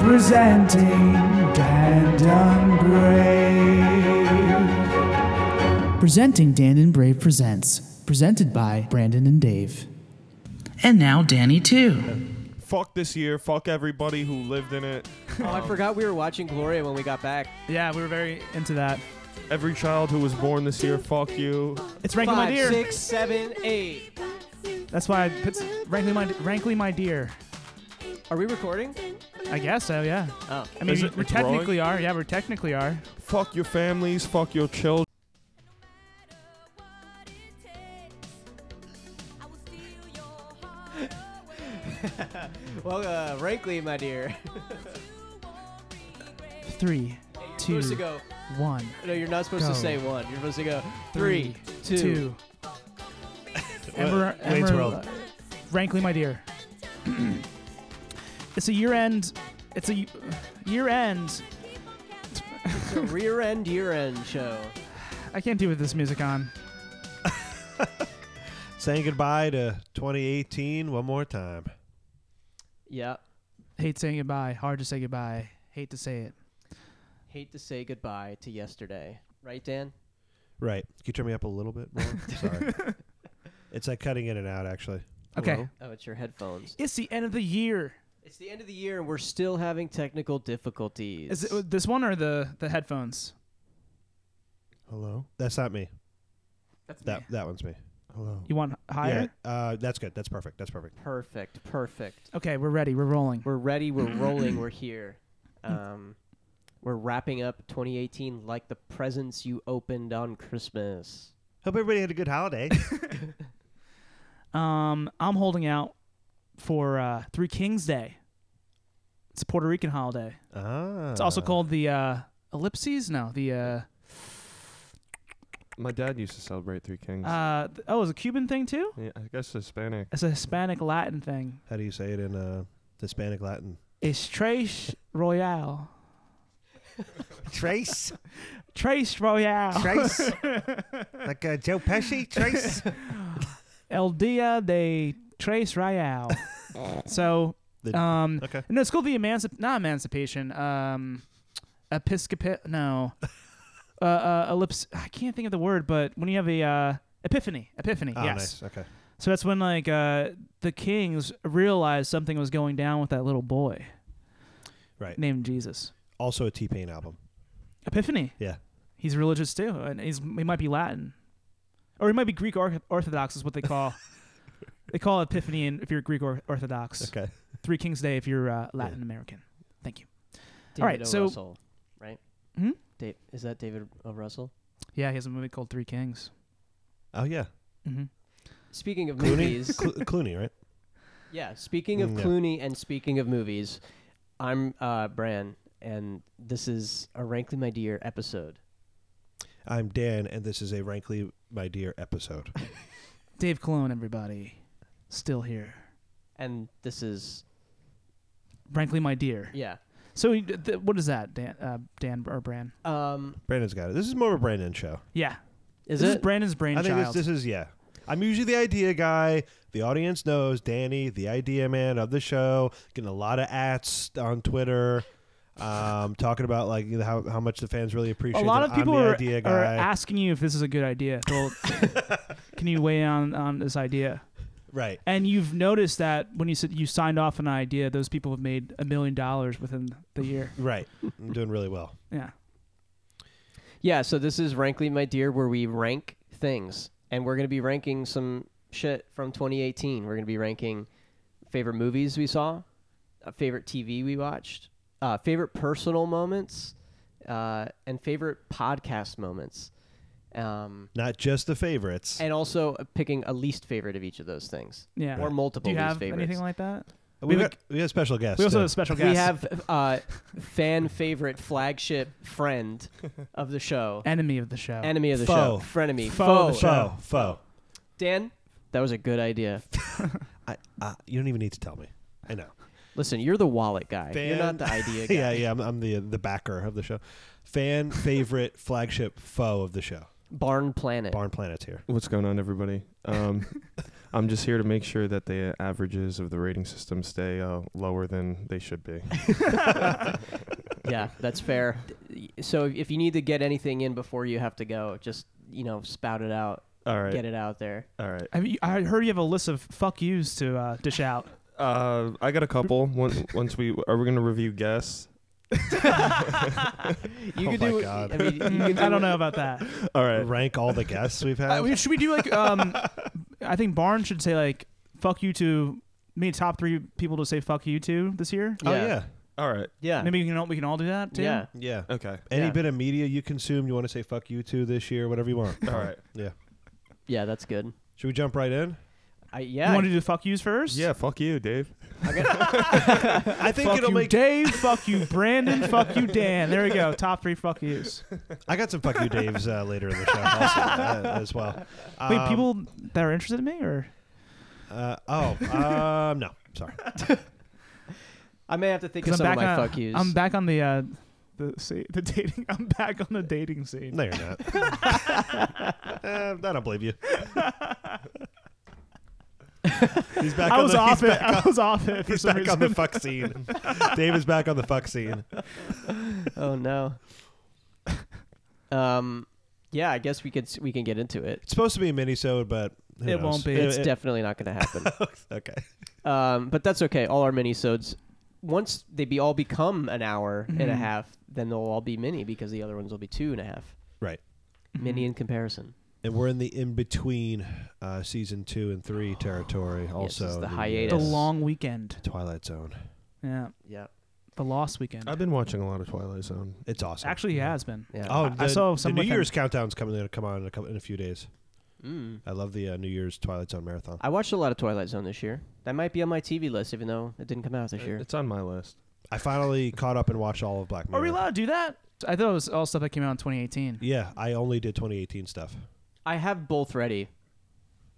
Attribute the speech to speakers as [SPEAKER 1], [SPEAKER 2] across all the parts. [SPEAKER 1] presenting Dan Dungrave.
[SPEAKER 2] Presenting Dan and Brave Presents, presented by Brandon and Dave. And now Danny too.
[SPEAKER 3] fuck this year, fuck everybody who lived in it,
[SPEAKER 4] Oh, I forgot we were watching Gloria when we got back.
[SPEAKER 5] Yeah, we were very into that.
[SPEAKER 3] every child who was born this year, fuck you.
[SPEAKER 5] It's Rankly My
[SPEAKER 4] Five,
[SPEAKER 5] Deer.
[SPEAKER 4] six, seven, eight.
[SPEAKER 5] That's why I put s- Rankly My Rankly My Deer.
[SPEAKER 4] Are we recording?
[SPEAKER 5] I guess so. Yeah.
[SPEAKER 4] Oh.
[SPEAKER 5] I mean,
[SPEAKER 3] Is
[SPEAKER 5] we,
[SPEAKER 3] it-
[SPEAKER 5] we
[SPEAKER 3] it's wrong?
[SPEAKER 5] technically are. Yeah, we technically are.
[SPEAKER 3] Fuck your families, fuck your children.
[SPEAKER 4] Well, uh, Rankly, my dear.
[SPEAKER 5] Three,
[SPEAKER 4] You're
[SPEAKER 5] two,
[SPEAKER 4] supposed to go.
[SPEAKER 5] one.
[SPEAKER 4] No, you're not supposed
[SPEAKER 5] Go.
[SPEAKER 4] to say one. You're supposed to go three, two.
[SPEAKER 5] two. Ember,
[SPEAKER 6] Wayne's
[SPEAKER 5] Ember-
[SPEAKER 6] World.
[SPEAKER 5] Rankly My Deer. it's a year end. It's a year end.
[SPEAKER 4] It's a rear end, year end show.
[SPEAKER 5] I can't do with this music on.
[SPEAKER 6] Saying goodbye to 2018 one more time.
[SPEAKER 4] Yeah.
[SPEAKER 5] Hate saying goodbye. Hard to say goodbye. Hate to say it.
[SPEAKER 4] Hate to say goodbye to yesterday. Right, Dan?
[SPEAKER 6] Right. Can you turn me up a little bit more? Sorry. It's like cutting in and out, actually.
[SPEAKER 5] Okay.
[SPEAKER 6] Hello?
[SPEAKER 4] Oh, it's your headphones.
[SPEAKER 5] It's the end of the year.
[SPEAKER 4] It's the end of the year, and we're still having technical difficulties.
[SPEAKER 5] Is it this one or the the headphones?
[SPEAKER 6] Hello? That's not me.
[SPEAKER 5] That's
[SPEAKER 6] That that one's me. Hello.
[SPEAKER 5] You want higher?
[SPEAKER 6] Yeah, uh, that's good. That's perfect. That's perfect.
[SPEAKER 4] perfect? Perfect.
[SPEAKER 5] Okay, we're ready. We're rolling.
[SPEAKER 4] We're ready. We're rolling. We're here. Um, we're wrapping up 2018 like the presents you opened on Christmas.
[SPEAKER 6] Hope everybody had a good holiday.
[SPEAKER 5] Um, I'm holding out for uh, Three Kings Day. It's a Puerto Rican holiday.
[SPEAKER 6] ah.
[SPEAKER 5] It's also called the uh, ellipses. No, the uh,
[SPEAKER 3] My dad used to celebrate Three Kings.
[SPEAKER 5] uh, th- oh, it's a Cuban thing too.
[SPEAKER 3] yeah, I guess Hispanic.
[SPEAKER 5] It's a Hispanic Latin thing.
[SPEAKER 6] How do you say it in uh, Hispanic Latin?
[SPEAKER 5] It's Trace Royale.
[SPEAKER 6] Trace.
[SPEAKER 5] Trace Royale.
[SPEAKER 6] Trace. like uh, Joe Pesci. Trace.
[SPEAKER 5] El Dia de Trace Royale. so,
[SPEAKER 6] The-
[SPEAKER 5] um,
[SPEAKER 6] okay.
[SPEAKER 5] No, it's called the emancip not emancipation. Um, episcopate. No, uh, uh, ellipse. I can't think of the word, but when you have a uh, epiphany, epiphany.
[SPEAKER 6] Oh,
[SPEAKER 5] yes.
[SPEAKER 6] nice. Okay.
[SPEAKER 5] So that's when like uh, the kings realized something was going down with that little boy
[SPEAKER 6] Right.
[SPEAKER 5] named Jesus.
[SPEAKER 6] Also a T Pain album.
[SPEAKER 5] Epiphany.
[SPEAKER 6] Yeah.
[SPEAKER 5] He's religious too, and he's he might be Latin, or he might be Greek or- Orthodox is what they call. they call Epiphany in, if you're Greek or- Orthodox.
[SPEAKER 6] Okay.
[SPEAKER 5] Three Kings Day if you're uh, Latin American. Thank you.
[SPEAKER 4] David
[SPEAKER 5] All right,
[SPEAKER 4] O.
[SPEAKER 5] so-
[SPEAKER 4] Russell, right?
[SPEAKER 5] Hmm?
[SPEAKER 4] Da- is that David O. Russell?
[SPEAKER 5] Yeah, he has a movie called Three Kings.
[SPEAKER 6] Oh yeah.
[SPEAKER 5] Mm-hmm.
[SPEAKER 4] Speaking of
[SPEAKER 6] Clooney.
[SPEAKER 4] movies,
[SPEAKER 6] Clo- Clooney, right?
[SPEAKER 4] yeah. Speaking of
[SPEAKER 6] Mm, yeah.
[SPEAKER 4] Clooney and speaking of movies, I'm uh, Bran, and this is a Rankly My Dear episode.
[SPEAKER 6] I'm Dan, and this is a Rankly My Dear episode.
[SPEAKER 5] Dave Cologne, everybody, still here.
[SPEAKER 4] And this is
[SPEAKER 5] Frankly, my dear.
[SPEAKER 4] yeah.
[SPEAKER 5] So, he- th- what is that, Dan, uh, Dan or Bran?
[SPEAKER 4] Um,
[SPEAKER 6] Brandon's got it. This is more of a Brandon show.
[SPEAKER 5] Yeah,
[SPEAKER 4] is
[SPEAKER 5] this
[SPEAKER 4] it?
[SPEAKER 5] is Brandon's
[SPEAKER 6] I
[SPEAKER 5] brainchild.
[SPEAKER 6] think this, this is yeah. I'm usually the idea guy. The audience knows Danny, the idea man of the show. Getting a lot of ats on Twitter, um, talking about like you know, how, how much the fans really appreciate.
[SPEAKER 5] a lot
[SPEAKER 6] that
[SPEAKER 5] of people
[SPEAKER 6] I'm the
[SPEAKER 5] are,
[SPEAKER 6] idea
[SPEAKER 5] are
[SPEAKER 6] guy.
[SPEAKER 5] asking you if this is a good idea. Well, can you weigh in on on this idea?
[SPEAKER 6] right.
[SPEAKER 5] And you've noticed that when you said you signed off on an idea, those people have made a million dollars within the year.
[SPEAKER 6] Right. I'm doing really well.
[SPEAKER 5] Yeah,
[SPEAKER 4] Yeah, so this is Rankly My Dear, where we rank things. And we're going to be ranking some shit from 2018. We're going to be ranking favorite movies we saw, uh, favorite TV we watched, uh, favorite personal moments, uh, and favorite podcast moments. Um,
[SPEAKER 6] Not just the favorites.
[SPEAKER 4] and also picking a least favorite of each of those things,
[SPEAKER 5] yeah.
[SPEAKER 4] or multiple
[SPEAKER 5] Do you
[SPEAKER 4] least
[SPEAKER 5] have
[SPEAKER 4] favorites.
[SPEAKER 5] anything like that?
[SPEAKER 6] we,
[SPEAKER 5] we
[SPEAKER 6] got, we got a special guest.
[SPEAKER 5] We also
[SPEAKER 6] too.
[SPEAKER 5] have a special guest.
[SPEAKER 4] we have uh, fan favorite flagship friend of the show,
[SPEAKER 5] enemy of the show.
[SPEAKER 4] enemy of the
[SPEAKER 6] Foe.
[SPEAKER 4] show, frenemy,
[SPEAKER 5] Foe of the
[SPEAKER 4] foe.
[SPEAKER 5] show.
[SPEAKER 6] foe foe.
[SPEAKER 4] Dan, that was a good idea.
[SPEAKER 6] I, I Uh, you don't even need to tell me. I know.
[SPEAKER 4] Listen, you're the wallet guy. You're
[SPEAKER 6] Fan-
[SPEAKER 4] not the idea guy.
[SPEAKER 6] yeah, yeah. I'm, I'm the the backer of the show. Fan favorite flagship foe of the show.
[SPEAKER 4] Barn Planet.
[SPEAKER 6] Barn Planet's here.
[SPEAKER 3] What's going on, everybody? Um, I'm just here to make sure that the averages of the rating system stay uh, lower than they should be.
[SPEAKER 4] yeah, that's fair. So if if you need to get anything in before you have to go, just you know, spout it out,
[SPEAKER 3] All right.
[SPEAKER 4] get it out there.
[SPEAKER 3] All right.
[SPEAKER 5] Have you, I heard you have a list of fuck yous to uh, dish out.
[SPEAKER 3] Uh, I got a couple. Once, once we are we gonna review guests?
[SPEAKER 4] You
[SPEAKER 6] Oh
[SPEAKER 4] could
[SPEAKER 6] my
[SPEAKER 4] do.
[SPEAKER 6] God.
[SPEAKER 4] I, mean, you
[SPEAKER 5] Mm,
[SPEAKER 4] could
[SPEAKER 5] I
[SPEAKER 4] do-
[SPEAKER 5] don't know about that.
[SPEAKER 3] All right.
[SPEAKER 6] Rank all the guests we've had.
[SPEAKER 5] Uh, we- should we do like? Um, I think Barnes should say like "fuck you" to me. Top three people to say "fuck you" to this year.
[SPEAKER 6] oh
[SPEAKER 4] Yeah.
[SPEAKER 6] yeah,
[SPEAKER 3] All right.
[SPEAKER 4] Yeah.
[SPEAKER 5] Maybe we can all, we can all do that. Too?
[SPEAKER 4] yeah.
[SPEAKER 6] yeah.
[SPEAKER 3] Okay.
[SPEAKER 6] Any
[SPEAKER 4] Yeah.
[SPEAKER 6] bit of media you consume, you want to say "fuck you" to this year, whatever you want.
[SPEAKER 3] All right.
[SPEAKER 6] Yeah.
[SPEAKER 4] Yeah, that's good.
[SPEAKER 6] Should we jump right in?
[SPEAKER 4] I
[SPEAKER 5] You
[SPEAKER 4] yeah.
[SPEAKER 5] want to do "fuck yous" first?
[SPEAKER 3] Yeah. Fuck you, Dave.
[SPEAKER 6] I think
[SPEAKER 5] Fuck
[SPEAKER 6] it'll
[SPEAKER 5] you,
[SPEAKER 6] make.
[SPEAKER 5] Dave. fuck you, Brandon. Fuck you, Dan. There we go. Top three fuck yous.
[SPEAKER 6] I got some "fuck you, Dave's" uh, later in the show also, uh, as well.
[SPEAKER 5] Wait,
[SPEAKER 6] Um,
[SPEAKER 5] people that are interested in me, or
[SPEAKER 6] Uh, oh, um, no, sorry.
[SPEAKER 4] I may have to think
[SPEAKER 5] 'cause
[SPEAKER 4] of some of my
[SPEAKER 5] on,
[SPEAKER 4] fuck yous.
[SPEAKER 5] I'm back on the uh, the sa- the dating. I'm back on the dating scene.
[SPEAKER 6] No, you're not. uh, I don't believe you. he's back.
[SPEAKER 5] I
[SPEAKER 6] on
[SPEAKER 5] was
[SPEAKER 6] the,
[SPEAKER 5] off
[SPEAKER 6] he's
[SPEAKER 5] it. I was off it for
[SPEAKER 6] He's
[SPEAKER 5] some
[SPEAKER 6] back
[SPEAKER 5] reason.
[SPEAKER 6] on the fuck scene. Dave is back on the fuck scene.
[SPEAKER 4] Oh no. um, yeah, I guess we could s- we can get into it.
[SPEAKER 6] It's supposed to be a mini-sode, but who
[SPEAKER 5] It
[SPEAKER 6] knows?
[SPEAKER 5] won't be.
[SPEAKER 4] It's
[SPEAKER 6] it-
[SPEAKER 4] definitely not going to happen.
[SPEAKER 6] okay.
[SPEAKER 4] um, but that's okay. All our mini-sodes, once they be all become an hour and a
[SPEAKER 5] Mhm.
[SPEAKER 4] half, then they'll all be mini because the other ones will be two and a half.
[SPEAKER 6] Right.
[SPEAKER 5] Mm-hmm.
[SPEAKER 4] Mini in comparison.
[SPEAKER 6] And we're in the in between uh, season two and three territory. Also,
[SPEAKER 4] it's the
[SPEAKER 6] uh,
[SPEAKER 4] hiatus.
[SPEAKER 5] the long weekend.
[SPEAKER 6] Twilight Zone.
[SPEAKER 5] Yeah,
[SPEAKER 4] Yeah.
[SPEAKER 5] the lost weekend.
[SPEAKER 3] I've been watching a lot of Twilight Zone.
[SPEAKER 6] It's awesome.
[SPEAKER 5] Actually, he has been.
[SPEAKER 4] Yeah.
[SPEAKER 6] oh,
[SPEAKER 5] I-
[SPEAKER 6] the,
[SPEAKER 5] I saw
[SPEAKER 6] the
[SPEAKER 5] some
[SPEAKER 6] New
[SPEAKER 5] with him.
[SPEAKER 6] Year's countdown's coming to come on in a, couple, in a few days.
[SPEAKER 4] Mm.
[SPEAKER 6] I love the uh, New Year's Twilight Zone marathon.
[SPEAKER 4] I watched a lot of Twilight Zone this year. That might be on my TV list, even though it didn't come out
[SPEAKER 6] Uh,
[SPEAKER 4] this year.
[SPEAKER 3] It's on my list.
[SPEAKER 6] I finally caught up and watched all of Black Mirror.
[SPEAKER 5] Are we allowed to do that? I thought it was all stuff that came out in 2018.
[SPEAKER 6] Yeah, I only did 2018 stuff.
[SPEAKER 4] I have both ready,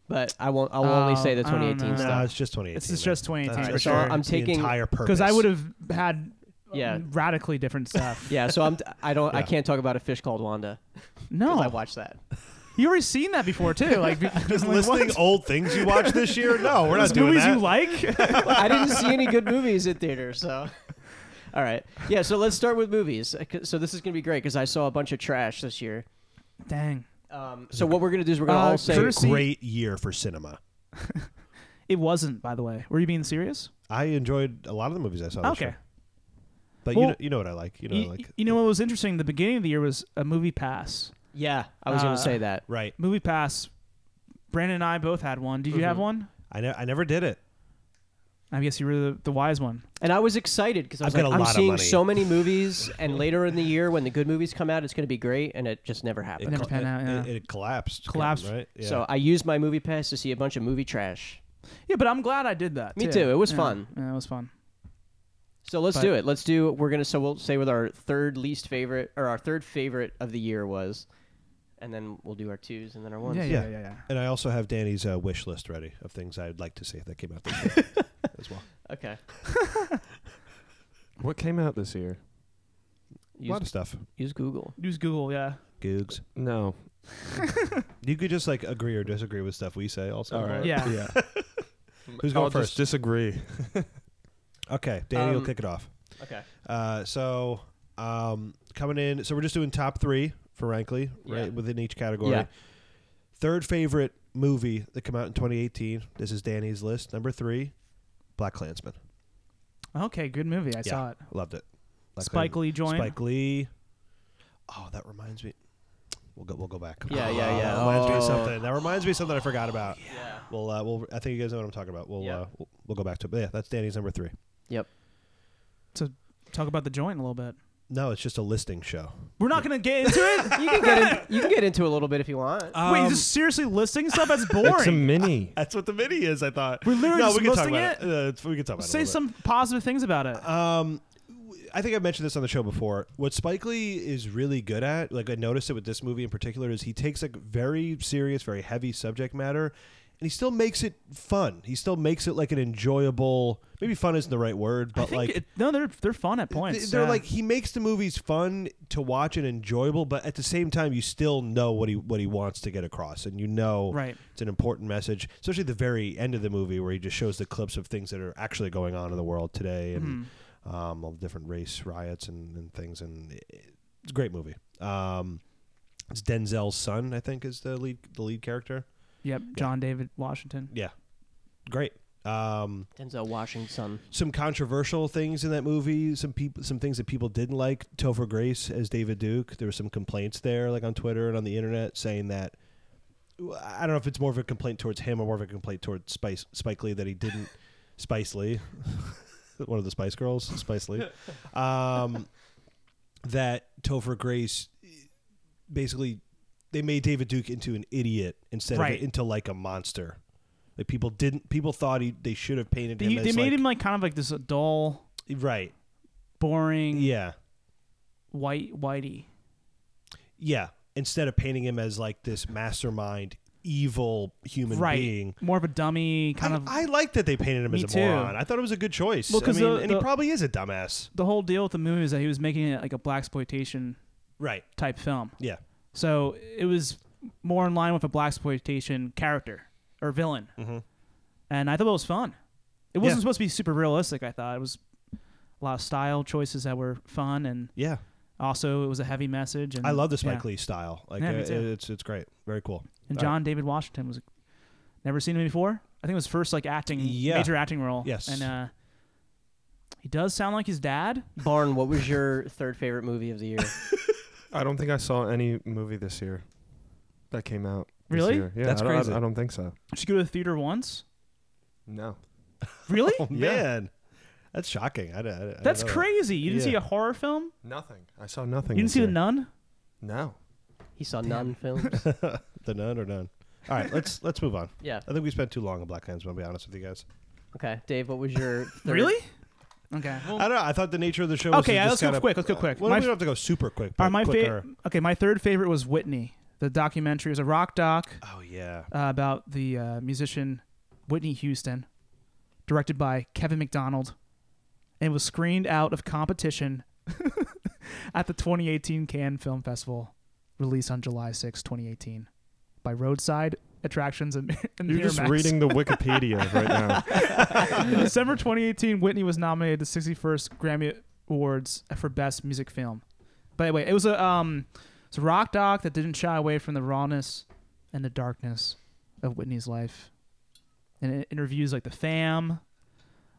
[SPEAKER 4] but I won't. I'll only
[SPEAKER 5] Oh,
[SPEAKER 4] say the
[SPEAKER 5] I don't
[SPEAKER 4] 2018
[SPEAKER 5] know.
[SPEAKER 6] No,
[SPEAKER 4] stuff.
[SPEAKER 6] it's just 2018.
[SPEAKER 5] This is
[SPEAKER 6] man.
[SPEAKER 5] just 2018
[SPEAKER 6] That's
[SPEAKER 5] for
[SPEAKER 6] the
[SPEAKER 4] sure. I'm
[SPEAKER 6] entire
[SPEAKER 4] taking-
[SPEAKER 6] entire purpose
[SPEAKER 5] Because I would have had um,
[SPEAKER 4] Yeah.
[SPEAKER 5] radically different stuff.
[SPEAKER 4] Yeah, so I'm. T- I don't. I
[SPEAKER 6] Yeah.
[SPEAKER 4] can't talk about a fish called Wanda. 'cause I
[SPEAKER 5] no,
[SPEAKER 4] watched that.
[SPEAKER 5] you already seen that before too. Like
[SPEAKER 6] just
[SPEAKER 5] like,
[SPEAKER 6] listing
[SPEAKER 5] what?
[SPEAKER 6] old things you watched this year. No, we're not
[SPEAKER 5] Those
[SPEAKER 6] doing
[SPEAKER 5] movies
[SPEAKER 6] that.
[SPEAKER 5] you like.
[SPEAKER 4] I didn't see any good movies in theater, so. All right. Yeah, so let's start with movies. Uh, 'cause- So this is going to be great because I saw a bunch of trash this year.
[SPEAKER 5] Dang,
[SPEAKER 4] Um, so what we're going to do is we're going to
[SPEAKER 5] Uh,
[SPEAKER 4] all say.
[SPEAKER 5] Curse- Courtesy-
[SPEAKER 6] Great year for cinema.
[SPEAKER 5] it wasn't. By the way, were you being serious?
[SPEAKER 6] I enjoyed a lot of the movies I saw. This
[SPEAKER 5] okay.
[SPEAKER 6] year. but you
[SPEAKER 5] Well,
[SPEAKER 6] know, you know what I like. You know what I
[SPEAKER 5] You,
[SPEAKER 6] like.
[SPEAKER 5] you know what was interesting? The beginning of the year was a movie pass.
[SPEAKER 4] Yeah, I was going
[SPEAKER 5] Uh,
[SPEAKER 4] to say that.
[SPEAKER 6] right?
[SPEAKER 5] Movie pass. Brandon and I both had one. Did you have
[SPEAKER 4] Mhm.
[SPEAKER 6] Mm-hmm.
[SPEAKER 5] one?
[SPEAKER 6] I ne- I never did it.
[SPEAKER 5] I guess you were the, the wise one.
[SPEAKER 4] And I was excited because I was
[SPEAKER 6] I've got
[SPEAKER 4] like,
[SPEAKER 6] a
[SPEAKER 4] I'm
[SPEAKER 6] lot of
[SPEAKER 4] seeing
[SPEAKER 6] money.
[SPEAKER 4] so many movies, and later in the year when the good movies come out, it's going to be great, and it just never happened.
[SPEAKER 5] never panned out, yeah.
[SPEAKER 6] it, it collapsed.
[SPEAKER 5] Collapsed.
[SPEAKER 6] Right. Yeah.
[SPEAKER 4] So I used my movie pass to see a bunch of movie trash.
[SPEAKER 5] Yeah, but I'm glad I did that.
[SPEAKER 4] Me too. It was
[SPEAKER 5] Yeah.
[SPEAKER 4] fun.
[SPEAKER 5] Yeah, it was fun.
[SPEAKER 4] So let's
[SPEAKER 5] But-
[SPEAKER 4] do it. Let's do. We're gonna. So we'll say with our third least favorite or our third favorite of the year was, and then we'll do our twos and then our ones.
[SPEAKER 5] Yeah, yeah,
[SPEAKER 6] Yeah.
[SPEAKER 5] yeah, yeah.
[SPEAKER 6] and I also have Danny's uh, wish list ready of things I'd like to see that came out this year as well.
[SPEAKER 4] Okay.
[SPEAKER 3] What came out this year?
[SPEAKER 6] A
[SPEAKER 4] Use,
[SPEAKER 6] lot of stuff.
[SPEAKER 4] use Google.
[SPEAKER 5] Use Google, yeah.
[SPEAKER 6] Googs.
[SPEAKER 3] No.
[SPEAKER 6] You could just like agree or disagree with stuff we say. Also,
[SPEAKER 3] All right.
[SPEAKER 5] Yeah.
[SPEAKER 3] Yeah.
[SPEAKER 6] Who's going
[SPEAKER 3] I'll
[SPEAKER 6] first?
[SPEAKER 3] Just disagree.
[SPEAKER 6] Okay, Danny
[SPEAKER 4] Um,
[SPEAKER 6] will kick it off.
[SPEAKER 4] Okay.
[SPEAKER 6] Uh, so um, coming in, so we're just doing top three for Rankly, right
[SPEAKER 4] Yeah.
[SPEAKER 6] within each category.
[SPEAKER 4] Yeah.
[SPEAKER 6] Third favorite movie that came out in 2018. This is Danny's list. Number three, Black Klansman.
[SPEAKER 5] Okay, good movie. I
[SPEAKER 6] Yeah.
[SPEAKER 5] saw it.
[SPEAKER 6] Loved it. Black
[SPEAKER 5] Spike
[SPEAKER 6] Klansman.
[SPEAKER 5] Lee joined.
[SPEAKER 6] Spike Lee. Oh, that reminds me. We'll go. We'll go back.
[SPEAKER 4] Yeah, yeah,
[SPEAKER 6] Ah,
[SPEAKER 4] yeah.
[SPEAKER 6] That reminds me of
[SPEAKER 4] Oh.
[SPEAKER 6] something. That reminds me of something I forgot about.
[SPEAKER 4] Yeah.
[SPEAKER 6] We'll. Uh, we'll. I think you guys know what I'm talking about. We'll.
[SPEAKER 4] Yeah.
[SPEAKER 6] Uh, we'll, we'll go back to it. But yeah, that's Danny's number three.
[SPEAKER 5] Talk about the joint a little bit.
[SPEAKER 6] No, it's just a listing show.
[SPEAKER 5] We're not gonna get into it.
[SPEAKER 4] you can get in, you can get into a little bit if you want.
[SPEAKER 6] Um,
[SPEAKER 5] Wait, just seriously listing stuff? That's
[SPEAKER 3] It's a
[SPEAKER 5] boring.
[SPEAKER 3] mini.
[SPEAKER 6] That's what the mini is. I thought.
[SPEAKER 5] We're literally
[SPEAKER 6] no,
[SPEAKER 5] just
[SPEAKER 6] we can talk
[SPEAKER 5] listing
[SPEAKER 6] about it. Uh, we can talk about it. a
[SPEAKER 5] Say
[SPEAKER 6] little bit.
[SPEAKER 5] some positive things about it.
[SPEAKER 6] Um, w- I think I've mentioned this on the show before. What Spike Lee is really good at, like I noticed it with this movie in particular, is he takes a very serious, very heavy subject matter and he still makes it fun. He still makes it like an enjoyable. Maybe fun isn't the right word,
[SPEAKER 5] I
[SPEAKER 6] but
[SPEAKER 5] think
[SPEAKER 6] like
[SPEAKER 5] it- no, they're they're fun at points.
[SPEAKER 6] Th- They're
[SPEAKER 5] yeah.
[SPEAKER 6] like he makes the movies fun to watch and enjoyable, but at the same time, you still know what he what he wants to get across, and you know
[SPEAKER 5] Right.
[SPEAKER 6] it's an important message, especially at the very end of the movie where he just shows the clips of things that are actually going on in the world today
[SPEAKER 5] Hmm.
[SPEAKER 6] and um, all the different race riots and, and things, and it- it's a great movie. Um, it's Denzel's son, I think, is the lead the lead character.
[SPEAKER 5] Yep, John David Washington.
[SPEAKER 6] Yeah, great. Um,
[SPEAKER 4] Denzel Washington.
[SPEAKER 6] some controversial things in that movie. Some people, some things that people didn't like. Topher Grace as David Duke. There were some complaints there, like on Twitter and on the internet, saying that I don't know if it's more of a complaint towards him or more of a complaint towards Spice Spike Lee that he didn't Spice Lee, one of the Spice Girls, Spice Lee, um, that Topher Grace basically they made David Duke into an idiot instead
[SPEAKER 5] Right.
[SPEAKER 6] of into like a monster. Like people didn't, people thought he they should have painted
[SPEAKER 5] They,
[SPEAKER 6] him.
[SPEAKER 5] they
[SPEAKER 6] as
[SPEAKER 5] made
[SPEAKER 6] like-
[SPEAKER 5] him like kind of like this uh, dull,
[SPEAKER 6] Right.
[SPEAKER 5] boring,
[SPEAKER 6] Yeah.
[SPEAKER 5] white whitey.
[SPEAKER 6] Yeah. Instead of painting him as like this mastermind, evil human
[SPEAKER 5] right,
[SPEAKER 6] being.
[SPEAKER 5] more of a dummy kind
[SPEAKER 6] I,
[SPEAKER 5] of.
[SPEAKER 6] I like that they painted him
[SPEAKER 5] Me
[SPEAKER 6] as a
[SPEAKER 5] too.
[SPEAKER 6] moron. I thought it was a good choice.
[SPEAKER 5] Well,
[SPEAKER 6] I
[SPEAKER 5] 'cause
[SPEAKER 6] mean,
[SPEAKER 5] the-
[SPEAKER 6] and
[SPEAKER 5] the-
[SPEAKER 6] he probably is a dumbass.
[SPEAKER 5] the whole deal with the movie is that he was making it like a black exploitation
[SPEAKER 6] Right.
[SPEAKER 5] type film,
[SPEAKER 6] Yeah.
[SPEAKER 5] so it was more in line with a black exploitation character or villain, and I thought it was fun. It wasn't
[SPEAKER 6] Mm-hmm. Yeah.
[SPEAKER 5] supposed to be super realistic. I thought it was a lot of style choices that were fun, and
[SPEAKER 6] Yeah.
[SPEAKER 5] also it was a heavy message. And
[SPEAKER 6] I love the Spike
[SPEAKER 5] Mm-hmm. yeah.
[SPEAKER 6] Lee style. Like
[SPEAKER 5] Yeah,
[SPEAKER 6] uh,
[SPEAKER 5] me too.
[SPEAKER 6] it's it's great. Very cool.
[SPEAKER 5] And
[SPEAKER 6] All right.
[SPEAKER 5] John David Washington was never seen him before. I think it was first like acting
[SPEAKER 6] Yeah.
[SPEAKER 5] major acting role.
[SPEAKER 6] Yes.
[SPEAKER 5] And uh he does sound like his dad.
[SPEAKER 4] Barn, what was your third favorite movie of the year?
[SPEAKER 3] I don't think I saw any movie this year that came out. this
[SPEAKER 5] Really?
[SPEAKER 3] year. Yeah,
[SPEAKER 6] That's
[SPEAKER 3] I don't- I-
[SPEAKER 6] crazy.
[SPEAKER 3] I, don't think so.
[SPEAKER 5] Did you go to the theater once?
[SPEAKER 3] No.
[SPEAKER 5] Really?
[SPEAKER 6] Oh
[SPEAKER 3] Yeah.
[SPEAKER 6] man. That's shocking. I, I- I didn't
[SPEAKER 5] That's
[SPEAKER 6] know that.
[SPEAKER 5] crazy. You didn't see
[SPEAKER 6] Yeah.
[SPEAKER 5] a horror film?
[SPEAKER 3] Nothing. I saw nothing.
[SPEAKER 5] You didn't
[SPEAKER 3] this
[SPEAKER 5] see
[SPEAKER 3] year.
[SPEAKER 5] The Nun?
[SPEAKER 3] No.
[SPEAKER 4] He saw none films.
[SPEAKER 6] The nun or none. All right, let's let's move on.
[SPEAKER 4] Yeah.
[SPEAKER 6] I think we spent too long on Black Klansman. I'll be honest with you guys.
[SPEAKER 4] Okay, Dave, what was your third?
[SPEAKER 5] Really? Okay. well-
[SPEAKER 6] I don't know. I thought the nature of the show. was
[SPEAKER 5] okay,
[SPEAKER 6] to
[SPEAKER 5] yeah,
[SPEAKER 6] just
[SPEAKER 5] let's go
[SPEAKER 6] kinda-
[SPEAKER 5] quick. Let's go quick.
[SPEAKER 6] Well,
[SPEAKER 5] my
[SPEAKER 6] we don't have to go super quick. But
[SPEAKER 5] are my
[SPEAKER 6] quicker.
[SPEAKER 5] fa- Okay, my third favorite was Whitney. The documentary it was a rock doc
[SPEAKER 6] Oh yeah.
[SPEAKER 5] uh, about the uh, musician Whitney Houston, directed by Kevin McDonald, and was screened out of competition at the 2018 Cannes Film Festival, released on July 6, 2018, by Roadside Attractions and, and
[SPEAKER 3] You're just
[SPEAKER 5] Miramax.
[SPEAKER 3] reading the Wikipedia right now.
[SPEAKER 5] In December 2018, Whitney was nominated to 61st Grammy Awards for Best Music Film. But anyway, it was a um, it's a rock doc that didn't shy away from the rawness and the darkness of Whitney's life, and it interviews like the fam.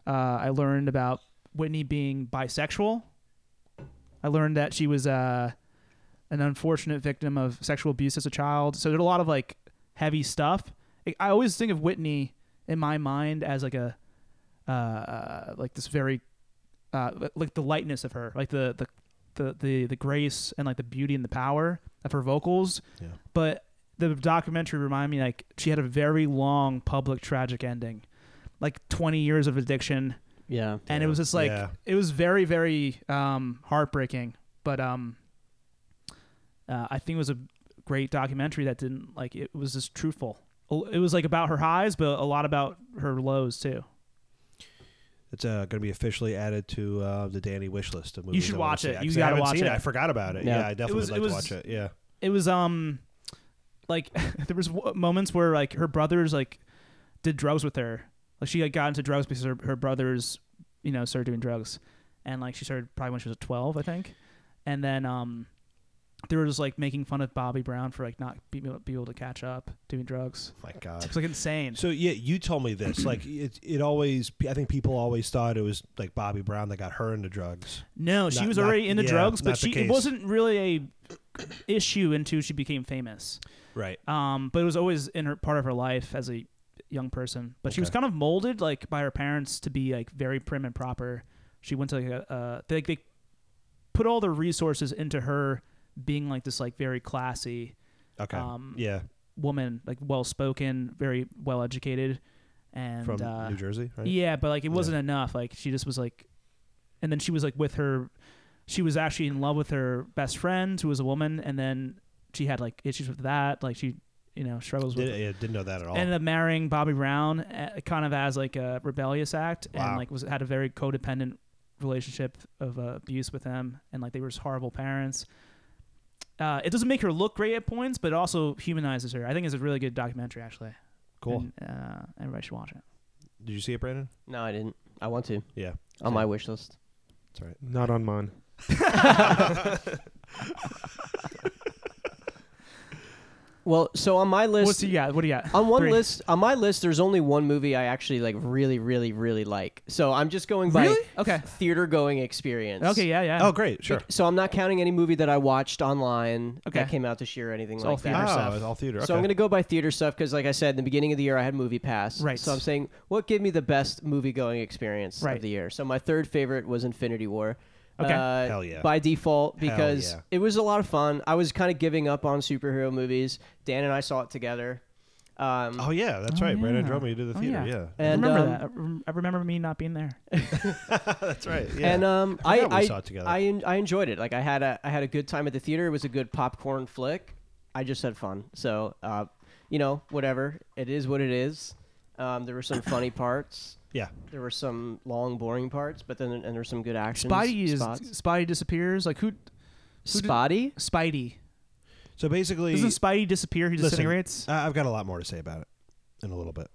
[SPEAKER 5] Uh, I learned about Whitney being bisexual. I learned that she was uh, an unfortunate victim of sexual abuse as a child. So there's a lot of like heavy stuff. I- I always think of Whitney in my mind as like a uh, like this very uh, li- like the lightness of her, like the the the the, the grace and like the beauty and the power of her vocals.
[SPEAKER 6] Yeah.
[SPEAKER 5] But the documentary reminded me like she had a very long public tragic ending, like 20 years of addiction,
[SPEAKER 4] Yeah.
[SPEAKER 5] and it was just like
[SPEAKER 6] Yeah.
[SPEAKER 5] it was very very um, heartbreaking. But um, uh, I think it was a great documentary that didn't like it was just truthful. It was like about her highs, but a lot about her lows too.
[SPEAKER 6] It's uh, going to be officially added to uh, the Danny wish list of movies.
[SPEAKER 5] should
[SPEAKER 6] I wanna
[SPEAKER 5] watch
[SPEAKER 6] see.
[SPEAKER 5] it. You
[SPEAKER 6] Actually,
[SPEAKER 5] gotta
[SPEAKER 6] I haven't
[SPEAKER 5] watch
[SPEAKER 6] seen
[SPEAKER 5] it.
[SPEAKER 6] I forgot about it.
[SPEAKER 4] Yeah.
[SPEAKER 6] Yeah, I definitely
[SPEAKER 5] was-
[SPEAKER 6] would like
[SPEAKER 5] it was-
[SPEAKER 6] to watch it. Yeah,
[SPEAKER 5] it was um like there was w- moments where like her brothers like did drugs with her like she like got into drugs because her, her brothers you know started doing drugs and like she started probably when she was 12 i think and then um they were just like making fun of bobby brown for like not being able, be able to catch up doing drugs
[SPEAKER 6] my God.
[SPEAKER 5] it's like insane
[SPEAKER 6] Uh, So yeah, you told me this. Like it, it always. I think people always thought it was like Bobby Brown that got her into drugs.
[SPEAKER 5] no she
[SPEAKER 6] Not-
[SPEAKER 5] was
[SPEAKER 6] not-
[SPEAKER 5] already into
[SPEAKER 6] yeah,
[SPEAKER 5] drugs but
[SPEAKER 6] not the
[SPEAKER 5] she it
[SPEAKER 6] case.
[SPEAKER 5] wasn't really a issue until she became famous
[SPEAKER 6] Right.
[SPEAKER 5] um, but it was always in her part of her life as a young person. But she was
[SPEAKER 6] Okay.
[SPEAKER 5] kind of molded like by her parents to be like very prim and proper. She went to like a, uh, they they put all their resources into her being like this like very classy
[SPEAKER 6] Okay.
[SPEAKER 5] Um,
[SPEAKER 6] yeah,
[SPEAKER 5] woman, like well spoken, very well educated, and
[SPEAKER 6] from
[SPEAKER 5] uh,
[SPEAKER 6] New Jersey. Right.
[SPEAKER 5] yeah, but like it
[SPEAKER 6] Yeah.
[SPEAKER 5] wasn't enough. Like she just was like, and then she was like with her, she was actually in love with her best friend who was a woman, and then she had like issues with that. Like she you know struggles with
[SPEAKER 6] Did, yeah, didn't know that at all.
[SPEAKER 5] ended up marrying Bobby Brown uh, kind of as like a rebellious act and
[SPEAKER 6] Wow.
[SPEAKER 5] like was had a very codependent relationship of uh, abuse with him and like they were just horrible parents. Uh, it doesn't make her look great at points, but it also humanizes her. I think it's a really good documentary actually.
[SPEAKER 6] cool.
[SPEAKER 5] And, uh, everybody should watch it.
[SPEAKER 6] Did you see it, Brandon?
[SPEAKER 4] No, I didn't. I want to.
[SPEAKER 6] Yeah.
[SPEAKER 4] On my wish list.
[SPEAKER 6] That's right.
[SPEAKER 3] Not on mine.
[SPEAKER 4] Well, so on my list,
[SPEAKER 5] What's you got? What do you got?
[SPEAKER 4] on one
[SPEAKER 5] Three.
[SPEAKER 4] list, on my list, there's only one movie I actually like really, really, really like. So I'm just going by
[SPEAKER 5] Really? Okay.
[SPEAKER 4] theater going experience.
[SPEAKER 5] Okay. Yeah. Yeah.
[SPEAKER 6] Oh, great. Sure.
[SPEAKER 4] So I'm not counting any movie that I watched online
[SPEAKER 5] Okay.
[SPEAKER 4] that came out this year or anything
[SPEAKER 5] It's
[SPEAKER 4] like
[SPEAKER 5] all
[SPEAKER 4] that.
[SPEAKER 5] theater
[SPEAKER 6] oh,
[SPEAKER 5] stuff.
[SPEAKER 6] it's all theater. Okay.
[SPEAKER 4] So I'm gonna go by theater stuff because, like I said, in the beginning of the year, I had Movie Pass.
[SPEAKER 5] Right.
[SPEAKER 4] So I'm saying, what gave me the best movie going experience
[SPEAKER 5] Right.
[SPEAKER 4] of the year? So my third favorite was Infinity War.
[SPEAKER 5] Okay.
[SPEAKER 4] Uh,
[SPEAKER 6] Hell yeah.
[SPEAKER 4] By default, because
[SPEAKER 6] yeah.
[SPEAKER 4] it was a lot of fun. I was kind of giving up on superhero movies. Dan and I saw it together. Um,
[SPEAKER 6] Oh yeah, that's
[SPEAKER 5] Oh,
[SPEAKER 6] right. Brandon
[SPEAKER 5] yeah.
[SPEAKER 6] drove me to the
[SPEAKER 5] Oh,
[SPEAKER 6] theater.
[SPEAKER 5] yeah.
[SPEAKER 6] yeah.
[SPEAKER 4] and
[SPEAKER 5] I remember
[SPEAKER 4] um,
[SPEAKER 5] that. I rem- I remember me not being there.
[SPEAKER 6] that's right. Yeah.
[SPEAKER 4] And um, I
[SPEAKER 6] I forgot
[SPEAKER 4] I,
[SPEAKER 6] we saw it together.
[SPEAKER 4] I en- I enjoyed it. Like I had a I had a good time at the theater. It was a good popcorn flick. I just had fun. So uh, you know, whatever it is, what it is. Um, there were some funny parts.
[SPEAKER 6] yeah.
[SPEAKER 4] There were some long, boring parts, but then and there were some good action
[SPEAKER 5] Spidey is
[SPEAKER 4] spots.
[SPEAKER 5] Spidey disappears. Like who? who did-
[SPEAKER 4] Spotty.
[SPEAKER 5] Spidey
[SPEAKER 6] So basically,
[SPEAKER 5] doesn't Spidey disappear? He
[SPEAKER 6] Listen,
[SPEAKER 5] disintegrates.
[SPEAKER 6] I- I've got a lot more to say about it in a little bit.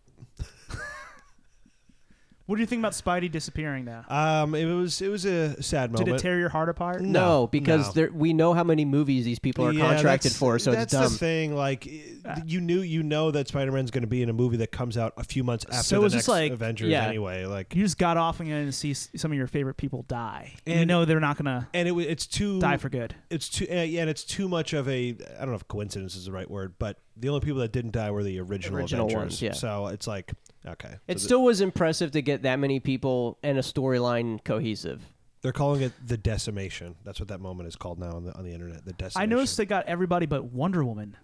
[SPEAKER 5] what do you think about Spidey disappearing though?
[SPEAKER 6] Um, it was it was a sad
[SPEAKER 5] Did it
[SPEAKER 6] moment.
[SPEAKER 5] tear your heart apart?
[SPEAKER 6] No,
[SPEAKER 4] No, because
[SPEAKER 6] no.
[SPEAKER 4] There, we know how many movies these people are
[SPEAKER 6] Yeah,
[SPEAKER 4] contracted
[SPEAKER 6] that's-
[SPEAKER 4] for, so it's
[SPEAKER 6] that's
[SPEAKER 4] dumb.
[SPEAKER 6] the thing. Like
[SPEAKER 5] Ah.
[SPEAKER 6] i- you knew, you know that Spider Man's going to be in a movie that comes out a few months after
[SPEAKER 5] So it
[SPEAKER 6] the
[SPEAKER 5] was
[SPEAKER 6] next
[SPEAKER 5] just like-
[SPEAKER 6] Avengers
[SPEAKER 4] yeah.
[SPEAKER 6] anyway. Like,
[SPEAKER 5] You just got off and going to see s- some of your favorite people die. And you
[SPEAKER 6] And-
[SPEAKER 5] know they're not going to
[SPEAKER 6] and it wa- it's too
[SPEAKER 5] die for good.
[SPEAKER 6] it's too uh, yeah, and it's too much of a I don't know if coincidence is the right word, but the only people that didn't die were the original,
[SPEAKER 4] Original
[SPEAKER 6] Avengers.
[SPEAKER 4] ones, yeah.
[SPEAKER 6] So it's like okay, So
[SPEAKER 4] it
[SPEAKER 6] th-
[SPEAKER 4] still was impressive to get that many people and a storyline cohesive.
[SPEAKER 6] they're calling it the decimation. That's what that moment is called now on the on the internet. The decimation.
[SPEAKER 5] I noticed they got everybody but Wonder Woman.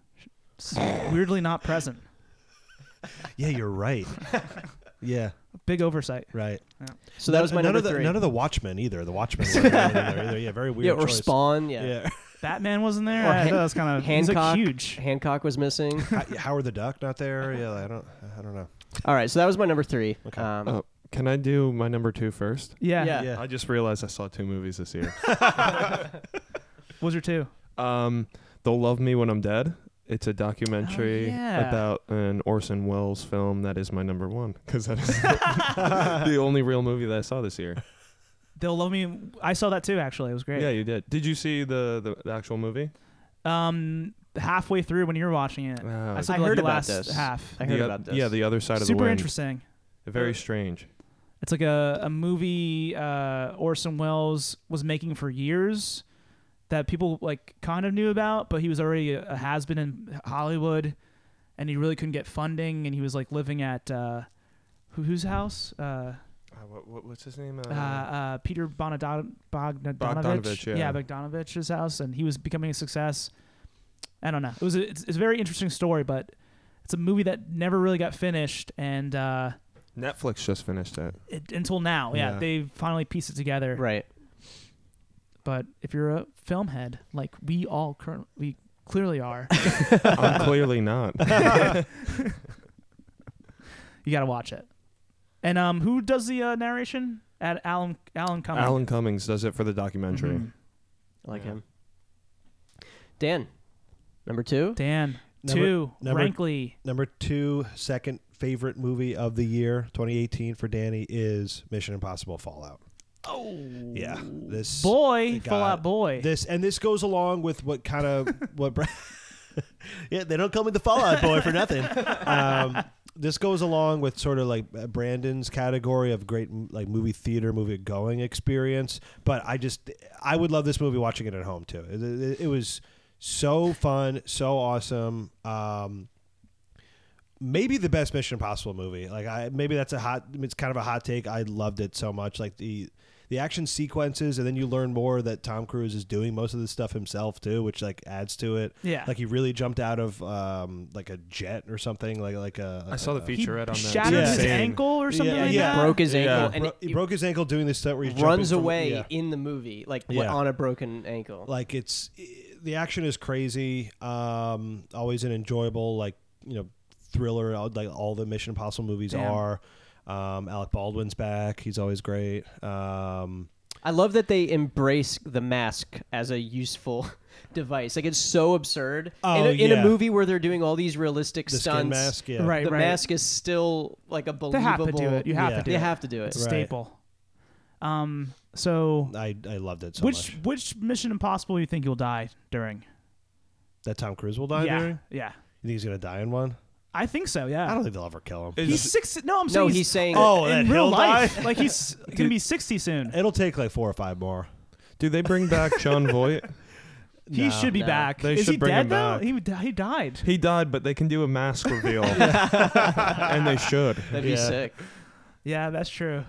[SPEAKER 5] S- Weirdly not present.
[SPEAKER 6] Yeah, you're right. yeah,
[SPEAKER 5] Big oversight.
[SPEAKER 6] right.
[SPEAKER 4] So that was my
[SPEAKER 6] none
[SPEAKER 4] number
[SPEAKER 6] of the,
[SPEAKER 4] three.
[SPEAKER 6] None of the Watchmen either. The Watchmen. weren't really there either. Yeah, very weird.
[SPEAKER 4] yeah, or
[SPEAKER 6] choice.
[SPEAKER 4] Spawn. Yeah.
[SPEAKER 6] Yeah.
[SPEAKER 5] Batman wasn't there.
[SPEAKER 4] Or
[SPEAKER 5] I
[SPEAKER 4] Han-
[SPEAKER 5] thought that was kind of he's
[SPEAKER 4] Hancock.
[SPEAKER 5] like huge.
[SPEAKER 4] Hancock was missing.
[SPEAKER 6] Ho- Howard the Duck not there. Yeah, I don't. I don't know.
[SPEAKER 4] All right, so that was my number three.
[SPEAKER 6] Okay.
[SPEAKER 4] Um,
[SPEAKER 3] Oh, can I do my number two first?
[SPEAKER 5] Yeah.
[SPEAKER 4] Yeah.
[SPEAKER 6] Yeah.
[SPEAKER 3] I just realized I saw two movies this year.
[SPEAKER 5] Was there two?
[SPEAKER 3] um, They'll Love Me When I'm Dead. It's a documentary
[SPEAKER 5] Oh, yeah.
[SPEAKER 3] about an Orson Welles film that is my number one because that is the only real movie that I saw this year.
[SPEAKER 5] They'll love me. I saw that too. Actually, it was
[SPEAKER 3] Yeah,
[SPEAKER 5] great.
[SPEAKER 3] you did. Did you see the, the, the actual movie?
[SPEAKER 5] Um, halfway through when you were watching it,
[SPEAKER 3] Uh,
[SPEAKER 5] I saw
[SPEAKER 4] I
[SPEAKER 5] the, like,
[SPEAKER 4] heard
[SPEAKER 5] the
[SPEAKER 4] about
[SPEAKER 5] last
[SPEAKER 4] this.
[SPEAKER 5] half.
[SPEAKER 4] I heard
[SPEAKER 3] the,
[SPEAKER 4] about this.
[SPEAKER 3] Yeah, the other side of the
[SPEAKER 5] Super
[SPEAKER 3] wind.
[SPEAKER 5] interesting.
[SPEAKER 3] Very strange.
[SPEAKER 5] It's like a, a movie uh, Orson Welles was making for years that people like kind of knew about, but he was already a, a has been in Hollywood, and he really couldn't get funding, and he was like living at uh, who, whose house? Uh,
[SPEAKER 3] Uh, what, what, what's his name?
[SPEAKER 5] uh, uh, Peter Bonadon- Bogdanovich.
[SPEAKER 3] Bogdanovich, yeah.
[SPEAKER 5] Bogdanovich's house, and he was becoming a success. I don't know. It was a, it's, it's a very interesting story, but it's a movie that never really got finished, and. Uh,
[SPEAKER 3] Netflix just finished it.
[SPEAKER 5] it, until now. Yeah,
[SPEAKER 3] Yeah.
[SPEAKER 5] they finally pieced it together.
[SPEAKER 4] right.
[SPEAKER 5] But if you're a film head, like we all currently we clearly are,
[SPEAKER 3] I'm clearly not.
[SPEAKER 5] you got to watch it. And um, who does the uh, narration? At Alan Alan Cumming.
[SPEAKER 3] Alan Cummings does it for the documentary.
[SPEAKER 5] Mhm.
[SPEAKER 4] I like
[SPEAKER 3] Yeah.
[SPEAKER 4] him. Dan, number two.
[SPEAKER 5] Dan
[SPEAKER 6] Number-
[SPEAKER 5] two
[SPEAKER 6] number-
[SPEAKER 5] Rankley.
[SPEAKER 6] Number two, second favorite movie of the year, 2018 for Danny is Mission Impossible Fallout. Oh yeah, this
[SPEAKER 5] Boy,
[SPEAKER 6] it got-
[SPEAKER 5] Fall Out Boy.
[SPEAKER 6] This and this goes along with what kind of what. Bra- yeah, they don't call me the Fallout Boy for nothing. Um, this goes along with sort of like uh, Brandon's category of great m- like movie theater movie going experience. But I just I would love this movie watching it at home too. It, it- it was so fun, so awesome. Um, maybe the best Mission Impossible movie. Like I maybe that's a hot. It's kind of a hot take. I loved it so much. Like the the action sequences, and then you learn more that Tom Cruise is doing most of the stuff himself too, which like adds to it.
[SPEAKER 5] Yeah.
[SPEAKER 6] like he really jumped out of um like a jet or something. Like like a
[SPEAKER 3] I saw the
[SPEAKER 5] he
[SPEAKER 3] featurette on that.
[SPEAKER 5] shattered
[SPEAKER 6] Yeah.
[SPEAKER 5] his
[SPEAKER 6] Insane.
[SPEAKER 5] ankle or something
[SPEAKER 6] Yeah,
[SPEAKER 5] like
[SPEAKER 6] yeah.
[SPEAKER 5] that.
[SPEAKER 4] Broke his ankle
[SPEAKER 3] Yeah.
[SPEAKER 4] and
[SPEAKER 6] Bro-
[SPEAKER 4] it-
[SPEAKER 6] he broke his ankle doing this stuff where
[SPEAKER 4] it
[SPEAKER 6] he
[SPEAKER 4] runs away in the movie, like w-
[SPEAKER 6] Yeah.
[SPEAKER 4] on a broken ankle.
[SPEAKER 6] like it's the action is crazy um always an enjoyable like you know thriller, all- like all the Mission Impossible movies
[SPEAKER 5] Damn.
[SPEAKER 6] are. Um, Alec Baldwin's back. He's always great. Um,
[SPEAKER 4] I love that they embrace the mask as a useful device. Like it's so absurd in,
[SPEAKER 6] Oh,
[SPEAKER 4] a, in a
[SPEAKER 6] yeah.
[SPEAKER 4] movie where they're doing all these realistic
[SPEAKER 6] the
[SPEAKER 4] stunts.
[SPEAKER 6] skin mask, yeah.
[SPEAKER 5] Right.
[SPEAKER 4] The mask is still like a
[SPEAKER 5] They have
[SPEAKER 4] believable.
[SPEAKER 5] to do it. You have
[SPEAKER 6] Yeah.
[SPEAKER 5] to do
[SPEAKER 4] They
[SPEAKER 5] it.
[SPEAKER 4] have to do it.
[SPEAKER 5] It's a
[SPEAKER 6] Right.
[SPEAKER 5] staple. Um. So,
[SPEAKER 6] I, I loved it so
[SPEAKER 5] which
[SPEAKER 6] much.
[SPEAKER 5] which Mission Impossible you think you'll die during?
[SPEAKER 6] That Tom Cruise will die
[SPEAKER 5] yeah.
[SPEAKER 6] during?
[SPEAKER 5] Yeah.
[SPEAKER 6] You think he's gonna die in one?
[SPEAKER 5] I think so. Yeah.
[SPEAKER 6] I don't think they'll ever kill him.
[SPEAKER 5] he's six. No, I'm saying
[SPEAKER 4] No, he's saying
[SPEAKER 6] oh,
[SPEAKER 5] in
[SPEAKER 6] that
[SPEAKER 5] real
[SPEAKER 6] he'll
[SPEAKER 5] life.
[SPEAKER 6] die.
[SPEAKER 5] like he's gonna be sixty soon.
[SPEAKER 6] It'll take like four or five more.
[SPEAKER 3] Do they bring back John Voight?
[SPEAKER 5] He should be
[SPEAKER 4] No.
[SPEAKER 5] back.
[SPEAKER 3] They
[SPEAKER 5] Is
[SPEAKER 3] should
[SPEAKER 5] he
[SPEAKER 3] bring
[SPEAKER 5] dead
[SPEAKER 3] him
[SPEAKER 5] though?
[SPEAKER 3] back.
[SPEAKER 5] He di- he died.
[SPEAKER 3] He died, but they can do a mask reveal, and they should.
[SPEAKER 4] that'd be
[SPEAKER 6] Yeah.
[SPEAKER 4] sick.
[SPEAKER 5] Yeah, that's true.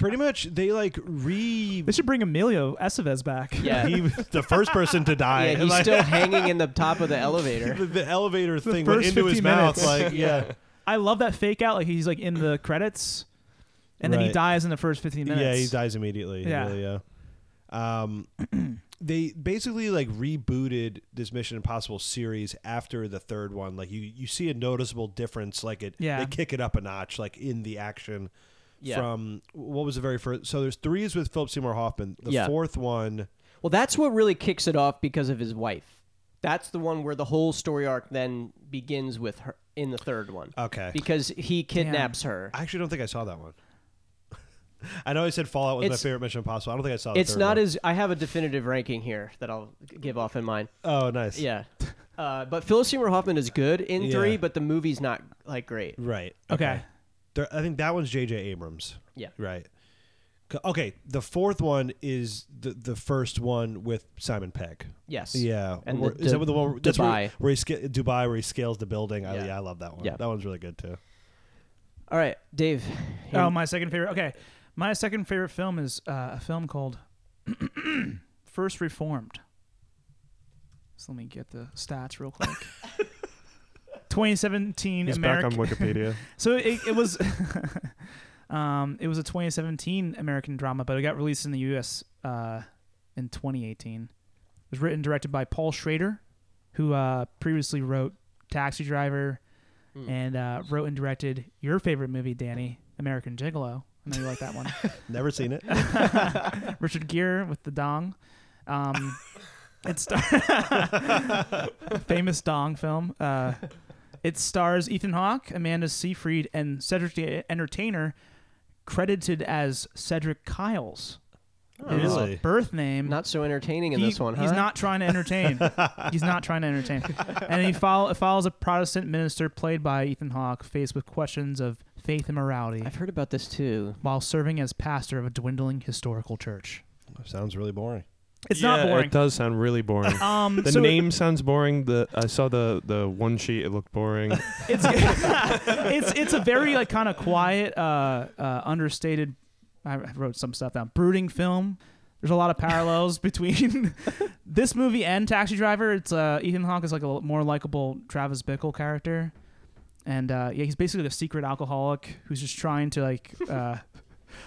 [SPEAKER 6] Pretty much, they like re.
[SPEAKER 5] They should bring Emilio Estevez back.
[SPEAKER 4] Yeah.
[SPEAKER 6] He was the first person to die.
[SPEAKER 4] yeah,
[SPEAKER 6] And,
[SPEAKER 4] he's
[SPEAKER 6] like,
[SPEAKER 4] still hanging in the top of the elevator.
[SPEAKER 6] the, the elevator thing went
[SPEAKER 5] first
[SPEAKER 6] into his
[SPEAKER 5] 50
[SPEAKER 6] mouth.
[SPEAKER 5] minutes.
[SPEAKER 6] Like, yeah,
[SPEAKER 5] I love that fake out. Like he's like in the credits, and then he
[SPEAKER 6] Right.
[SPEAKER 5] dies in the first fifteen minutes.
[SPEAKER 6] yeah, he dies immediately.
[SPEAKER 5] Yeah.
[SPEAKER 6] Yeah, yeah. Um, they basically like rebooted this Mission Impossible series after the third one. Like, you you see a noticeable difference. Like, it
[SPEAKER 5] Yeah.
[SPEAKER 6] they kick it up a notch. Like in the action.
[SPEAKER 4] Yeah.
[SPEAKER 6] From what was the very first? So there's three is with Philip Seymour Hoffman. The
[SPEAKER 4] Yeah.
[SPEAKER 6] fourth one.
[SPEAKER 4] Well, that's what really kicks it off because of his wife. That's the one where the whole story arc then begins with her in the third one.
[SPEAKER 6] Okay.
[SPEAKER 4] Because he kidnaps her.
[SPEAKER 6] I actually don't think I saw that one. I know I said Fallout was my
[SPEAKER 4] It's-
[SPEAKER 6] favorite Mission Impossible. I don't think I saw. The
[SPEAKER 4] It's
[SPEAKER 6] third
[SPEAKER 4] not
[SPEAKER 6] one.
[SPEAKER 4] as I have a definitive ranking here that I'll g- give off in mind.
[SPEAKER 6] Oh, nice.
[SPEAKER 4] Yeah. Uh, but Philip Seymour Hoffman is good in
[SPEAKER 6] Yeah.
[SPEAKER 4] three, but the movie's not like great.
[SPEAKER 6] Right.
[SPEAKER 5] Okay.
[SPEAKER 6] There, I think that one's J.J. Abrams.
[SPEAKER 4] Yeah.
[SPEAKER 6] Right. C- Okay. The fourth one is the the first one with Simon Pegg.
[SPEAKER 4] Yes.
[SPEAKER 6] Yeah.
[SPEAKER 4] And
[SPEAKER 6] Where-
[SPEAKER 4] the
[SPEAKER 6] is
[SPEAKER 4] Du-
[SPEAKER 6] that with the one where- that's where,
[SPEAKER 4] Dubai.
[SPEAKER 6] where he sca- Dubai where he scales the building? I,
[SPEAKER 4] Yeah.
[SPEAKER 6] yeah, I love that one.
[SPEAKER 4] Yeah.
[SPEAKER 6] That one's really good too.
[SPEAKER 4] All right, Dave.
[SPEAKER 5] Oh, my second favorite. Okay, my second favorite film is uh, a film called First Reformed. So let me get the stats real quick. 2017
[SPEAKER 3] He's
[SPEAKER 5] American.
[SPEAKER 3] back on Wikipedia.
[SPEAKER 5] So it, it was, um, it was a 2017 American drama, but it got released in the U.S. Uh, in 2018. It was written and directed by Paul Schrader, who uh, previously wrote Taxi Driver,
[SPEAKER 4] Hmm.
[SPEAKER 5] and uh, wrote and directed your favorite movie, Danny, American Gigolo. I know you like that one.
[SPEAKER 6] Never seen it.
[SPEAKER 5] Richard Gere with the dong. Um, it star- famous dong film. Uh, it stars Ethan Hawke, Amanda Seyfried, and Cedric the Entertainer, credited as Cedric Kyles. His
[SPEAKER 6] Oh, Really?
[SPEAKER 5] birth name.
[SPEAKER 4] Not so entertaining in
[SPEAKER 5] He-
[SPEAKER 4] this one, huh?
[SPEAKER 5] He's not trying to entertain. he's not trying to entertain. And he follow, follows a Protestant minister played by Ethan Hawke, faced with questions of faith and morality,
[SPEAKER 4] I've heard about this too.
[SPEAKER 5] while serving as pastor of a dwindling historical church.
[SPEAKER 6] Sounds really boring.
[SPEAKER 5] It's
[SPEAKER 3] Yeah,
[SPEAKER 5] not boring.
[SPEAKER 3] It does sound really boring.
[SPEAKER 5] Um,
[SPEAKER 3] The
[SPEAKER 5] so
[SPEAKER 3] name sounds boring. The I saw the the one sheet. It looked boring.
[SPEAKER 5] it's it's it's a very like kind of quiet, uh, uh, understated. I I wrote some stuff down. Brooding film. There's a lot of parallels between this movie and Taxi Driver. It's uh, Ethan Hawke is like a more likable Travis Bickle character, and uh, yeah, he's basically a secret alcoholic who's just trying to like, uh,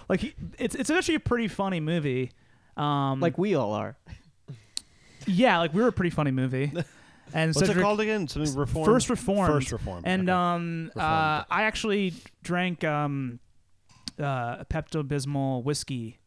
[SPEAKER 5] like he, it's it's actually a pretty funny movie. Um,
[SPEAKER 4] Like we all are.
[SPEAKER 5] yeah, like we were a pretty funny movie. And
[SPEAKER 6] What's it
[SPEAKER 5] Cedric-
[SPEAKER 6] called again? Something reform.
[SPEAKER 5] First Reformed.
[SPEAKER 6] First reform.
[SPEAKER 5] And
[SPEAKER 6] okay.
[SPEAKER 5] um, uh,
[SPEAKER 6] Reformed.
[SPEAKER 5] I actually drank um, uh, Pepto Bismol whiskey.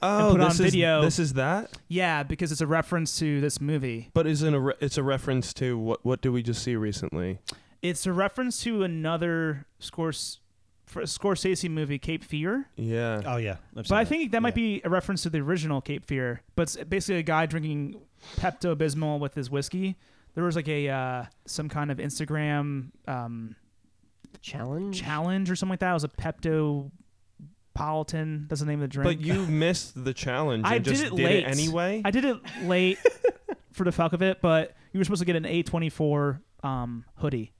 [SPEAKER 3] oh,
[SPEAKER 5] put on
[SPEAKER 3] this is
[SPEAKER 5] video.
[SPEAKER 3] this is that.
[SPEAKER 5] Yeah, because it's a reference to this movie.
[SPEAKER 3] But is in a re- it's a reference to what what do we just see recently?
[SPEAKER 5] It's a reference to another Scors- for- Scorsese movie, Cape Fear.
[SPEAKER 3] Yeah.
[SPEAKER 5] Uh,
[SPEAKER 6] oh yeah. I've
[SPEAKER 5] But
[SPEAKER 6] seen
[SPEAKER 5] I
[SPEAKER 6] it.
[SPEAKER 5] think that might
[SPEAKER 6] Yeah.
[SPEAKER 5] be a reference to the original Cape Fear. But it's basically a guy drinking Pepto Bismol with his whiskey. There was like a uh, some kind of Instagram um,
[SPEAKER 4] Challenge?
[SPEAKER 5] challenge or something like that. It was a Pepto. Politan, that's the name of the drink.
[SPEAKER 3] But you missed the challenge.
[SPEAKER 5] I
[SPEAKER 3] and
[SPEAKER 5] did
[SPEAKER 3] just
[SPEAKER 5] it late.
[SPEAKER 3] anyway.
[SPEAKER 5] I did it late for the fuck of it, but you were supposed to get an A24 um, hoodie.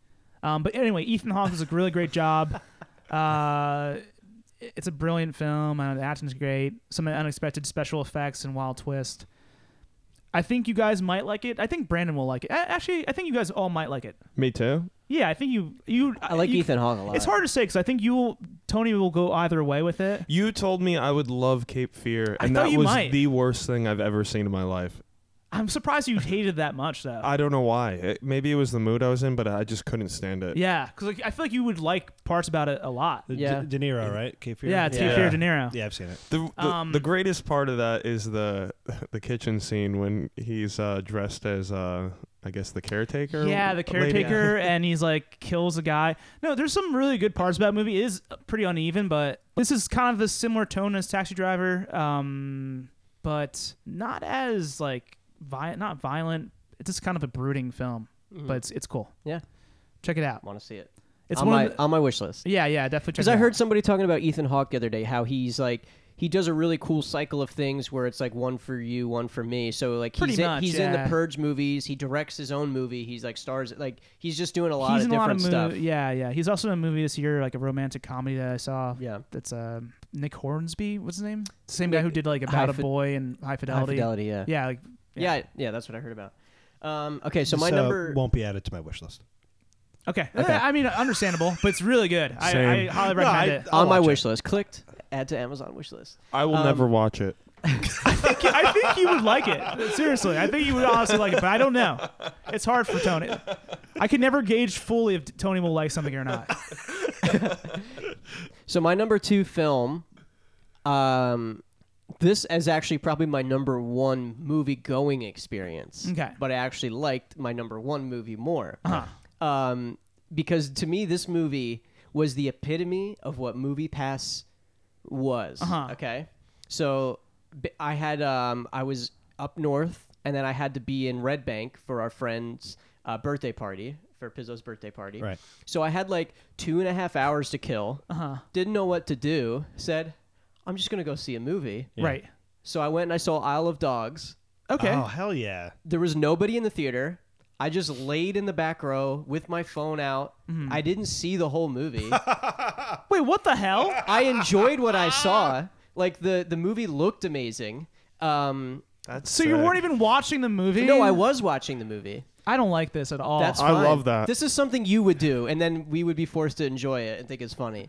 [SPEAKER 5] Um, but anyway, Ethan Hawke does a really great job. Uh, it's a brilliant film. Uh, the acting's great. Some unexpected special effects and wild twist. I think you guys might like it. I think Brandon will like it. A- Actually, I think you guys all might like it.
[SPEAKER 3] Me too.
[SPEAKER 5] Yeah, I think you you.
[SPEAKER 4] I like
[SPEAKER 5] you-
[SPEAKER 4] Ethan Hawke a lot.
[SPEAKER 5] It's hard to say because I think you will. Tony will go either way with it.
[SPEAKER 3] You told me I would love Cape Fear,
[SPEAKER 5] I
[SPEAKER 3] and
[SPEAKER 5] thought
[SPEAKER 3] that
[SPEAKER 5] you
[SPEAKER 3] was
[SPEAKER 5] might.
[SPEAKER 3] the worst thing I've ever seen in my life.
[SPEAKER 5] I'm surprised you hated that much though.
[SPEAKER 3] I don't know why. It- maybe it was the mood I was in, but I just couldn't stand it.
[SPEAKER 5] yeah, because like, I feel like you would like parts about it a lot.
[SPEAKER 6] The
[SPEAKER 4] Yeah.
[SPEAKER 6] Uh, De, De Niro, right? Cape Fear.
[SPEAKER 5] Yeah, it's yeah.
[SPEAKER 3] Yeah.
[SPEAKER 5] De Niro.
[SPEAKER 6] Yeah, I've seen it.
[SPEAKER 3] The, the,
[SPEAKER 5] Um,
[SPEAKER 3] the greatest part of that is the the kitchen scene when he's uh, dressed as uh, I guess the caretaker.
[SPEAKER 5] Yeah, the
[SPEAKER 3] lady.
[SPEAKER 5] caretaker, and he's like kills a guy. No, there's some really good parts about that movie. It is uh, pretty uneven, but this is kind of a similar tone as Taxi Driver, um, but not as like violent. Not violent. It's just kind of a brooding film, but it's it's cool.
[SPEAKER 4] Hmm. Yeah.
[SPEAKER 5] check it out.
[SPEAKER 4] want to Mm-hmm. see it.
[SPEAKER 5] It's
[SPEAKER 4] on
[SPEAKER 5] one.
[SPEAKER 4] my
[SPEAKER 5] of the-
[SPEAKER 4] on my wish list.
[SPEAKER 5] yeah, yeah, definitely. check
[SPEAKER 4] Because
[SPEAKER 5] it
[SPEAKER 4] I
[SPEAKER 5] out.
[SPEAKER 4] heard somebody talking about Ethan Hawke the other day, how he's like he does a really cool cycle of things where it's like one for you, one for me. So like
[SPEAKER 5] Pretty
[SPEAKER 4] he's in-
[SPEAKER 5] much,
[SPEAKER 4] he's in
[SPEAKER 5] yeah.
[SPEAKER 4] the Purge movies, he directs his own movie, he's like stars like he's just doing a lot
[SPEAKER 5] he's
[SPEAKER 4] of
[SPEAKER 5] in a lot
[SPEAKER 4] different
[SPEAKER 5] of
[SPEAKER 4] stuff.
[SPEAKER 5] movies. Yeah, yeah. He's also in a movie this year, like a romantic comedy that I saw.
[SPEAKER 4] Yeah.
[SPEAKER 5] that's uh, Nick Hornsby. What's his name? Same guy
[SPEAKER 4] Nick-
[SPEAKER 5] who did like
[SPEAKER 4] High
[SPEAKER 5] About a
[SPEAKER 4] Fi-
[SPEAKER 5] Boy and High
[SPEAKER 4] High
[SPEAKER 5] Fidelity.
[SPEAKER 4] fidelity, yeah. yeah.
[SPEAKER 5] Yeah, like
[SPEAKER 4] Yeah, that's what I heard about. Um, okay, so my number
[SPEAKER 6] won't be added to my wish list.
[SPEAKER 5] Okay.
[SPEAKER 4] Okay.
[SPEAKER 5] I mean, understandable, but it's really good. I, I
[SPEAKER 3] Same.
[SPEAKER 5] highly
[SPEAKER 6] No, I-
[SPEAKER 5] recommend it.
[SPEAKER 6] I'll
[SPEAKER 4] on my
[SPEAKER 6] watch
[SPEAKER 4] wish list. Clicked. Add to Amazon wish list.
[SPEAKER 3] I will
[SPEAKER 4] Um,
[SPEAKER 3] never watch it.
[SPEAKER 5] I think you would like it. Seriously, I think you would honestly like it, but I don't know. It's hard for Tony. I can never gauge fully if Tony will like something or not.
[SPEAKER 4] So my number two film, um, this is actually probably my number one movie going experience.
[SPEAKER 5] Okay.
[SPEAKER 4] But I actually liked my number one movie more.
[SPEAKER 5] Uh-huh.
[SPEAKER 4] Um, because to me, this movie was the epitome of what Movie Pass was.
[SPEAKER 5] Uh-huh.
[SPEAKER 4] Okay. So b- I had um, I was up north, and then I had to be in Red Bank for our friend's uh, birthday party for Pizzo's birthday party.
[SPEAKER 6] Right.
[SPEAKER 4] So I had like two and a half hours to kill.
[SPEAKER 5] Uh-huh.
[SPEAKER 4] Didn't know what to do. Said, I'm just gonna go see a movie.
[SPEAKER 5] Right.
[SPEAKER 4] So I went and I saw Isle of Dogs.
[SPEAKER 5] Okay.
[SPEAKER 6] Oh hell yeah!
[SPEAKER 4] There was nobody in the theater. I just laid in the back row with my phone out. I didn't see the whole movie.
[SPEAKER 5] Wait, what the hell?
[SPEAKER 4] I enjoyed what I saw. Like the the movie looked amazing. Um,
[SPEAKER 3] That's
[SPEAKER 5] So you weren't even watching the movie?
[SPEAKER 4] no, I was watching the movie.
[SPEAKER 5] I don't like this at all.
[SPEAKER 4] That's
[SPEAKER 3] I
[SPEAKER 4] fine.
[SPEAKER 3] love that.
[SPEAKER 4] This is something you would do, and then we would be forced to enjoy it and think it's funny.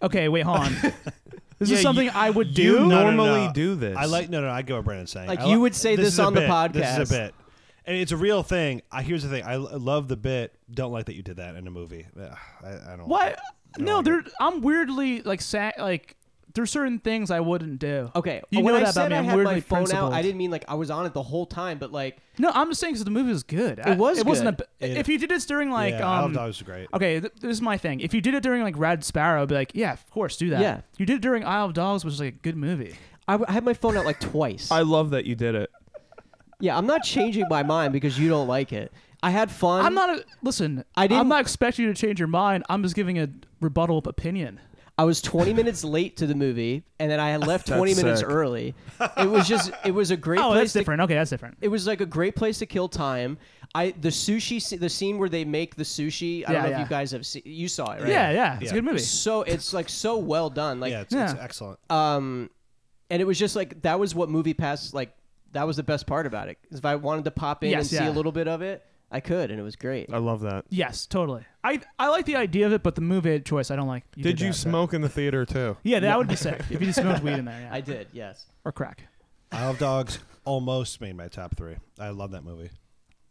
[SPEAKER 5] okay. Wait, hold on. This
[SPEAKER 3] Yeah,
[SPEAKER 5] is
[SPEAKER 3] you-
[SPEAKER 5] something I would
[SPEAKER 3] you
[SPEAKER 5] do.
[SPEAKER 3] know- normally do this.
[SPEAKER 6] I like no, no. I go what Brandon's saying.
[SPEAKER 4] Like,
[SPEAKER 6] I
[SPEAKER 4] you
[SPEAKER 6] li-
[SPEAKER 4] would say this
[SPEAKER 6] is a
[SPEAKER 4] on the
[SPEAKER 6] bit. This is a
[SPEAKER 4] podcast.
[SPEAKER 6] bit, and it's a real thing. I here's the thing. I, l- I love the bit. Don't like that you did that in a movie. Ugh, I, I don't.
[SPEAKER 5] What? No,
[SPEAKER 6] like
[SPEAKER 5] there. I'm weirdly like sad. Like there's certain things I wouldn't do.
[SPEAKER 4] Okay,
[SPEAKER 5] You
[SPEAKER 4] when
[SPEAKER 5] know
[SPEAKER 4] I
[SPEAKER 5] that about
[SPEAKER 4] said
[SPEAKER 5] me.
[SPEAKER 4] I
[SPEAKER 5] I'm
[SPEAKER 4] had
[SPEAKER 5] weirdly
[SPEAKER 4] my phone out,
[SPEAKER 5] principled.
[SPEAKER 4] I didn't mean like I was on it the whole time, but like
[SPEAKER 5] No, I'm just saying because the movie was good. I-
[SPEAKER 4] was
[SPEAKER 5] It wasn't.
[SPEAKER 4] good.
[SPEAKER 5] A, if you did this during like
[SPEAKER 6] yeah, I
[SPEAKER 5] um.
[SPEAKER 6] thought it was great.
[SPEAKER 5] Okay, th- this is my thing. If you did it during like Rad Sparrow, I'd be like, yeah, of course, do that.
[SPEAKER 4] Yeah.
[SPEAKER 5] You did it during Isle of Dogs, which is like a good movie.
[SPEAKER 4] I, w- I had my phone out like twice.
[SPEAKER 3] I love that you did it.
[SPEAKER 4] yeah, I'm not changing my mind because you don't like it. I had fun.
[SPEAKER 5] I'm not. A, listen,
[SPEAKER 4] Um, I didn't-
[SPEAKER 5] I'm not expecting you to change your mind. I'm just giving a rebuttal opinion.
[SPEAKER 4] I was 20 minutes late to the movie, and then I had left 20
[SPEAKER 3] That's
[SPEAKER 4] minutes
[SPEAKER 3] sick.
[SPEAKER 4] early. It was just, it was a great.
[SPEAKER 5] Oh,
[SPEAKER 4] place
[SPEAKER 5] that's
[SPEAKER 4] to-
[SPEAKER 5] different. Okay, that's different.
[SPEAKER 4] it was like a great place to kill time. I the sushi, sce- the scene where they make the sushi.
[SPEAKER 5] Yeah,
[SPEAKER 4] I don't know
[SPEAKER 5] yeah.
[SPEAKER 4] if you guys have seen. You saw it, right?
[SPEAKER 5] yeah, yeah, it's
[SPEAKER 6] Yeah.
[SPEAKER 5] a good movie.
[SPEAKER 4] So it's like so well done. Like
[SPEAKER 6] yeah, it's, it's
[SPEAKER 5] Yeah.
[SPEAKER 6] excellent.
[SPEAKER 4] um and it was just like that was what movie pass like that was the best part about it 'Cause if i wanted to pop in
[SPEAKER 5] Yes,
[SPEAKER 4] and see
[SPEAKER 5] yeah.
[SPEAKER 4] a little bit of it i could and it was great
[SPEAKER 3] I love that.
[SPEAKER 5] Yes, totally. I I like the idea of it, but the movie choice I don't like.
[SPEAKER 3] Did,
[SPEAKER 5] that,
[SPEAKER 3] you
[SPEAKER 5] but-
[SPEAKER 3] smoke in the theater too?
[SPEAKER 5] Yeah, that would be sick if you just smoked weed in there. Yeah.
[SPEAKER 4] i did yes
[SPEAKER 5] or crack.
[SPEAKER 6] Isle of Dogs almost made my top three. I love that movie.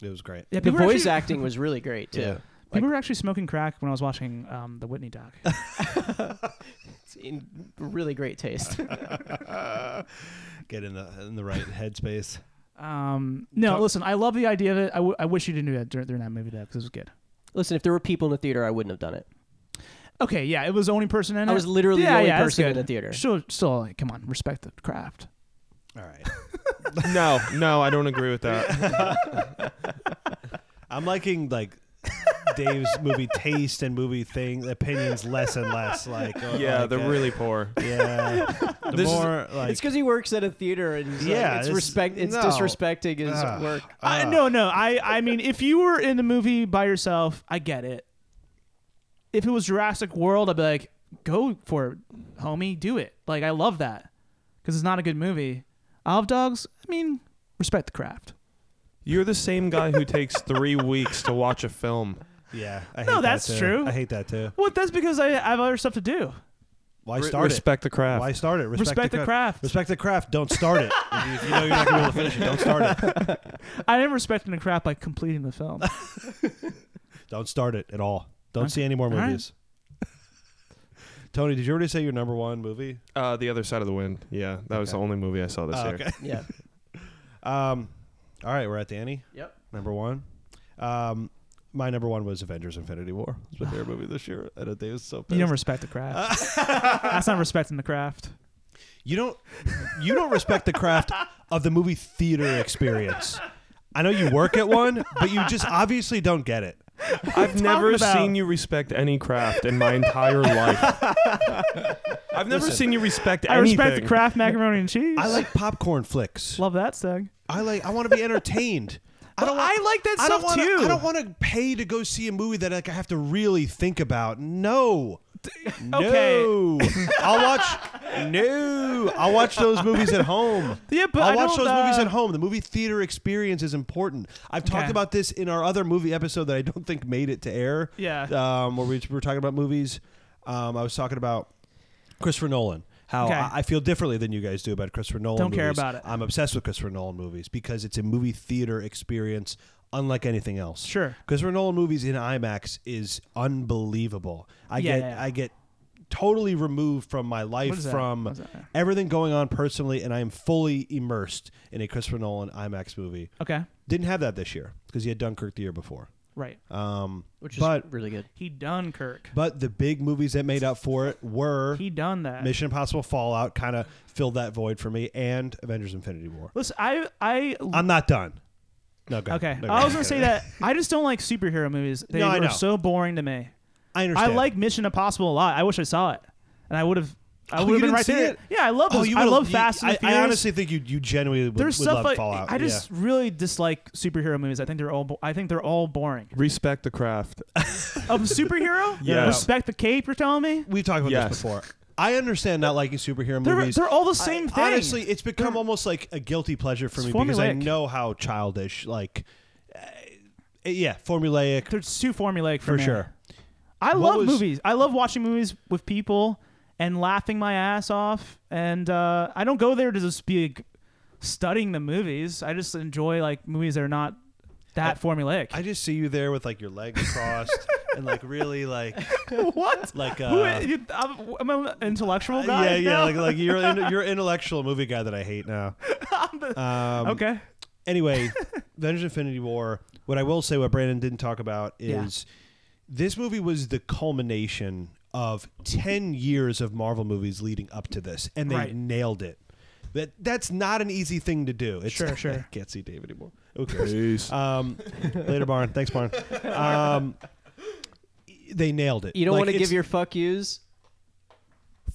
[SPEAKER 6] It was great.
[SPEAKER 5] Yeah,
[SPEAKER 4] the
[SPEAKER 5] people were
[SPEAKER 4] voice
[SPEAKER 5] actually-
[SPEAKER 4] acting was really great too
[SPEAKER 6] Yeah.
[SPEAKER 5] People were actually smoking crack when I was watching um, the Whitney doc.
[SPEAKER 4] It's in really great taste
[SPEAKER 6] Get in the in the right headspace.
[SPEAKER 5] Um, no, listen, I love the idea of it. I, w- I wish you didn't do that during, during that movie though, because it was good.
[SPEAKER 4] listen if there were people in the theater i wouldn't have done it
[SPEAKER 5] Okay, yeah, it was the only person in it.
[SPEAKER 4] I was literally the
[SPEAKER 5] yeah,
[SPEAKER 4] only
[SPEAKER 5] yeah, that's
[SPEAKER 4] person in
[SPEAKER 5] good.
[SPEAKER 4] the theater.
[SPEAKER 5] Still, still, like, come on, respect the craft.
[SPEAKER 6] All right.
[SPEAKER 3] no, no, I don't agree with that.
[SPEAKER 6] I'm liking like Dave's movie taste and movie thing opinions less and less. Like uh,
[SPEAKER 3] yeah,
[SPEAKER 6] like,
[SPEAKER 3] they're
[SPEAKER 6] uh,
[SPEAKER 3] really poor.
[SPEAKER 6] yeah. The
[SPEAKER 3] This is-
[SPEAKER 6] more like
[SPEAKER 4] it's because he works at a theater and he's like-
[SPEAKER 6] Yeah,
[SPEAKER 4] it's
[SPEAKER 6] this-
[SPEAKER 4] respect it's
[SPEAKER 6] no.
[SPEAKER 4] disrespecting his
[SPEAKER 6] Ugh.
[SPEAKER 4] work
[SPEAKER 6] Ah.
[SPEAKER 5] I, no, no, I, I mean, if you were in the movie by yourself, I get it. If it was Jurassic World, I'd be like, go for it, homie, do it. Like, I love that because it's not a good movie. Isle of Dogs, I mean, respect the craft.
[SPEAKER 3] You're the same guy who takes three weeks to watch a film.
[SPEAKER 6] yeah. I hate
[SPEAKER 5] No,
[SPEAKER 6] that
[SPEAKER 5] that's
[SPEAKER 6] too.
[SPEAKER 5] true.
[SPEAKER 6] I hate that too.
[SPEAKER 5] Well, that's because I have other stuff to do.
[SPEAKER 6] Why
[SPEAKER 3] Re-
[SPEAKER 6] start it?
[SPEAKER 3] respect the craft.
[SPEAKER 6] Why start it? Respect,
[SPEAKER 5] Respect, the craft.
[SPEAKER 6] Respect the craft. Don't start it. if, you, if you know you're not going to be able to finish it, don't start it.
[SPEAKER 5] I didn't respect the craft by completing the film.
[SPEAKER 6] Don't start it at all. Don't
[SPEAKER 5] Okay.
[SPEAKER 6] see any more
[SPEAKER 5] All right.
[SPEAKER 6] movies. Tony, did you already say your number one movie?
[SPEAKER 3] Uh, the other side of the wind. Yeah, that was
[SPEAKER 6] Okay.
[SPEAKER 3] the only movie I saw this
[SPEAKER 6] Oh,
[SPEAKER 3] year.
[SPEAKER 6] okay.
[SPEAKER 4] Yeah.
[SPEAKER 6] Um, all right, we're at Danny.
[SPEAKER 4] Yep.
[SPEAKER 6] Number one. Um, my number one was Avengers: Infinity War. It's my favorite movie this year, and it was so. Pissed.
[SPEAKER 5] You don't respect the craft.
[SPEAKER 6] Uh.
[SPEAKER 5] That's not respecting the craft.
[SPEAKER 6] You don't you don't respect the craft of the movie theater experience. I know you work at one, but you just obviously don't get it.
[SPEAKER 3] I've never
[SPEAKER 5] about?
[SPEAKER 3] seen you respect any craft in my entire life. I've never
[SPEAKER 6] Listen,
[SPEAKER 3] seen you respect
[SPEAKER 5] I
[SPEAKER 3] anything.
[SPEAKER 5] respect the craft macaroni and cheese.
[SPEAKER 6] I like popcorn flicks.
[SPEAKER 5] love that thing.
[SPEAKER 6] I like I want to be entertained. I don't
[SPEAKER 5] Well, I like that
[SPEAKER 6] I don't
[SPEAKER 5] stuff
[SPEAKER 6] wanna,
[SPEAKER 5] too.
[SPEAKER 6] I don't want to pay to go see a movie that like, I have to really think about. No.
[SPEAKER 5] Okay.
[SPEAKER 6] No. I'll watch No. I'll watch those movies at home.
[SPEAKER 5] Yeah, but
[SPEAKER 6] I'll
[SPEAKER 5] I
[SPEAKER 6] watch
[SPEAKER 5] don't,
[SPEAKER 6] those movies
[SPEAKER 5] uh,
[SPEAKER 6] at home. The movie theater experience is important. I've talked
[SPEAKER 5] Okay.
[SPEAKER 6] about this in our other movie episode that I don't think made it to air.
[SPEAKER 5] Yeah.
[SPEAKER 6] Um, where we were talking about movies. Um, I was talking about Christopher Nolan. How
[SPEAKER 5] Okay.
[SPEAKER 6] I, I feel differently than you guys do about Christopher Nolan.
[SPEAKER 5] Don't care
[SPEAKER 6] movies.
[SPEAKER 5] about it.
[SPEAKER 6] I'm obsessed with Christopher Nolan movies because it's a movie theater experience unlike anything else.
[SPEAKER 5] Sure.
[SPEAKER 6] Christopher Nolan movies in IMAX is unbelievable. I
[SPEAKER 5] Yeah,
[SPEAKER 6] get
[SPEAKER 5] yeah.
[SPEAKER 6] I get totally removed from my life
[SPEAKER 5] What is that? What
[SPEAKER 6] from
[SPEAKER 5] is that?
[SPEAKER 6] everything going on personally and I am fully immersed in a Christopher Nolan IMAX movie.
[SPEAKER 5] Okay.
[SPEAKER 6] Didn't have that this year because he had Dunkirk the year before.
[SPEAKER 5] Right.
[SPEAKER 6] Um
[SPEAKER 4] Which is
[SPEAKER 6] but
[SPEAKER 4] really good.
[SPEAKER 5] He done Kirk.
[SPEAKER 6] but the big movies that made up for it were
[SPEAKER 5] He done that.
[SPEAKER 6] Mission Impossible Fallout kind of filled that void for me and Avengers Infinity War.
[SPEAKER 5] Listen, I I
[SPEAKER 6] I'm not done. No, go ahead.
[SPEAKER 5] okay.
[SPEAKER 6] No, go
[SPEAKER 5] I was
[SPEAKER 6] ahead.
[SPEAKER 5] gonna say that I just don't like superhero movies. They
[SPEAKER 6] No, I
[SPEAKER 5] are
[SPEAKER 6] know.
[SPEAKER 5] so boring to me.
[SPEAKER 6] I
[SPEAKER 5] I
[SPEAKER 6] understand.
[SPEAKER 5] like Mission Impossible a lot. I wish I saw it, and I would have. I
[SPEAKER 6] Oh,
[SPEAKER 5] would
[SPEAKER 6] you
[SPEAKER 5] have been
[SPEAKER 6] didn't
[SPEAKER 5] right
[SPEAKER 6] see
[SPEAKER 5] there.
[SPEAKER 6] it? Oh,
[SPEAKER 5] Yeah, I love. those. I
[SPEAKER 6] would've-
[SPEAKER 5] love Fast and
[SPEAKER 6] I,
[SPEAKER 5] the Furious.
[SPEAKER 6] I honestly think you you genuinely would,
[SPEAKER 5] There's
[SPEAKER 6] would
[SPEAKER 5] stuff
[SPEAKER 6] love
[SPEAKER 5] like
[SPEAKER 6] Fallout.
[SPEAKER 5] I just really dislike superhero movies. I think they're all. Bo- I think they're all boring.
[SPEAKER 3] Respect the craft.
[SPEAKER 5] Of superhero,
[SPEAKER 3] Yes.
[SPEAKER 5] respect the cape. You're telling me
[SPEAKER 6] yeah. we've talked about
[SPEAKER 3] Yes.
[SPEAKER 6] this before. I understand not liking superhero
[SPEAKER 5] they're
[SPEAKER 6] movies.
[SPEAKER 5] they're all the same thing.
[SPEAKER 6] Honestly, it's become almost like a guilty pleasure for
[SPEAKER 5] It's
[SPEAKER 6] me because I
[SPEAKER 5] formulaic.
[SPEAKER 6] know how childish, like, uh, yeah, formulaic
[SPEAKER 5] they're too formulaic for,
[SPEAKER 6] for
[SPEAKER 5] me.
[SPEAKER 6] sure.
[SPEAKER 5] I
[SPEAKER 6] What
[SPEAKER 5] love
[SPEAKER 6] was-
[SPEAKER 5] movies. I love watching movies with people and laughing my ass off. And uh, I don't go there to just be like, studying the movies. I just enjoy like movies that are not that formulaic.
[SPEAKER 6] I just see you there with like your legs crossed and like really like
[SPEAKER 5] what?
[SPEAKER 6] like uh,
[SPEAKER 5] Who, you, I'm, I'm an intellectual guy.
[SPEAKER 6] yeah yeah
[SPEAKER 5] now.
[SPEAKER 6] like like you're in, you're an intellectual movie guy that I hate now. Um,
[SPEAKER 5] okay.
[SPEAKER 6] anyway, Avengers Infinity War, what I will say, what Brandon didn't talk about
[SPEAKER 5] Yeah.
[SPEAKER 6] is this movie was the culmination of 10 years of Marvel movies leading up to this, and they
[SPEAKER 5] Right.
[SPEAKER 6] nailed it. That That's not an easy thing to do. It's,
[SPEAKER 5] Sure, sure.
[SPEAKER 6] I can't see Dave anymore. Who cares?
[SPEAKER 3] Uh,
[SPEAKER 6] Um, later, Barn. Thanks, Barn. Um, they nailed it.
[SPEAKER 4] You don't
[SPEAKER 6] Like,
[SPEAKER 4] want to
[SPEAKER 6] it's-
[SPEAKER 4] give your fuck yous.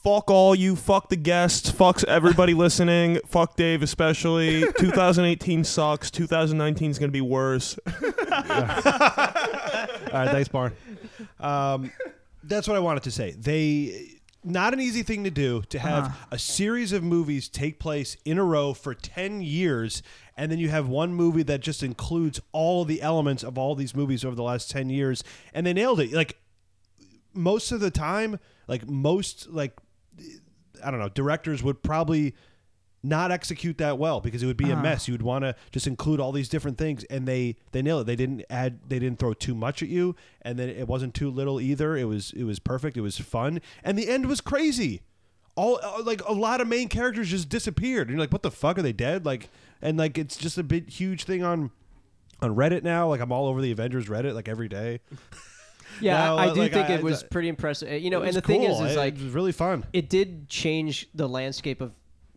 [SPEAKER 3] fuck all you, fuck the guests, fucks everybody listening, fuck Dave especially. 2018 sucks. 2019 is gonna be worse.
[SPEAKER 6] All right, thanks, Barn. Um, that's what I wanted to say. They not an easy thing to do to have a series of movies take place in a row for 10 years and then you have one movie that just includes all the elements of all these movies over the last 10 years and they nailed it like most of the time like most like i don't know directors would probably not execute that well because it would be a mess you would want to just include all these different things and they they nailed it they didn't add they didn't throw too much at you and then it wasn't too little either it was it was perfect it was fun and the end was crazy all uh, like a lot of main characters just disappeared and you're like what the fuck are they dead like and like it's just a big huge thing on on reddit now like i'm all over the avengers reddit like every day
[SPEAKER 4] Yeah,
[SPEAKER 6] No,
[SPEAKER 4] I, I do
[SPEAKER 6] like,
[SPEAKER 4] think
[SPEAKER 6] I-
[SPEAKER 4] it was
[SPEAKER 6] I-
[SPEAKER 4] pretty impressive. Uh, You
[SPEAKER 6] It
[SPEAKER 4] know, and
[SPEAKER 6] was
[SPEAKER 4] the thing is,
[SPEAKER 6] cool.
[SPEAKER 4] is
[SPEAKER 6] It-
[SPEAKER 4] like
[SPEAKER 6] it was really fun
[SPEAKER 4] it did change the landscape of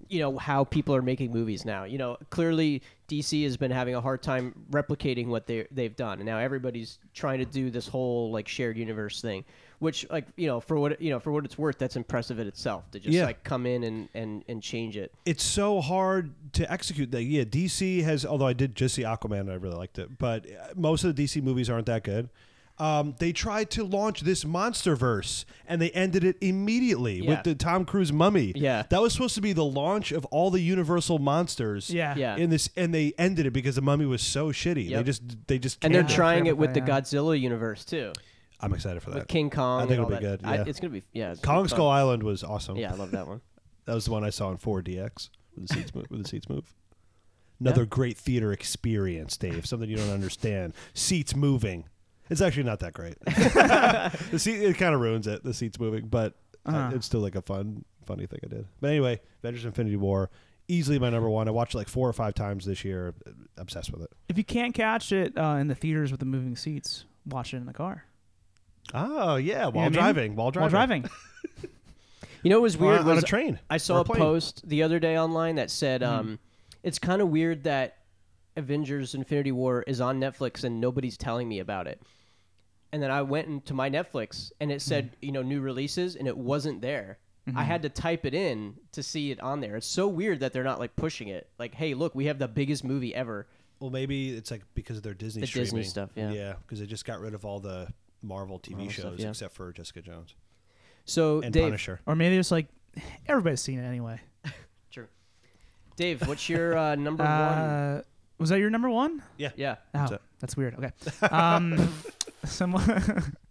[SPEAKER 4] you know how people are making movies now you know clearly dc has been having a hard time replicating what they, they've done and now everybody's trying to do this whole like shared universe thing which like you know for what you know for what it's worth that's impressive in itself to just
[SPEAKER 6] Yeah.
[SPEAKER 4] like come in and and and change it
[SPEAKER 6] it's so hard to execute that. Yeah, DC has. Although I did just see Aquaman, and I really liked it, but uh, most of the DC movies aren't that good. Um, they tried to launch this MonsterVerse, and they ended it immediately
[SPEAKER 4] Yeah.
[SPEAKER 6] with the Tom Cruise Mummy.
[SPEAKER 4] Yeah.
[SPEAKER 6] that was supposed to be the launch of all the Universal monsters.
[SPEAKER 5] Yeah.
[SPEAKER 4] Yeah.
[SPEAKER 6] in this, and they ended it because the Mummy was so shitty. They
[SPEAKER 4] Yep.
[SPEAKER 6] just, they just,
[SPEAKER 4] and they're
[SPEAKER 5] Yeah,
[SPEAKER 6] canceled.
[SPEAKER 4] trying it
[SPEAKER 5] terrible
[SPEAKER 4] with the
[SPEAKER 5] thing, yeah.
[SPEAKER 4] godzilla universe too
[SPEAKER 6] I'm excited for
[SPEAKER 4] with
[SPEAKER 6] that.
[SPEAKER 4] King Kong.
[SPEAKER 6] I think
[SPEAKER 4] and
[SPEAKER 6] it'll
[SPEAKER 4] all
[SPEAKER 6] be
[SPEAKER 4] that.
[SPEAKER 6] good,
[SPEAKER 4] I-
[SPEAKER 6] yeah.
[SPEAKER 4] it's gonna be yeah. it's gonna
[SPEAKER 6] Kong
[SPEAKER 4] be fun.
[SPEAKER 6] Skull Island was awesome.
[SPEAKER 4] Yeah, I love that one.
[SPEAKER 6] That was the one I saw in 4DX with the seats move, with the seats move. Another great theater experience, Dave. Something you don't understand. Seats moving. It's actually not that great. the seat it kind of ruins it. The seats moving, but uh,
[SPEAKER 5] Uh-huh.
[SPEAKER 6] it's still like a fun, funny thing I did. But anyway, Avengers: Infinity War, easily my number one. I watched it like four or five times this year. Obsessed with it.
[SPEAKER 5] If you can't catch it uh, in the theaters with the moving seats, watch it in the car
[SPEAKER 6] Oh yeah, while
[SPEAKER 5] I mean?
[SPEAKER 6] driving, while driving,
[SPEAKER 5] while driving.
[SPEAKER 4] You know, what was
[SPEAKER 6] While
[SPEAKER 4] weird.
[SPEAKER 6] on
[SPEAKER 4] was
[SPEAKER 6] a train.
[SPEAKER 4] I
[SPEAKER 6] or
[SPEAKER 4] saw
[SPEAKER 6] a
[SPEAKER 4] a
[SPEAKER 6] plane. Mm-hmm.
[SPEAKER 4] post the other day online that said, um, "It's kind of weird that Avengers: Infinity War is on Netflix and nobody's telling me about it." And then I went into my Netflix and it said,
[SPEAKER 6] Mm-hmm.
[SPEAKER 4] you know, new releases, and it wasn't there. I had to type it in to see it on there. It's so weird that they're not like pushing it. Like, hey, look, we have the biggest movie ever.
[SPEAKER 6] Well, maybe it's like because of their Disney
[SPEAKER 4] The Disney
[SPEAKER 6] streaming.
[SPEAKER 4] stuff, yeah.
[SPEAKER 6] yeah, because they just got rid of all the Marvel TV
[SPEAKER 4] Marvel
[SPEAKER 6] shows
[SPEAKER 4] stuff, yeah.
[SPEAKER 6] except for Jessica Jones
[SPEAKER 4] So,
[SPEAKER 6] and
[SPEAKER 4] Dave,
[SPEAKER 6] Punisher.
[SPEAKER 5] or maybe it's like everybody's seen it anyway.
[SPEAKER 4] Dave, what's your uh, number one?
[SPEAKER 5] Uh, was that your number one?
[SPEAKER 4] Yeah,
[SPEAKER 5] Oh,
[SPEAKER 6] So-
[SPEAKER 5] that's weird. Okay. Um, so, my,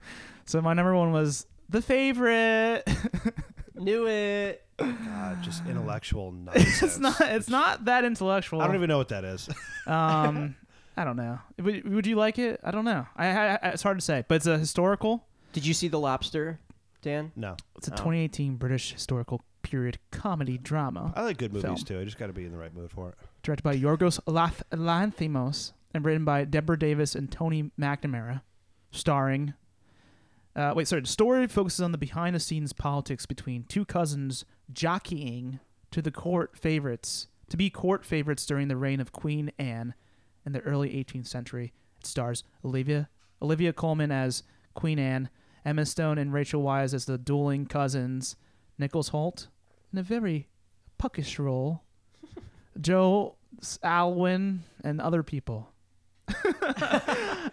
[SPEAKER 5] so my number one was the favorite.
[SPEAKER 4] knew it.
[SPEAKER 6] God, just intellectual nonsense.
[SPEAKER 5] it's not. It's not that intellectual.
[SPEAKER 6] I don't even know what that is.
[SPEAKER 5] Um, I don't know. Would, would you like it? I don't know. I, I, I it's hard to say, but it's a historical.
[SPEAKER 4] Did you see the lobster, Dan?
[SPEAKER 6] no,
[SPEAKER 5] It's a
[SPEAKER 4] Oh.
[SPEAKER 5] 2018 British historical period comedy drama
[SPEAKER 6] I like good movies
[SPEAKER 5] Film.
[SPEAKER 6] too. I just got to be in the right mood for it.
[SPEAKER 5] directed by Yorgos Lath- Lanthimos and written by Deborah Davis and Tony McNamara, starring. Uh, wait, sorry. The story focuses on the behind-the-scenes politics between two cousins jockeying to the court favorites to be court favorites during the reign of Queen Anne in the early 18th century. It stars Olivia Olivia Colman as Queen Anne, Emma Stone and Rachel Wise as the dueling cousins, Nicholas Holt in a very puckish role, Joe Alwyn and other people.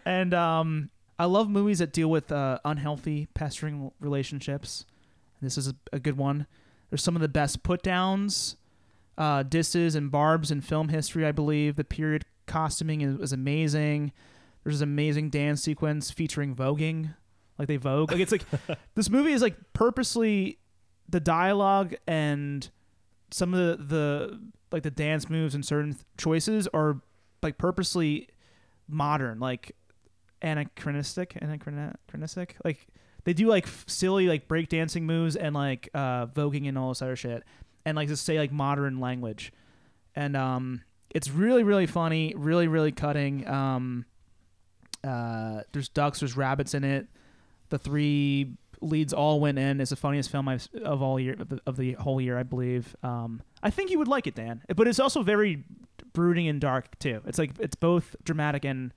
[SPEAKER 5] and um, I love movies that deal with uh, unhealthy, pestering relationships. This is a, a good one. There's some of the best put downs, uh, disses, and barbs in film history, I believe. The period costuming is, is amazing. There's this amazing dance sequence featuring voguing. Like they vogue. Like it's like this movie is like purposely the dialogue and some of the, the like the dance moves and certain th- choices are like purposely modern, like anachronistic, anachronistic. Like they do like f- silly like breakdancing moves and like uh voguing and all this other shit, and like just say like modern language, and um, it's really really funny, really really cutting. Um, uh, there's ducks, there's rabbits in it. The three leads all went in. It's the funniest film I've, of all year of the, of the whole year, I believe. Um, I think you would like it, Dan. But it's also very brooding and dark too. It's like it's both dramatic and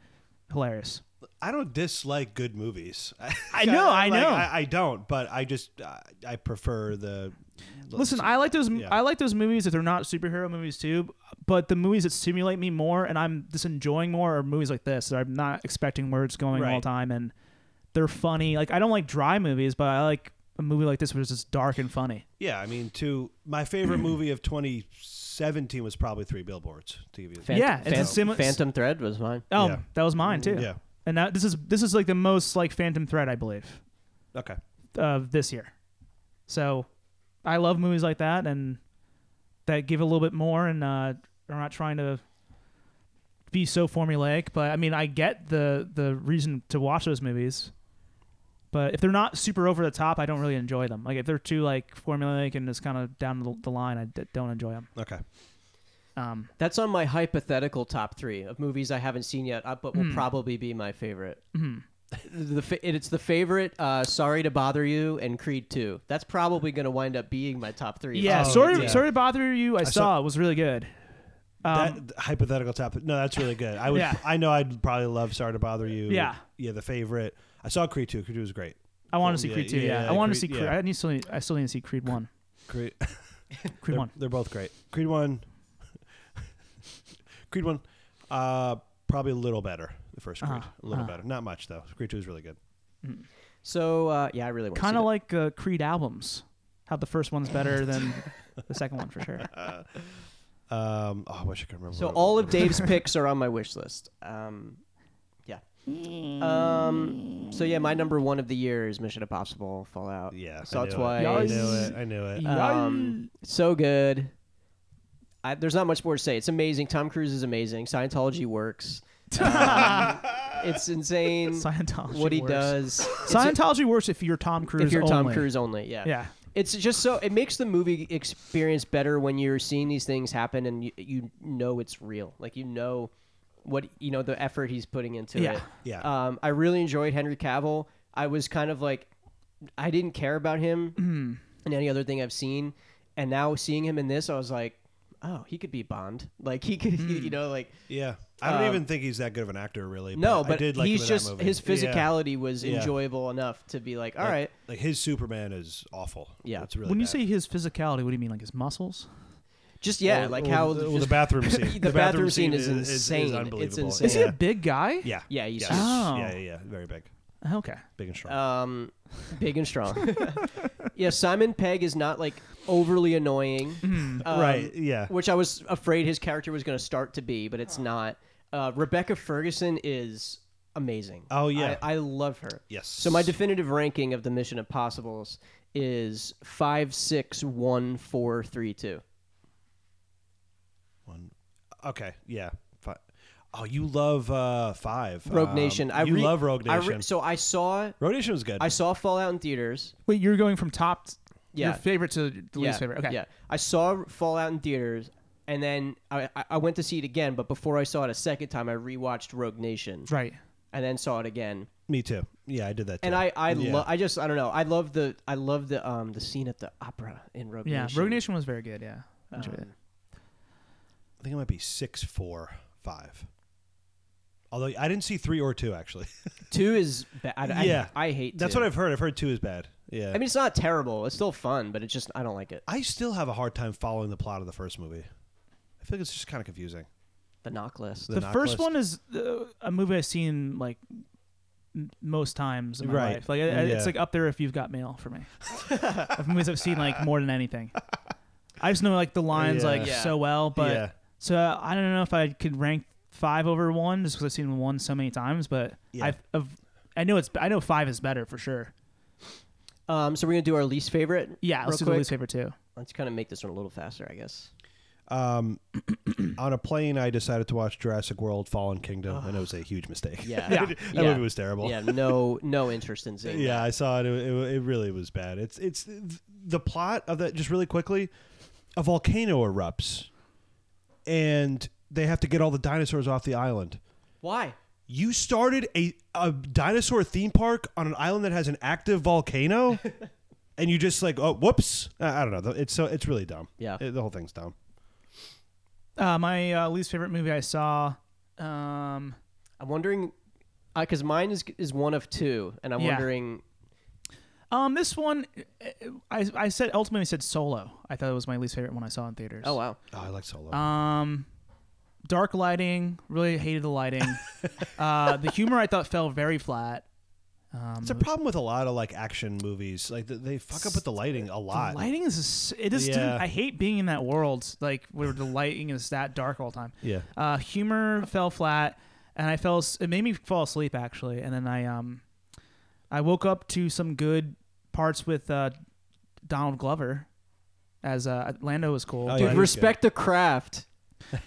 [SPEAKER 5] hilarious.
[SPEAKER 6] I don't dislike good movies.
[SPEAKER 5] I know, I
[SPEAKER 6] Like,
[SPEAKER 5] know.
[SPEAKER 6] I, I don't, but I just I, I prefer the.
[SPEAKER 5] Listen, I like those.
[SPEAKER 6] yeah.
[SPEAKER 5] I like those movies if they're not superhero movies too. But the movies that stimulate me more and I'm just enjoying more are movies like this. that I'm not expecting where it's going all
[SPEAKER 6] Right.
[SPEAKER 5] the time, and they're funny. Like I don't like dry movies, but I like a movie like this, which is just dark and funny.
[SPEAKER 6] Yeah, I mean, to my favorite movie of 2017 was probably Three Billboards. To give you,
[SPEAKER 4] Phantom,
[SPEAKER 5] Yeah, it's a
[SPEAKER 4] Phantom,
[SPEAKER 5] simi-
[SPEAKER 4] Phantom Thread was mine.
[SPEAKER 5] Oh,
[SPEAKER 6] Yeah.
[SPEAKER 5] that was mine too.
[SPEAKER 6] yeah,
[SPEAKER 5] And that, this is this is like the most like Phantom Thread I believe
[SPEAKER 6] okay.
[SPEAKER 5] of this year. So I love movies like that and that give a little bit more and uh, are not trying to be so formulaic. But I mean, I get the the reason to watch those movies. But if they're not super over the top, I don't really enjoy them. Like if they're too like formulaic and just kind of down the, the line, I d- don't enjoy them.
[SPEAKER 6] Okay.
[SPEAKER 5] Um,
[SPEAKER 4] That's on my hypothetical top three of movies I haven't seen yet, uh, but
[SPEAKER 5] Hmm.
[SPEAKER 4] will probably be my favorite. The fa- it- it's the favorite. Uh, Sorry to bother you and Creed Two. That's probably going to wind up being my top three.
[SPEAKER 5] yeah,
[SPEAKER 6] Oh,
[SPEAKER 5] sorry,
[SPEAKER 6] yeah.
[SPEAKER 5] sorry to bother you. I, saw, it was really good. Um,
[SPEAKER 6] that hypothetical topic. No, that's really good. I would.
[SPEAKER 5] Yeah.
[SPEAKER 6] I know. I'd probably love Sorry to Bother You.
[SPEAKER 5] Yeah.
[SPEAKER 6] Yeah. The favorite. I saw Creed two. Creed two was great.
[SPEAKER 5] I want to see
[SPEAKER 6] Yeah,
[SPEAKER 5] Creed two. Yeah,
[SPEAKER 6] yeah,
[SPEAKER 5] I want to
[SPEAKER 6] Creed-
[SPEAKER 5] see Creed.
[SPEAKER 6] yeah.
[SPEAKER 5] I need still need, I still need to see Creed one.
[SPEAKER 6] Creed.
[SPEAKER 5] Creed
[SPEAKER 6] they're,
[SPEAKER 5] one.
[SPEAKER 6] They're both great. Creed one. Creed one. Uh, probably a little better. The first Creed.
[SPEAKER 5] Uh-huh,
[SPEAKER 6] a little
[SPEAKER 5] uh-huh.
[SPEAKER 6] better. Not much though. Creed two is really good.
[SPEAKER 4] So uh, yeah, I really want
[SPEAKER 5] Kind
[SPEAKER 4] to
[SPEAKER 5] of
[SPEAKER 4] see
[SPEAKER 5] like uh, Creed albums. How the first one's better than the second one for sure.
[SPEAKER 6] Um. Oh, I wish I could remember.
[SPEAKER 4] that. So
[SPEAKER 6] what it
[SPEAKER 4] all
[SPEAKER 6] was.
[SPEAKER 4] of Dave's picks are on my wish list. Um, yeah, Um. So yeah, my number one of the year is Mission Impossible Fallout.
[SPEAKER 6] Yeah,
[SPEAKER 4] So
[SPEAKER 6] I
[SPEAKER 4] that's
[SPEAKER 6] knew it.
[SPEAKER 4] why-
[SPEAKER 6] I
[SPEAKER 5] Yes.
[SPEAKER 6] knew it. I knew it.
[SPEAKER 4] Um, so good. I, there's not much more to say. It's amazing. Tom Cruise is amazing. Scientology works. Um, it's insane
[SPEAKER 5] Scientology.
[SPEAKER 4] what he
[SPEAKER 5] works.
[SPEAKER 4] does. It's a-
[SPEAKER 5] Scientology works if you're Tom Cruise.
[SPEAKER 4] if you're Tom
[SPEAKER 5] only.
[SPEAKER 4] Cruise only, yeah.
[SPEAKER 5] Yeah.
[SPEAKER 4] It's just so it makes the movie experience better when you're seeing these things happen and you, you know it's real. Like you know what you know the effort he's putting into
[SPEAKER 5] Yeah.
[SPEAKER 4] it.
[SPEAKER 6] Yeah.
[SPEAKER 4] Um, I really enjoyed Henry Cavill. I was kind of like I didn't care about him
[SPEAKER 6] Mm-hmm.
[SPEAKER 4] in any other thing I've seen, and now seeing him in this, I was like, oh, he could be Bond. Like he could,
[SPEAKER 6] Mm.
[SPEAKER 4] you know, like
[SPEAKER 6] Yeah, I don't
[SPEAKER 4] Um,
[SPEAKER 6] even think he's that good of an actor, really.
[SPEAKER 4] no,
[SPEAKER 6] I
[SPEAKER 4] but
[SPEAKER 6] did like him
[SPEAKER 4] he's
[SPEAKER 6] in that
[SPEAKER 4] just
[SPEAKER 6] movie.
[SPEAKER 4] his
[SPEAKER 6] Yeah.
[SPEAKER 4] physicality was
[SPEAKER 6] Yeah.
[SPEAKER 4] enjoyable enough to be like, all
[SPEAKER 6] Like-
[SPEAKER 4] right.
[SPEAKER 6] Like his Superman is awful.
[SPEAKER 4] Yeah.
[SPEAKER 6] it's really.
[SPEAKER 5] When you
[SPEAKER 6] bad.
[SPEAKER 5] say his physicality, what do you mean, like his muscles?
[SPEAKER 4] Just yeah,
[SPEAKER 6] Or-
[SPEAKER 4] like
[SPEAKER 6] or
[SPEAKER 4] how
[SPEAKER 6] Oh, the, or
[SPEAKER 4] just-
[SPEAKER 6] the bathroom scene.
[SPEAKER 4] the bathroom scene is insane. It's
[SPEAKER 6] unbelievable.
[SPEAKER 4] insane.
[SPEAKER 5] Is he
[SPEAKER 6] Yeah.
[SPEAKER 5] a big guy?
[SPEAKER 6] Yeah.
[SPEAKER 4] Yeah, he's
[SPEAKER 6] yeah.
[SPEAKER 4] huge.
[SPEAKER 5] Oh.
[SPEAKER 6] yeah, yeah, yeah, very big,
[SPEAKER 5] Okay.
[SPEAKER 6] big and strong.
[SPEAKER 4] um, big and strong. yeah, Simon Pegg is not like overly annoying, um,
[SPEAKER 6] Mm-hmm. right? Yeah.
[SPEAKER 4] Which I was afraid his character was going to start to be, but it's not. Uh, Rebecca Ferguson is amazing.
[SPEAKER 6] Oh, yeah.
[SPEAKER 4] I, I love her.
[SPEAKER 6] Yes.
[SPEAKER 4] So my definitive ranking of the Mission Impossible's is five, six, one, four, three, two.
[SPEAKER 6] One. Okay. Yeah. Fi Oh, you love uh, five.
[SPEAKER 4] Rogue
[SPEAKER 6] Um,
[SPEAKER 4] Nation. I
[SPEAKER 6] you
[SPEAKER 4] re-
[SPEAKER 6] love Rogue
[SPEAKER 4] I re-
[SPEAKER 6] Nation.
[SPEAKER 4] so I saw
[SPEAKER 6] Rogue Nation was good.
[SPEAKER 4] I saw Fallout in theaters.
[SPEAKER 5] Wait, you're going from top, t-
[SPEAKER 4] Yeah.
[SPEAKER 5] your favorite to the least favorite. Okay.
[SPEAKER 4] Yeah. I saw Fallout in theaters, and then I, I- I went to see it again. But before I saw it a second time, I rewatched Rogue Nation,
[SPEAKER 5] Right.
[SPEAKER 4] and then saw it again.
[SPEAKER 6] Me too. Yeah, I did that. Too.
[SPEAKER 4] And I I
[SPEAKER 6] Yeah.
[SPEAKER 4] love I just I don't know I love the I love the um the scene at the opera in Rogue
[SPEAKER 5] Yeah.
[SPEAKER 4] Nation.
[SPEAKER 5] Rogue Nation was very good. Yeah. Enjoyed it.
[SPEAKER 4] Um,
[SPEAKER 6] I think it might be six, four, five. Although I didn't see three or two actually.
[SPEAKER 4] two is bad. I,
[SPEAKER 6] Yeah.
[SPEAKER 4] I, I hate.
[SPEAKER 6] That's
[SPEAKER 4] two.
[SPEAKER 6] what I've heard. I've heard two is bad. Yeah.
[SPEAKER 4] I mean, it's not terrible. It's still fun, but it's just I don't like it.
[SPEAKER 6] I still have a hard time following the plot of the first movie. I feel like it's just kind of confusing.
[SPEAKER 4] The knock list.
[SPEAKER 6] The
[SPEAKER 5] The
[SPEAKER 6] knock
[SPEAKER 5] first
[SPEAKER 6] list.
[SPEAKER 5] one is uh, a movie I've seen like m- most times in my
[SPEAKER 6] Right.
[SPEAKER 5] life. Like I, I-
[SPEAKER 6] Yeah.
[SPEAKER 5] it's like up there if you've got mail for me. of movies I've seen like more than anything. I just know like the lines
[SPEAKER 6] Yeah.
[SPEAKER 5] like
[SPEAKER 4] Yeah.
[SPEAKER 5] so well, but
[SPEAKER 6] yeah,
[SPEAKER 5] so uh, I don't know if I could rank five over one just because I've seen one so many times, but
[SPEAKER 6] Yeah.
[SPEAKER 5] I've, I've I know it's I know five is better for sure.
[SPEAKER 4] Um, so we're gonna do our least favorite.
[SPEAKER 5] Yeah,
[SPEAKER 4] real
[SPEAKER 5] let's do
[SPEAKER 4] quick.
[SPEAKER 5] the least favorite too.
[SPEAKER 4] Let's kind of make this one a little faster, I guess.
[SPEAKER 6] um, on a plane, I decided to watch Jurassic World: Fallen Kingdom, and it was a huge mistake.
[SPEAKER 4] Yeah.
[SPEAKER 5] Yeah.
[SPEAKER 6] that
[SPEAKER 4] Yeah.
[SPEAKER 6] movie was terrible.
[SPEAKER 4] yeah. No. No interest in seeing.
[SPEAKER 6] Yeah,
[SPEAKER 4] that.
[SPEAKER 6] I saw it. It, it. it really was bad. It's it's th- the plot of that. Just really quickly, a volcano erupts, and they have to get all the dinosaurs off the island.
[SPEAKER 4] Why?
[SPEAKER 6] You started a a dinosaur theme park on an island that has an active volcano, and you just like oh whoops. I, I don't know. It's so it's really dumb.
[SPEAKER 4] Yeah.
[SPEAKER 6] It- the whole thing's dumb.
[SPEAKER 5] Uh, my uh, least favorite movie I saw. Um,
[SPEAKER 4] I'm wondering, because mine is is one of two, and I'm
[SPEAKER 5] Yeah.
[SPEAKER 4] wondering.
[SPEAKER 5] um, this one, uh, I, I said ultimately said Solo. I thought it was my least favorite one I saw in theaters.
[SPEAKER 4] Oh wow,
[SPEAKER 6] Oh, I like Solo.
[SPEAKER 5] Um, dark lighting. Really hated the lighting. uh, the humor I thought fell very flat. Um,
[SPEAKER 6] it's a problem with a lot of like action movies. Like th- they fuck up with the lighting a lot.
[SPEAKER 5] the lighting is it is.
[SPEAKER 6] Yeah.
[SPEAKER 5] I hate being in that world like where the lighting is that dark all the time.
[SPEAKER 6] Yeah.
[SPEAKER 5] Uh, humor fell flat, and I fell. as- It made me fall asleep actually, and then I um, I woke up to some good parts with uh, Donald Glover, as uh, Lando was cool.
[SPEAKER 6] Oh,
[SPEAKER 5] but-
[SPEAKER 4] dude,
[SPEAKER 6] yeah, he's
[SPEAKER 4] respect the craft.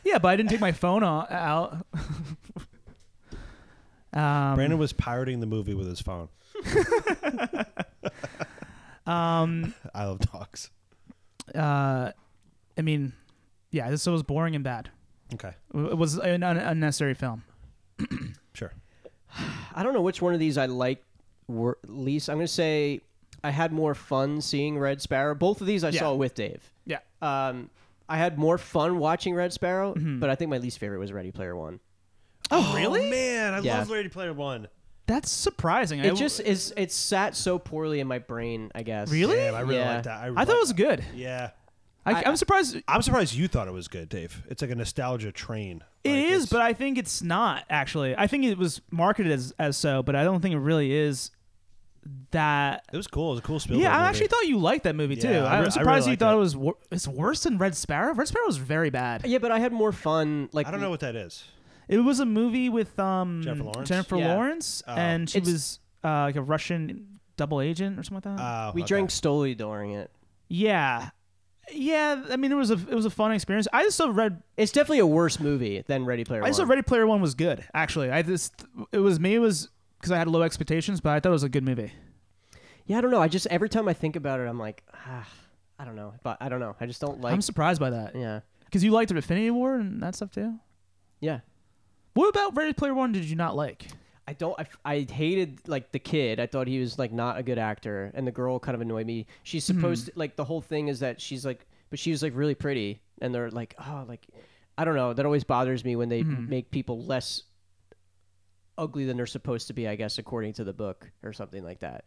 [SPEAKER 5] Yeah, but I didn't take my phone o- out. um,
[SPEAKER 6] Brandon was pirating the movie with his phone.
[SPEAKER 5] Um,
[SPEAKER 6] I love dogs.
[SPEAKER 5] uh, I mean, yeah, this was boring and bad.
[SPEAKER 6] Okay.
[SPEAKER 5] It was an un- unnecessary film.
[SPEAKER 6] Sure.
[SPEAKER 4] I don't know which one of these I like wor- least. I'm gonna say I had more fun seeing Red Sparrow. Both of these I
[SPEAKER 5] Yeah.
[SPEAKER 4] saw with Dave.
[SPEAKER 5] Yeah.
[SPEAKER 4] Um, I had more fun watching Red Sparrow,
[SPEAKER 5] Mm-hmm.
[SPEAKER 4] but I think my least favorite was Ready Player One.
[SPEAKER 5] Oh, really?
[SPEAKER 6] man, I
[SPEAKER 4] Yeah.
[SPEAKER 6] love Ready Player One.
[SPEAKER 5] That's surprising. I
[SPEAKER 4] It
[SPEAKER 5] w-
[SPEAKER 4] just is. It sat so poorly in my brain. I guess.
[SPEAKER 5] Really?
[SPEAKER 6] Damn, I really
[SPEAKER 4] Yeah.
[SPEAKER 6] like that. I,
[SPEAKER 5] I thought it was good.
[SPEAKER 6] Yeah.
[SPEAKER 5] I,
[SPEAKER 4] I-
[SPEAKER 5] I, am surprised it
[SPEAKER 6] I'm surprised you thought it was good, Dave. It's like a nostalgia train. Like,
[SPEAKER 5] is,
[SPEAKER 6] it's-
[SPEAKER 5] but I think it's not actually. I think it was marketed as, as so, but I don't think it really is that.
[SPEAKER 6] it was cool. It was a cool Spielberg.
[SPEAKER 5] Yeah, I
[SPEAKER 6] movie.
[SPEAKER 5] actually thought you liked that movie too.
[SPEAKER 6] Yeah, I re- I
[SPEAKER 5] I'm
[SPEAKER 6] really
[SPEAKER 5] surprised you
[SPEAKER 6] liked
[SPEAKER 5] thought
[SPEAKER 6] it.
[SPEAKER 5] it was. Wor- it's worse than Red Sparrow. Red Sparrow was very bad.
[SPEAKER 4] Yeah, but I had more fun. Like
[SPEAKER 6] I don't know what that is.
[SPEAKER 5] It was a movie with um,
[SPEAKER 6] Jennifer Lawrence?
[SPEAKER 5] Jennifer
[SPEAKER 4] Yeah.
[SPEAKER 5] Lawrence,
[SPEAKER 6] Oh.
[SPEAKER 5] and she
[SPEAKER 4] It's-
[SPEAKER 5] was uh, like a Russian double agent or something like that.
[SPEAKER 6] Oh,
[SPEAKER 4] we
[SPEAKER 6] okay.
[SPEAKER 4] drank Stoli during it.
[SPEAKER 5] yeah, yeah. I mean, it was a it was a fun experience. I just saw Red.
[SPEAKER 4] It's definitely a worse movie than Ready Player
[SPEAKER 5] I just saw
[SPEAKER 4] One.
[SPEAKER 5] Ready Player One was good actually. I just it was me. It was because I had low expectations, but I thought it was a good movie.
[SPEAKER 4] yeah, I don't know. I just every time I think about it, I'm like, ah, I don't know, but I don't know. I just don't like.
[SPEAKER 5] I'm surprised by that
[SPEAKER 4] yeah,
[SPEAKER 5] because you liked Infinity War and that stuff too.
[SPEAKER 4] yeah.
[SPEAKER 5] What about Ready Player One? Did you not like?
[SPEAKER 4] I don't. I, I hated like the kid. I thought he was like not a good actor, and the girl kind of annoyed me. She's
[SPEAKER 5] Mm-hmm.
[SPEAKER 4] supposed to, like the whole thing is that she's like, but she was like really pretty, and they're like, oh, like I don't know. That always bothers me when they
[SPEAKER 5] Mm-hmm.
[SPEAKER 4] make people less ugly than they're supposed to be. I guess according to the book or something like that.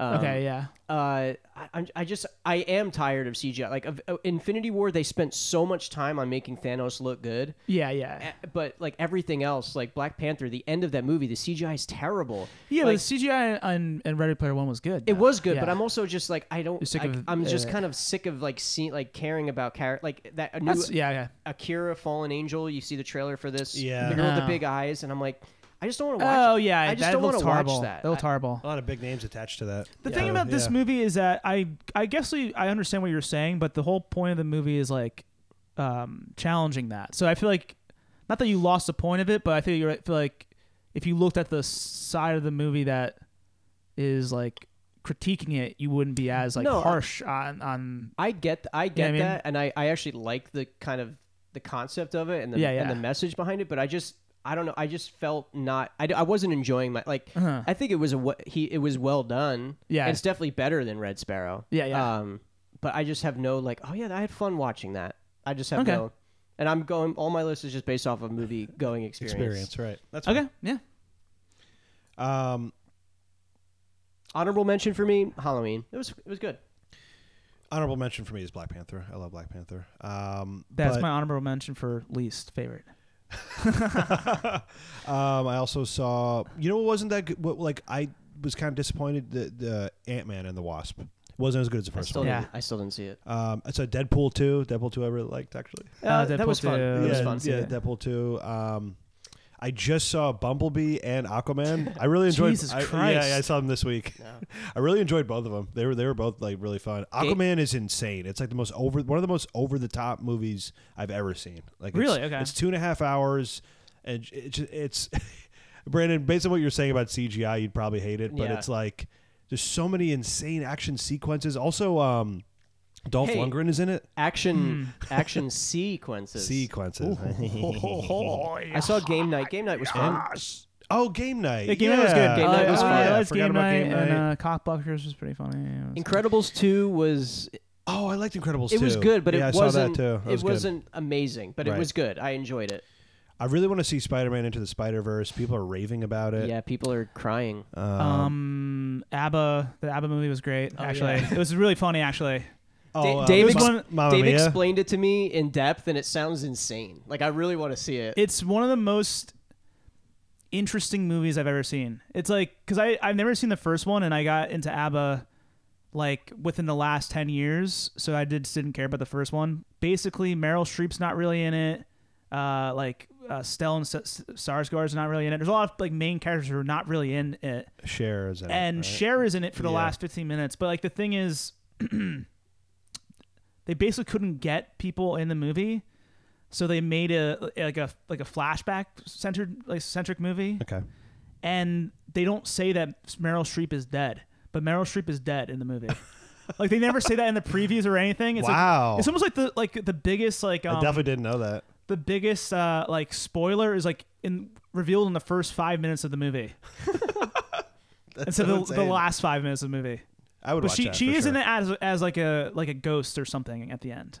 [SPEAKER 4] Um,
[SPEAKER 5] okay, yeah.
[SPEAKER 4] uh, I, I'm- I just I am tired of CGI. Like of, of Infinity War, they spent so much time on making Thanos look good,
[SPEAKER 5] Yeah, yeah.
[SPEAKER 4] eh, but like everything else, like Black Panther, the end of that movie, the CGI is terrible.
[SPEAKER 5] Yeah,
[SPEAKER 4] Like,
[SPEAKER 5] but the CGI on and Ready Player One was good.
[SPEAKER 4] it was good, but
[SPEAKER 5] Yeah.
[SPEAKER 4] I'm also just like I don't.
[SPEAKER 5] You're sick
[SPEAKER 4] I,
[SPEAKER 5] of,
[SPEAKER 4] I'm just
[SPEAKER 5] uh,
[SPEAKER 4] kind of sick of like seeing like caring about character like that a new
[SPEAKER 5] That's, yeah, yeah.
[SPEAKER 4] Akira Fallen Angel. You see the trailer for this,
[SPEAKER 6] Yeah.
[SPEAKER 4] the girl with
[SPEAKER 5] No.
[SPEAKER 4] the big eyes, and I'm like, I just don't want to watch.
[SPEAKER 5] Oh yeah,
[SPEAKER 4] I just
[SPEAKER 5] that
[SPEAKER 4] don't want
[SPEAKER 5] looks
[SPEAKER 4] to watch
[SPEAKER 5] horrible.
[SPEAKER 4] that.
[SPEAKER 5] That looks
[SPEAKER 4] I-
[SPEAKER 5] horrible.
[SPEAKER 6] a lot of big names attached to that.
[SPEAKER 5] The thing
[SPEAKER 6] So,
[SPEAKER 5] about this
[SPEAKER 6] yeah.
[SPEAKER 5] movie is that I I guess we, I understand what you're saying, but the whole point of the movie is like um, challenging that. So I feel like not that you lost the point of it, but I feel you feel like if you looked at the side of the movie that is like critiquing it, you wouldn't be as like
[SPEAKER 4] No, I-
[SPEAKER 5] harsh on on.
[SPEAKER 4] I get I get
[SPEAKER 5] I mean?
[SPEAKER 4] that, and I, I actually like the kind of the concept of it and the
[SPEAKER 5] Yeah,
[SPEAKER 4] and
[SPEAKER 5] yeah.
[SPEAKER 4] the message behind it. But I just I don't know. I just felt not I, d- I wasn't enjoying my like.
[SPEAKER 5] Uh-huh.
[SPEAKER 4] I think it was a what he it was well done.
[SPEAKER 5] Yeah.
[SPEAKER 4] it's definitely better than Red Sparrow.
[SPEAKER 5] Yeah, yeah.
[SPEAKER 4] Um, but I just have no like. Oh yeah, I had fun watching that. I just have
[SPEAKER 5] Okay.
[SPEAKER 4] no. And I'm going. All my list is just based off of movie going experience.
[SPEAKER 6] experience, right? That's
[SPEAKER 5] Okay, yeah.
[SPEAKER 6] fine. Um,
[SPEAKER 4] Honorable mention for me, Halloween. It was it was good.
[SPEAKER 6] honorable mention for me is Black Panther. I love Black Panther. Um,
[SPEAKER 5] That's
[SPEAKER 6] but-
[SPEAKER 5] my honorable mention for least favorite.
[SPEAKER 6] um, I also saw. You know what wasn't that good? What, like I was kind of disappointed. The, the Ant Man and the Wasp wasn't as good as the
[SPEAKER 4] I
[SPEAKER 6] first
[SPEAKER 4] still
[SPEAKER 6] one.
[SPEAKER 5] Yeah.
[SPEAKER 4] didn't, I still didn't see it.
[SPEAKER 6] Um, I saw Deadpool two. Deadpool two I really liked actually.
[SPEAKER 5] Uh,
[SPEAKER 4] that was
[SPEAKER 5] Deadpool
[SPEAKER 4] fun.
[SPEAKER 5] two.
[SPEAKER 4] That
[SPEAKER 6] yeah,
[SPEAKER 4] was fun.
[SPEAKER 6] yeah, Deadpool two. Um, I just saw Bumblebee and Aquaman. I really enjoyed.
[SPEAKER 5] Jesus
[SPEAKER 6] I,
[SPEAKER 5] Christ.
[SPEAKER 6] Yeah, I saw them this week. I really enjoyed both of them. They were they were both like really fun. Aquaman is insane. It's like the most over one of the most over the top movies I've ever seen. Like it's-
[SPEAKER 5] Really? Okay.
[SPEAKER 6] it's two and a half hours, and it's it's Brandon. Based on what you're saying about CGI, you'd probably hate it, but
[SPEAKER 4] Yeah.
[SPEAKER 6] it's like there's so many insane action sequences. Also, um, Dolph
[SPEAKER 4] Hey.
[SPEAKER 6] Lundgren is in it.
[SPEAKER 4] Action
[SPEAKER 5] Hmm.
[SPEAKER 4] action sequences.
[SPEAKER 6] Sequences.
[SPEAKER 4] I saw Game Night. Game Night was fun.
[SPEAKER 6] Oh, game night.
[SPEAKER 5] Yeah, game night was good.
[SPEAKER 4] Game Night
[SPEAKER 5] Uh,
[SPEAKER 4] was
[SPEAKER 5] uh,
[SPEAKER 4] fun.
[SPEAKER 5] I
[SPEAKER 6] I
[SPEAKER 5] liked
[SPEAKER 6] forgot
[SPEAKER 5] game
[SPEAKER 6] about
[SPEAKER 5] night,
[SPEAKER 6] game
[SPEAKER 5] and
[SPEAKER 6] night.
[SPEAKER 5] uh, cockbuckers was pretty funny. It was-
[SPEAKER 4] Incredibles two was
[SPEAKER 6] Oh, I liked Incredibles.
[SPEAKER 4] it was
[SPEAKER 6] too.
[SPEAKER 4] good, but it
[SPEAKER 6] yeah, I saw that
[SPEAKER 4] wasn't
[SPEAKER 6] too. That
[SPEAKER 4] it
[SPEAKER 6] was good.
[SPEAKER 4] wasn't amazing, but
[SPEAKER 6] Right.
[SPEAKER 4] it was good. I enjoyed it.
[SPEAKER 6] I really want to see Spider-Man into the Spider-Verse. People are raving about it.
[SPEAKER 4] yeah, people are crying.
[SPEAKER 5] Um, ABBA, the ABBA movie was great. actually,
[SPEAKER 4] yeah.
[SPEAKER 5] it was really funny. Actually,
[SPEAKER 6] Oh, uh,
[SPEAKER 4] Dave,
[SPEAKER 5] It was
[SPEAKER 4] ex-
[SPEAKER 5] one-
[SPEAKER 6] Mamma
[SPEAKER 4] Dave
[SPEAKER 6] Mia?
[SPEAKER 4] explained it to me in depth, and it sounds insane. Like I really want to see it.
[SPEAKER 5] it's one of the most interesting movies I've ever seen. It's like because I I've never seen the first one, and I got into ABBA like within the last ten years, so I did just didn't care about the first one. Basically, Meryl Streep's not really in it. Uh, like uh, Stellan S- Sarsgaard's not really in it. There's a lot of like main characters who are not really in it.
[SPEAKER 6] Cher is in it,
[SPEAKER 5] and
[SPEAKER 6] right?
[SPEAKER 5] Cher is in it for the
[SPEAKER 6] Yeah.
[SPEAKER 5] last 15 minutes. But like the thing is, they basically couldn't get people in the movie, so they made a like a like a flashback centered like centric movie,
[SPEAKER 6] Okay.
[SPEAKER 5] and they don't say that Meryl Streep is dead, but Meryl Streep is dead in the movie. like they never say that in the previews or anything. It's like-
[SPEAKER 6] Wow.
[SPEAKER 5] it's almost like the like the biggest like
[SPEAKER 6] I
[SPEAKER 5] um,
[SPEAKER 6] definitely didn't know that.
[SPEAKER 5] the biggest uh, like spoiler is like in revealed in the first five minutes of the movie. And so
[SPEAKER 6] so
[SPEAKER 5] the, the
[SPEAKER 6] insane.
[SPEAKER 5] last five minutes of the movie,
[SPEAKER 6] I would
[SPEAKER 5] but
[SPEAKER 6] watch
[SPEAKER 5] she
[SPEAKER 6] that
[SPEAKER 5] she
[SPEAKER 6] for
[SPEAKER 5] is
[SPEAKER 6] sure.
[SPEAKER 5] in it as as like a like a ghost or something at the end.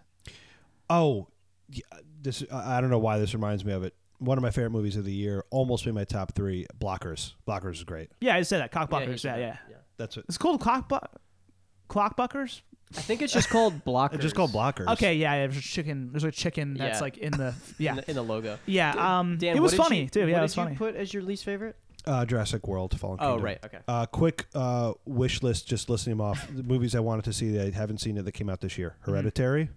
[SPEAKER 6] Oh, yeah, this uh, I I don't know why this reminds me of it. One of my favorite movies of the year, almost made my top three. Blockers. Blockers is great.
[SPEAKER 5] Yeah, I said that
[SPEAKER 4] Yeah, he
[SPEAKER 5] cockbuckers. Yeah,
[SPEAKER 4] said
[SPEAKER 5] yeah,
[SPEAKER 4] that.
[SPEAKER 6] That's what
[SPEAKER 5] It's called clock clockbuckers.
[SPEAKER 4] I think it's just called Blockers.
[SPEAKER 6] it's just called Blockers.
[SPEAKER 5] Okay, yeah, yeah, there's a chicken. There's a chicken that's
[SPEAKER 4] Yeah.
[SPEAKER 5] like in the
[SPEAKER 4] in
[SPEAKER 5] yeah
[SPEAKER 4] the, in the logo.
[SPEAKER 5] yeah. Um,
[SPEAKER 4] Dan,
[SPEAKER 5] it was
[SPEAKER 4] what did
[SPEAKER 5] funny
[SPEAKER 4] you,
[SPEAKER 5] too.
[SPEAKER 4] what
[SPEAKER 5] Yeah, it was
[SPEAKER 4] did you
[SPEAKER 5] funny.
[SPEAKER 4] put as your least favorite?
[SPEAKER 6] Uh, Jurassic World. Fallen
[SPEAKER 4] Oh
[SPEAKER 6] Kingdom.
[SPEAKER 4] right, okay.
[SPEAKER 6] Uh, quick uh,
[SPEAKER 5] Mm-hmm.
[SPEAKER 6] wish list, just listing them off. the movies I wanted to see that I haven't seen it that came out this year: Hereditary,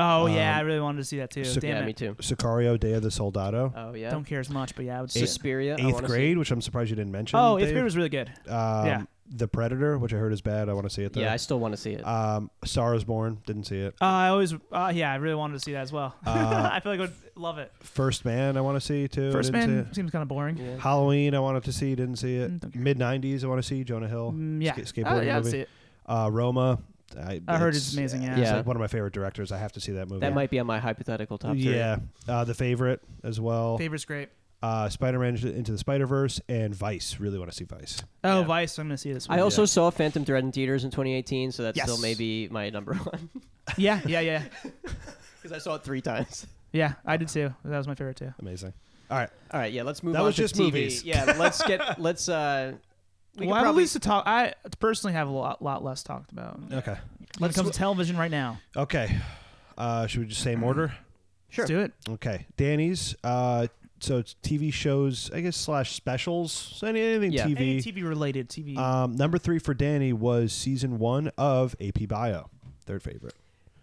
[SPEAKER 5] Oh yeah,
[SPEAKER 6] Um,
[SPEAKER 5] I really wanted to see that too.
[SPEAKER 6] so-
[SPEAKER 5] Damn
[SPEAKER 4] yeah,
[SPEAKER 5] it.
[SPEAKER 4] me too.
[SPEAKER 6] Sicario, Day of the Soldado,
[SPEAKER 4] Oh yeah.
[SPEAKER 5] Don't care as much, but Uh, yeah, I would see. it.
[SPEAKER 4] Suspiria. I
[SPEAKER 6] eighth
[SPEAKER 4] wanna see
[SPEAKER 6] grade, which I'm surprised you didn't mention.
[SPEAKER 5] Oh, eighth
[SPEAKER 6] Dave.
[SPEAKER 5] grade was really good.
[SPEAKER 6] Um,
[SPEAKER 5] yeah.
[SPEAKER 6] The Predator, which I heard is bad. I want to see it.
[SPEAKER 4] it.
[SPEAKER 6] Though.
[SPEAKER 4] Yeah, I still want to see it.
[SPEAKER 6] um, Star is Born. Didn't see it.
[SPEAKER 5] Uh, I always, uh, yeah, I really wanted to see that as well.
[SPEAKER 6] Uh,
[SPEAKER 5] I feel like I would love it.
[SPEAKER 6] First Man. I want to see too.
[SPEAKER 5] First
[SPEAKER 6] didn't see
[SPEAKER 5] Man
[SPEAKER 6] it.
[SPEAKER 5] seems kind of boring.
[SPEAKER 4] yeah.
[SPEAKER 6] Halloween. I wanted to see. Didn't see
[SPEAKER 5] Mm, don't
[SPEAKER 6] it.
[SPEAKER 5] care.
[SPEAKER 6] Mid '90s. I want to see Jonah Hill.
[SPEAKER 5] Mm, yeah,
[SPEAKER 6] Ska-
[SPEAKER 5] Uh,
[SPEAKER 6] skateboarding
[SPEAKER 5] yeah, I'd
[SPEAKER 6] movie.
[SPEAKER 5] see it.
[SPEAKER 6] Uh, Roma. I,
[SPEAKER 5] I heard it's amazing, yeah.
[SPEAKER 6] it's
[SPEAKER 4] Yeah.
[SPEAKER 6] like one of my favorite directors. I have to see that movie.
[SPEAKER 4] That might be on my hypothetical top three.
[SPEAKER 6] Yeah, uh, the favorite as well.
[SPEAKER 5] Favorite's great.
[SPEAKER 6] Uh, Spider-Man into the Spider-Verse and Vice. Really want to see Vice.
[SPEAKER 5] Oh,
[SPEAKER 4] Yeah.
[SPEAKER 5] Vice, I'm gonna see this.
[SPEAKER 4] I
[SPEAKER 5] One.
[SPEAKER 4] also saw Phantom Thread in theaters in 2018, so that's
[SPEAKER 5] Yes.
[SPEAKER 4] still maybe my number one
[SPEAKER 5] yeah, yeah, yeah,
[SPEAKER 4] because I saw it three times.
[SPEAKER 5] yeah. I did too. That was my favorite too.
[SPEAKER 6] Amazing. All right,
[SPEAKER 4] All right, yeah, let's move
[SPEAKER 6] That
[SPEAKER 4] on
[SPEAKER 6] was
[SPEAKER 4] to
[SPEAKER 6] just
[SPEAKER 4] TV.
[SPEAKER 6] movies.
[SPEAKER 4] Yeah, let's get let's uh we
[SPEAKER 5] well,
[SPEAKER 4] can
[SPEAKER 5] I have at
[SPEAKER 4] probably
[SPEAKER 5] least to talk. I personally have a lot, lot less talked about when
[SPEAKER 6] Okay.
[SPEAKER 5] it comes to television right now.
[SPEAKER 6] Okay. Uh, should we just same order?
[SPEAKER 4] Sure.
[SPEAKER 5] Let's do it.
[SPEAKER 6] Okay. Danny's. Uh, so it's TV shows, I guess, slash specials. So any, anything
[SPEAKER 4] Yeah.
[SPEAKER 6] TV.
[SPEAKER 5] Any TV related TV.
[SPEAKER 6] Um, number three for Danny was season one of AP Bio, third favorite.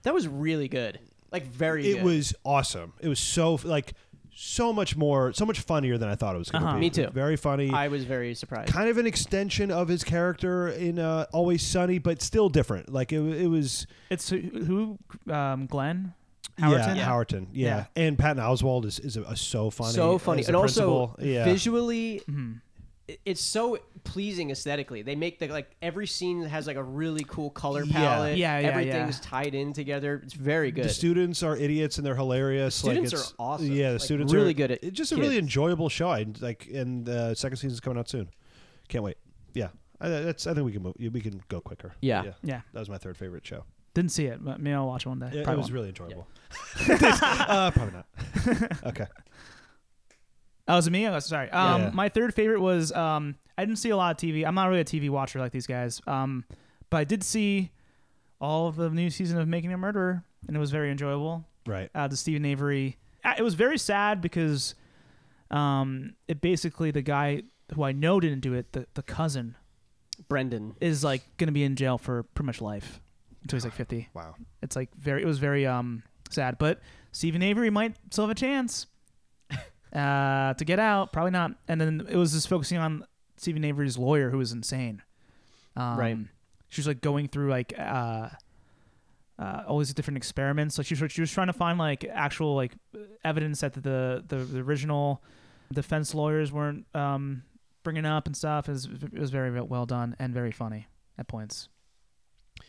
[SPEAKER 4] that was really good. Like very
[SPEAKER 6] It
[SPEAKER 4] good.
[SPEAKER 6] was awesome. It was so like so much more, so much funnier than I thought it was going to
[SPEAKER 5] Uh-huh.
[SPEAKER 6] be.
[SPEAKER 4] Me too.
[SPEAKER 6] Very funny.
[SPEAKER 4] I was very surprised.
[SPEAKER 6] kind of an extension of his character in uh, Always Sunny, but still different. Like it, it was
[SPEAKER 5] it's who? who, Um, Glenn. Howerton.
[SPEAKER 6] yeah, Howerton, yeah. And Patton Oswald is is, is so funny,
[SPEAKER 4] so funny.
[SPEAKER 6] as the
[SPEAKER 4] And also
[SPEAKER 6] principal. yeah.
[SPEAKER 4] visually
[SPEAKER 5] Mhm.
[SPEAKER 4] i- it's so pleasing aesthetically. They make the like every scene has like a really cool color
[SPEAKER 6] Yeah.
[SPEAKER 4] palette.
[SPEAKER 5] Yeah, yeah, yeah.
[SPEAKER 4] Everything's tied in together. It's very good.
[SPEAKER 6] The students are idiots and they're hilarious.
[SPEAKER 4] The students
[SPEAKER 6] like it's,
[SPEAKER 4] are awesome.
[SPEAKER 6] Yeah, the
[SPEAKER 4] Like,
[SPEAKER 6] students
[SPEAKER 4] really
[SPEAKER 6] are
[SPEAKER 4] good at
[SPEAKER 6] It's just a really
[SPEAKER 4] kids.
[SPEAKER 6] enjoyable show. I like, and the second season's coming out soon. Can't wait. Yeah, I, that's. I think we can move. We can go quicker.
[SPEAKER 4] Yeah.
[SPEAKER 5] Yeah.
[SPEAKER 6] That was my third favorite show.
[SPEAKER 5] Didn't see it, but maybe I'll watch it
[SPEAKER 4] Uh,
[SPEAKER 5] one day.
[SPEAKER 6] It, it
[SPEAKER 5] Probably
[SPEAKER 6] was
[SPEAKER 5] won't.
[SPEAKER 6] really enjoyable. uh, probably not. Okay.
[SPEAKER 5] Oh, was it me? Oh, sorry. Um,
[SPEAKER 6] Yeah.
[SPEAKER 5] My third favorite was um, I didn't see a lot of TV. I'm not really a TV watcher like these guys, um, but I did see all of the new season of Making a Murderer, and it was very enjoyable.
[SPEAKER 6] Right.
[SPEAKER 5] Uh, the Stephen Avery. I- It was very sad because um, it basically the guy who I know didn't do it, the, the cousin,
[SPEAKER 4] Brendan.
[SPEAKER 5] is like going to be in jail for pretty much life until he's like 50.
[SPEAKER 6] Wow.
[SPEAKER 5] It's like very. It was very um sad, but Stephen Avery might still have a chance uh, to get out. Probably not. And then it was just focusing on Stephen Avery's lawyer, who was insane. Um,
[SPEAKER 4] Right.
[SPEAKER 5] She was like going through like uh, uh, all these different experiments. Like she was, she was trying to find like actual like evidence that the the, the original defense lawyers weren't um, bringing up and stuff. It was, it was very well done and very funny at points.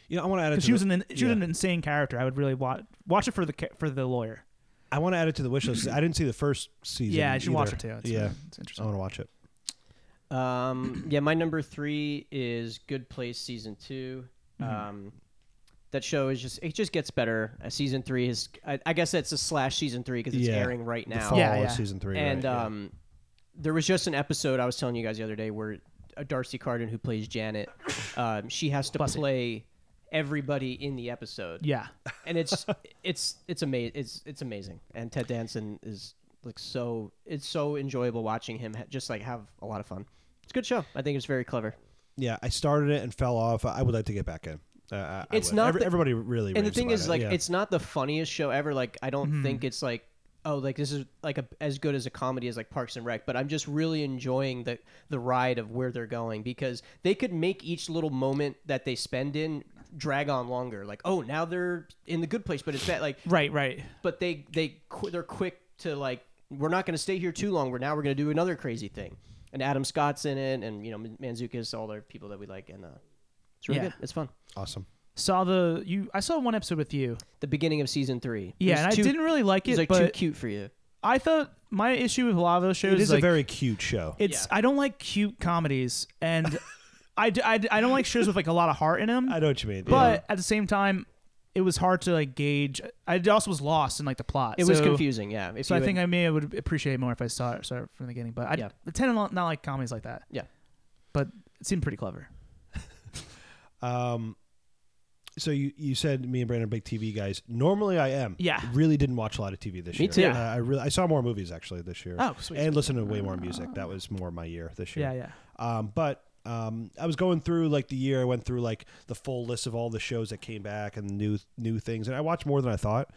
[SPEAKER 6] You know, I want to add it.
[SPEAKER 5] 'Cause
[SPEAKER 6] To
[SPEAKER 5] she
[SPEAKER 6] the-
[SPEAKER 5] was an she
[SPEAKER 6] yeah.
[SPEAKER 5] was an insane character. I would really watch watch it for the ca- for the lawyer.
[SPEAKER 6] I want to add it to the wish list. I didn't see the first season.
[SPEAKER 5] yeah, I should watch
[SPEAKER 6] either.
[SPEAKER 5] it too. It's, uh,
[SPEAKER 6] yeah, Oh.
[SPEAKER 5] it's
[SPEAKER 6] I
[SPEAKER 5] interesting.
[SPEAKER 6] want to watch it.
[SPEAKER 4] Um, yeah, my number three is Good Place season 2
[SPEAKER 5] Mhm.
[SPEAKER 6] Mm-hmm.
[SPEAKER 4] Um, that show is just it just gets better. Uh, season three is I, I guess that's a slash season three because it's
[SPEAKER 6] Yeah.
[SPEAKER 4] airing right
[SPEAKER 6] The
[SPEAKER 4] now.
[SPEAKER 6] fall
[SPEAKER 5] Yeah,
[SPEAKER 6] of
[SPEAKER 5] yeah.
[SPEAKER 6] season three.
[SPEAKER 4] and
[SPEAKER 6] right, yeah.
[SPEAKER 4] um, there was just an episode I was telling you guys the other day where uh, Darcy Carden, who plays Janet, um, she has to
[SPEAKER 5] Bless it.
[SPEAKER 4] play everybody in the episode,
[SPEAKER 5] Yeah,
[SPEAKER 4] and it's it's it's amazing. It's it's amazing. And Ted Danson is like so it's so enjoyable watching him ha- just like have a lot of fun. It's a good show. I think it's very clever.
[SPEAKER 6] yeah, I started it and fell off. I would like to get back in. Uh, I, I
[SPEAKER 4] It's
[SPEAKER 6] would.
[SPEAKER 4] not
[SPEAKER 6] Every-
[SPEAKER 4] the-
[SPEAKER 6] everybody really.
[SPEAKER 4] and the
[SPEAKER 6] raves
[SPEAKER 4] thing
[SPEAKER 6] about
[SPEAKER 4] is
[SPEAKER 6] it,
[SPEAKER 4] like
[SPEAKER 6] yeah. Mm-hmm.
[SPEAKER 4] it's not the funniest show ever like i don't think it's like oh like this is like a, as good as a comedy as like parks and rec but i'm just really enjoying the the ride of where they're going because they could make each little moment that they spend in drag on longer like oh now they're in the good place but it's bad like
[SPEAKER 5] right, right.
[SPEAKER 4] but they they qu- they're quick to like we're not going to stay here too long we're now we're going to do another crazy thing and adam scott's in it and you know Man- manzukis all the people that we like and uh it's really
[SPEAKER 5] Yeah.
[SPEAKER 4] good it's fun
[SPEAKER 6] awesome.
[SPEAKER 5] Saw the you. I saw one episode with you.
[SPEAKER 4] the beginning of season three
[SPEAKER 5] Yeah,
[SPEAKER 4] There's
[SPEAKER 5] and I
[SPEAKER 4] two-
[SPEAKER 5] didn't really like
[SPEAKER 4] He's
[SPEAKER 5] it,
[SPEAKER 4] like too
[SPEAKER 5] but
[SPEAKER 4] cute for you.
[SPEAKER 5] I thought my issue with a lot of those shows
[SPEAKER 6] It is
[SPEAKER 5] like,
[SPEAKER 6] a very cute show.
[SPEAKER 5] It's
[SPEAKER 4] Yeah.
[SPEAKER 5] I don't like cute comedies, and I, d- I, d- I don't like shows with like a lot of heart in them.
[SPEAKER 6] I know what you mean.
[SPEAKER 5] but at the same time, it was hard to like gauge. I also was lost in like the plot.
[SPEAKER 4] It was
[SPEAKER 5] so-
[SPEAKER 4] confusing, yeah. If
[SPEAKER 5] So
[SPEAKER 4] you
[SPEAKER 5] I think
[SPEAKER 4] had-
[SPEAKER 5] I may would appreciate it more if I saw it, saw it from the beginning. But I
[SPEAKER 4] Yeah.
[SPEAKER 5] I tend to not, not like comedies like that.
[SPEAKER 4] Yeah.
[SPEAKER 5] But it seemed pretty clever.
[SPEAKER 6] yeah. um, so you you said me and Brandon are big TV guys. Normally I am.
[SPEAKER 5] Yeah.
[SPEAKER 6] Really didn't watch a lot of TV this
[SPEAKER 4] Me
[SPEAKER 6] year.
[SPEAKER 4] too.
[SPEAKER 6] Uh, I really I saw more movies actually this year.
[SPEAKER 5] Oh, sweet.
[SPEAKER 6] And listened to way more music. That was more my year this year.
[SPEAKER 5] yeah, yeah.
[SPEAKER 6] Um, but um, I was going through like the year. I went through like the full list of all the shows that came back and new new things, and I watched more than I thought.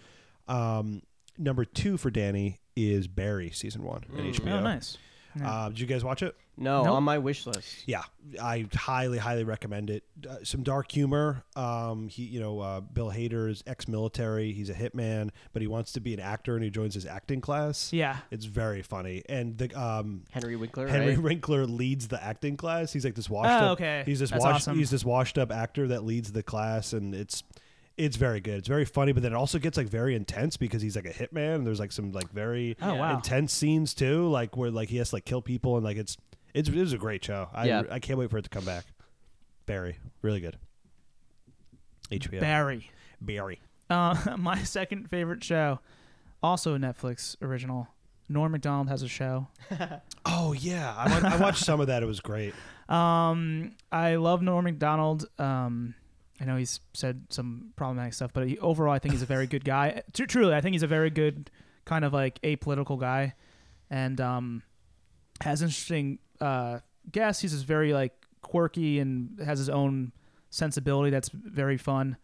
[SPEAKER 6] Um, number two for Danny is Barry season one on
[SPEAKER 4] Mm.
[SPEAKER 6] HBO.
[SPEAKER 5] Oh, nice. Yeah.
[SPEAKER 6] Uh, did you guys watch it?
[SPEAKER 4] No,
[SPEAKER 5] Nope.
[SPEAKER 4] on my wish list.
[SPEAKER 6] Yeah, I highly, highly recommend it. Uh, some dark humor. Um, he, you know, uh, Bill Hader is ex-military. He's a hitman, but he wants to be an actor, and he joins his acting class.
[SPEAKER 5] yeah.
[SPEAKER 6] It's very funny, and the um,
[SPEAKER 4] Henry Winkler,
[SPEAKER 6] Henry
[SPEAKER 4] right?
[SPEAKER 6] Winkler leads the acting class. He's like this washed
[SPEAKER 5] Oh,
[SPEAKER 6] up.
[SPEAKER 5] okay.
[SPEAKER 6] He's this
[SPEAKER 5] That's
[SPEAKER 6] washed.
[SPEAKER 5] awesome.
[SPEAKER 6] He's this washed up actor that leads the class, and it's it's very good. It's very funny, but then it also gets like very intense because he's like a hitman. And there's like some like very
[SPEAKER 5] Oh, wow.
[SPEAKER 6] intense scenes too, like where like he has to like kill people and like it's it's it was a great show. I
[SPEAKER 4] Yeah.
[SPEAKER 6] I can't wait for it to come back. Barry, really good. HBO
[SPEAKER 5] Barry.
[SPEAKER 6] Barry.
[SPEAKER 5] Uh, my second favorite show, also a Netflix original. Norm Macdonald has a show.
[SPEAKER 6] Oh yeah, I, wa- I watched some of that. It was great.
[SPEAKER 5] Um, I love Norm Macdonald. Um, I know he's said some problematic stuff, but he, overall, I think he's a very good guy. Tru- truly, I think he's a very good kind of like apolitical guy, and um, has interesting uh, guests. He's just very like quirky and has his own sensibility that's very fun.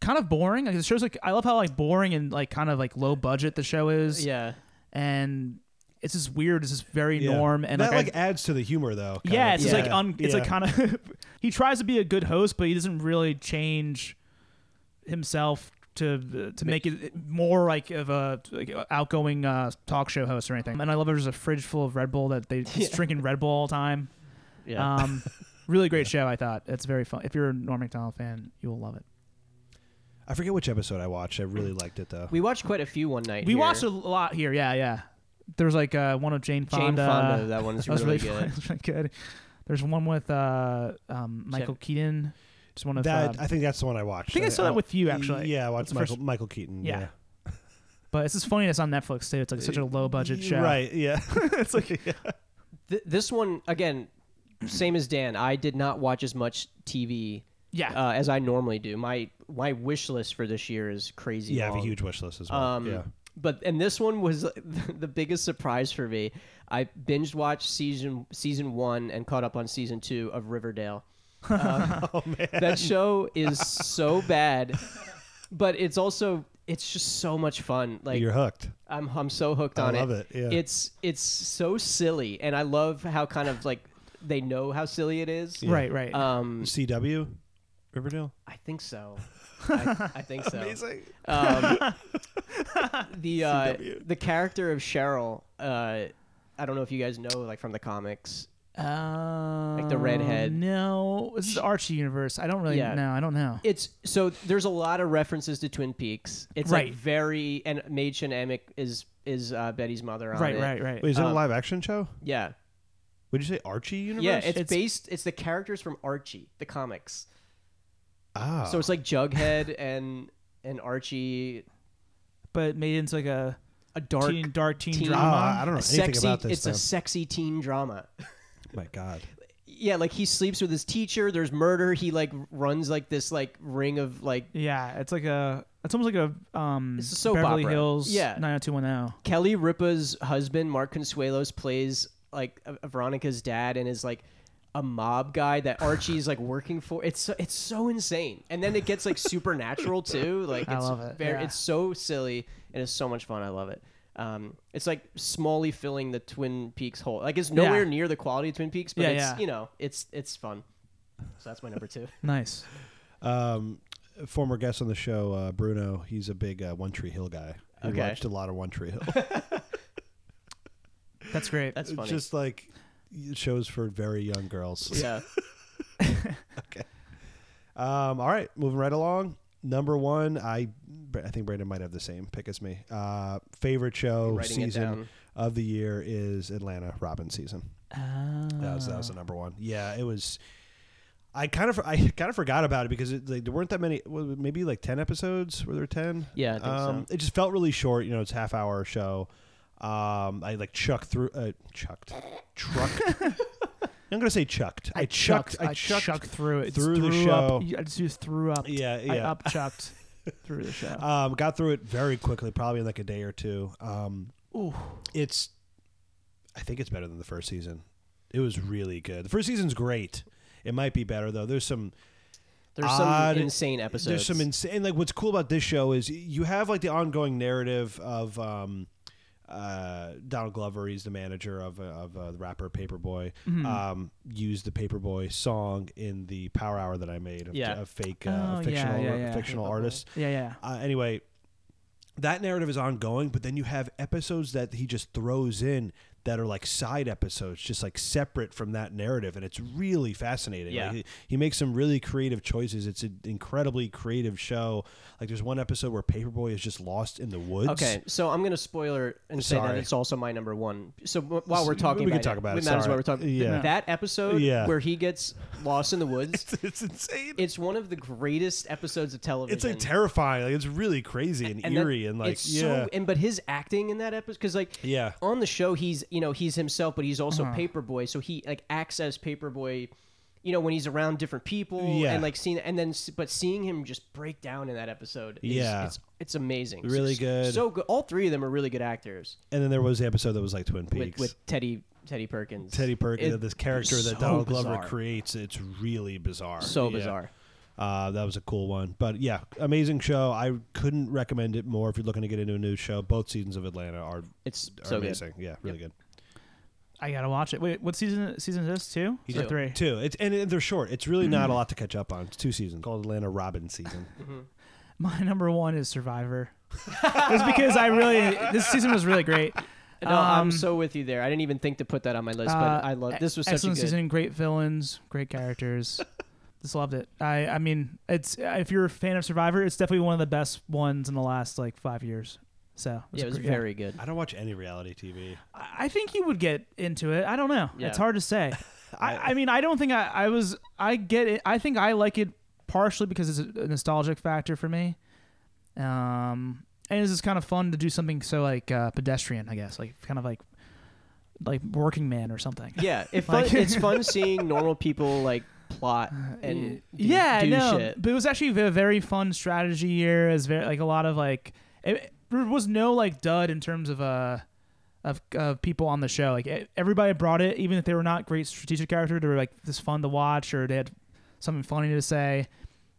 [SPEAKER 5] Kind of boring. Like, the show's like I love how like boring and like kind of like low budget the show is,
[SPEAKER 4] Yeah.
[SPEAKER 5] and it's just weird. It's just very
[SPEAKER 6] Yeah.
[SPEAKER 5] norm and
[SPEAKER 6] that
[SPEAKER 5] like I-
[SPEAKER 6] like, adds to the humor though. kind
[SPEAKER 5] yeah,
[SPEAKER 6] of.
[SPEAKER 5] it's just like
[SPEAKER 6] Yeah.
[SPEAKER 5] un- it's like
[SPEAKER 6] Yeah.
[SPEAKER 5] kind of he tries to be a good host, but he doesn't really change himself to to make it more like of a like outgoing uh, talk show host or anything. And I love there's a fridge full of Red Bull that they he's
[SPEAKER 4] Yeah.
[SPEAKER 5] drinking Red Bull all the time.
[SPEAKER 4] Yeah.
[SPEAKER 5] Um, really great show, I thought. It's very fun. If you're a Norm Macdonald fan, you will love it.
[SPEAKER 6] I forget which episode I watched. I really liked it though.
[SPEAKER 4] we watched quite a few one night.
[SPEAKER 5] We
[SPEAKER 4] here.
[SPEAKER 5] watched a lot here. Yeah, yeah. There's like uh, one of Jane
[SPEAKER 4] Jane
[SPEAKER 5] Fonda.
[SPEAKER 4] Fonda. That one's
[SPEAKER 5] That was
[SPEAKER 4] really,
[SPEAKER 5] really, fun.
[SPEAKER 4] good.
[SPEAKER 5] It's really good. There's one with uh, um, Michael Keaton. Just one of
[SPEAKER 6] that
[SPEAKER 5] uh,
[SPEAKER 6] I think that's the one I watched.
[SPEAKER 5] I think I saw that with you actually.
[SPEAKER 6] Yeah, I watched
[SPEAKER 5] the
[SPEAKER 6] Michael,
[SPEAKER 5] first-
[SPEAKER 6] Michael Keaton.
[SPEAKER 5] Yeah.
[SPEAKER 6] Yeah,
[SPEAKER 5] But it's just funny it's on Netflix too. It's like such a low budget show.
[SPEAKER 6] Right. Yeah. it's like
[SPEAKER 4] Th- this one again, same as Dan. I did not watch as much TV
[SPEAKER 5] Yeah.
[SPEAKER 4] uh, as I normally do. My my wish list for this year is crazy.
[SPEAKER 6] yeah, I have a
[SPEAKER 4] long.
[SPEAKER 6] huge wish list as well.
[SPEAKER 4] Um,
[SPEAKER 6] yeah.
[SPEAKER 4] But and this one was the biggest surprise for me. I binge watched season season one and caught up on season two of Riverdale. Um,
[SPEAKER 6] Oh,
[SPEAKER 4] That show is so bad, but it's also it's just so much fun. Like
[SPEAKER 6] You're hooked.
[SPEAKER 4] I'm I'm so hooked
[SPEAKER 6] I
[SPEAKER 4] on
[SPEAKER 6] love it, yeah.
[SPEAKER 4] It's it's so silly, and I love how kind of like they know how silly it is.
[SPEAKER 5] Right, right.
[SPEAKER 4] Um,
[SPEAKER 6] CW, Riverdale.
[SPEAKER 4] I think so. I, I think so. Amazing. Um, the uh, the character of Cheryl. Uh, I don't know if you guys know, like from the comics.
[SPEAKER 5] like
[SPEAKER 4] the redhead.
[SPEAKER 5] Uh, No, this is Archie universe. I don't really
[SPEAKER 4] Yeah.
[SPEAKER 5] know. I don't know.
[SPEAKER 4] It's so there's a lot of references to Twin Peaks. It's
[SPEAKER 5] Right.
[SPEAKER 4] like very and Machen Amick is is uh, Betty's mother on
[SPEAKER 5] right,
[SPEAKER 4] it.
[SPEAKER 5] right, right,
[SPEAKER 6] Wait, is it a live action show?
[SPEAKER 4] Yeah.
[SPEAKER 6] Would you say Archie Universe?
[SPEAKER 4] um, Yeah, it's,
[SPEAKER 5] It's-
[SPEAKER 4] based. It's the characters from Archie, the comics.
[SPEAKER 6] ah.
[SPEAKER 4] So it's like Jughead and and Archie,
[SPEAKER 5] But made into like a
[SPEAKER 4] a dark,
[SPEAKER 5] teen, dark teen,
[SPEAKER 4] teen-
[SPEAKER 5] drama.
[SPEAKER 6] Ah, I don't know
[SPEAKER 4] a
[SPEAKER 6] anything
[SPEAKER 4] sexy.
[SPEAKER 6] about this.
[SPEAKER 4] it's a sexy teen drama.
[SPEAKER 6] stuff. my God.
[SPEAKER 4] Yeah, like he sleeps with his teacher. There's murder. He like runs like this like ring of like
[SPEAKER 5] yeah, it's like a. It's almost like a. Um,
[SPEAKER 4] It's a soap
[SPEAKER 5] Beverly
[SPEAKER 4] opera.
[SPEAKER 5] Hills.
[SPEAKER 4] Yeah.
[SPEAKER 5] Nine hundred two one oh. zero.
[SPEAKER 4] Kelly Ripa's husband, Mark Consuelos, plays like uh, Veronica's dad and is like a mob guy that Archie's like working for. It's so, it's so insane, and then it gets like supernatural too. Like
[SPEAKER 5] I
[SPEAKER 4] it's
[SPEAKER 5] love it,
[SPEAKER 4] Very,
[SPEAKER 5] yeah.
[SPEAKER 4] It's so silly and it's so much fun. I love it. Um, it's like Smalley filling the Twin Peaks hole. Like it's nowhere
[SPEAKER 5] Yeah.
[SPEAKER 4] near the quality of Twin Peaks, but
[SPEAKER 5] Yeah,
[SPEAKER 4] it's
[SPEAKER 5] yeah.
[SPEAKER 4] you know it's it's fun. So that's my number two.
[SPEAKER 5] Nice.
[SPEAKER 6] Um, former guest on the show, uh, Bruno. He's a big uh, One Tree Hill guy. He
[SPEAKER 4] Okay.
[SPEAKER 6] watched a lot of One Tree Hill.
[SPEAKER 5] That's great.
[SPEAKER 4] That's funny.
[SPEAKER 6] Just like shows for very young girls.
[SPEAKER 4] yeah.
[SPEAKER 6] Um, all right, moving right along. Number one, I I think Brandon might have the same pick as me. Uh, favorite
[SPEAKER 4] I'm
[SPEAKER 6] show
[SPEAKER 4] writing it
[SPEAKER 6] season
[SPEAKER 4] down.
[SPEAKER 6] of the year is Atlanta Robin season.
[SPEAKER 5] Uh,
[SPEAKER 6] That was that was the number one. Yeah, it was. I kind of I kind of forgot about it because it, like, there weren't that many. well, Maybe like ten episodes. Were there ten?
[SPEAKER 4] Yeah, I think so.
[SPEAKER 6] um, It just felt really short. You know, it's a half hour show. Um, I like chucked through. Uh, chucked, trucked. I'm gonna say chucked. I, chucked. I chucked
[SPEAKER 5] through it.
[SPEAKER 6] through the
[SPEAKER 5] threw
[SPEAKER 6] show.
[SPEAKER 5] Up, I just, just threw up.
[SPEAKER 6] Yeah,
[SPEAKER 5] I
[SPEAKER 6] yeah.
[SPEAKER 5] up chucked through the show.
[SPEAKER 6] Um, got through it very quickly, probably in like a day or two. Um,
[SPEAKER 5] Ooh.
[SPEAKER 6] it's, I think it's better than the first season. It was really good. The first season's great. It might be better though. There's some,
[SPEAKER 4] There's some
[SPEAKER 6] odd-
[SPEAKER 4] insane episodes.
[SPEAKER 6] There's some insane. Like what's cool about this show is you have like the ongoing narrative of um, uh, Donald Glover. He's the manager of uh, of uh, the rapper Paperboy.
[SPEAKER 5] Mm-hmm. Hmm.
[SPEAKER 6] Um, used the Paperboy song in the Power Hour that I made. Of,
[SPEAKER 4] Yeah.
[SPEAKER 6] of fake uh,
[SPEAKER 5] Oh, yeah,
[SPEAKER 6] fictional
[SPEAKER 5] yeah, yeah.
[SPEAKER 6] fictional artists.
[SPEAKER 5] Yeah, yeah.
[SPEAKER 6] Uh, anyway, that narrative is ongoing, but then you have episodes that he just throws in that are like side episodes, just like separate from that narrative, and it's really fascinating.
[SPEAKER 4] Yeah.
[SPEAKER 6] Like, he, he makes some really creative choices. It's an incredibly creative show. Like there's one episode where Paperboy is just lost in the woods.
[SPEAKER 4] Okay, so I'm gonna spoiler and say that
[SPEAKER 6] Sorry.
[SPEAKER 4] it's also my number one. So w- while we're
[SPEAKER 6] We
[SPEAKER 4] talking,
[SPEAKER 6] can
[SPEAKER 4] about
[SPEAKER 6] talk
[SPEAKER 4] it,
[SPEAKER 6] about
[SPEAKER 4] we
[SPEAKER 6] it,
[SPEAKER 4] might as well
[SPEAKER 6] sorry.
[SPEAKER 4] we're talking.
[SPEAKER 6] Yeah.
[SPEAKER 4] That episode
[SPEAKER 6] Yeah.
[SPEAKER 4] where he gets lost in the woods.
[SPEAKER 6] it's insane.
[SPEAKER 4] it's one of the greatest episodes of television.
[SPEAKER 6] It's like terrifying. Like it's really crazy and,
[SPEAKER 4] that-
[SPEAKER 6] eerie and like
[SPEAKER 4] it's
[SPEAKER 6] yeah.
[SPEAKER 4] so and but his acting in that episode because like
[SPEAKER 6] Yeah.
[SPEAKER 4] on the show he's you know he's himself but he's
[SPEAKER 5] Uh-huh.
[SPEAKER 4] also paperboy so he like acts as paperboy you know when he's around different people
[SPEAKER 6] Yeah.
[SPEAKER 4] and like seeing and then s- but seeing him just break down in that episode is,
[SPEAKER 6] Yeah.
[SPEAKER 4] it's it's amazing
[SPEAKER 6] Really
[SPEAKER 4] S-
[SPEAKER 6] good.
[SPEAKER 4] so good all three of them are really good actors
[SPEAKER 6] and then there was the episode that was like Twin
[SPEAKER 4] with,
[SPEAKER 6] Peaks.
[SPEAKER 4] with Teddy Teddy Perkins
[SPEAKER 6] Teddy Perkins,
[SPEAKER 4] It-
[SPEAKER 6] this character
[SPEAKER 4] so
[SPEAKER 6] that Donald Glover
[SPEAKER 4] bizarre.
[SPEAKER 6] creates, it's really bizarre.
[SPEAKER 4] so
[SPEAKER 6] Yeah.
[SPEAKER 4] bizarre
[SPEAKER 6] Uh, that was a cool one. But yeah, amazing show. I couldn't recommend it more if you're looking to get into a new show. Both seasons of Atlanta are, are
[SPEAKER 4] it's so good
[SPEAKER 6] amazing. Yeah, really good.
[SPEAKER 5] I gotta watch it. Wait, what season? Season is this two
[SPEAKER 4] He's
[SPEAKER 5] or
[SPEAKER 4] two.
[SPEAKER 5] three?
[SPEAKER 6] Two. It's and they're short. It's really not a lot to catch up on. It's two seasons called Atlanta Robin season.
[SPEAKER 5] My number one is Survivor. it's because I really this season was really great.
[SPEAKER 4] no I'm
[SPEAKER 5] Um,
[SPEAKER 4] so with you there I didn't even think to put that on my list
[SPEAKER 5] Uh,
[SPEAKER 4] but I love this was such a
[SPEAKER 5] excellent
[SPEAKER 4] good
[SPEAKER 5] season. Great villains, great characters. Just loved it. I I mean, it's if you're a fan of Survivor, it's definitely one of the best ones in the last like five years. So
[SPEAKER 4] yeah, it was
[SPEAKER 5] great.
[SPEAKER 4] very good
[SPEAKER 6] I don't watch any reality TV.
[SPEAKER 5] I I think you would get into it. I don't know.
[SPEAKER 4] Yeah.
[SPEAKER 5] It's hard to say. I, I mean, I don't think I, I was. I get it. I think I like it partially because it's a nostalgic factor for me. Um, and it's just kind of fun to do something so like uh, pedestrian, I guess, like kind of like like working man or something.
[SPEAKER 4] Yeah, it fun,
[SPEAKER 5] Like-
[SPEAKER 4] it's fun seeing normal people like plot and do,
[SPEAKER 5] Uh, yeah,
[SPEAKER 4] do
[SPEAKER 5] no,
[SPEAKER 4] shit.
[SPEAKER 5] but it was actually a very fun strategy year. It was very like a lot of like it, there was no like dud in terms of uh of of people on the show. Like e- everybody brought it, even if they were not great strategic character, they were like just fun to watch or they had something funny to say.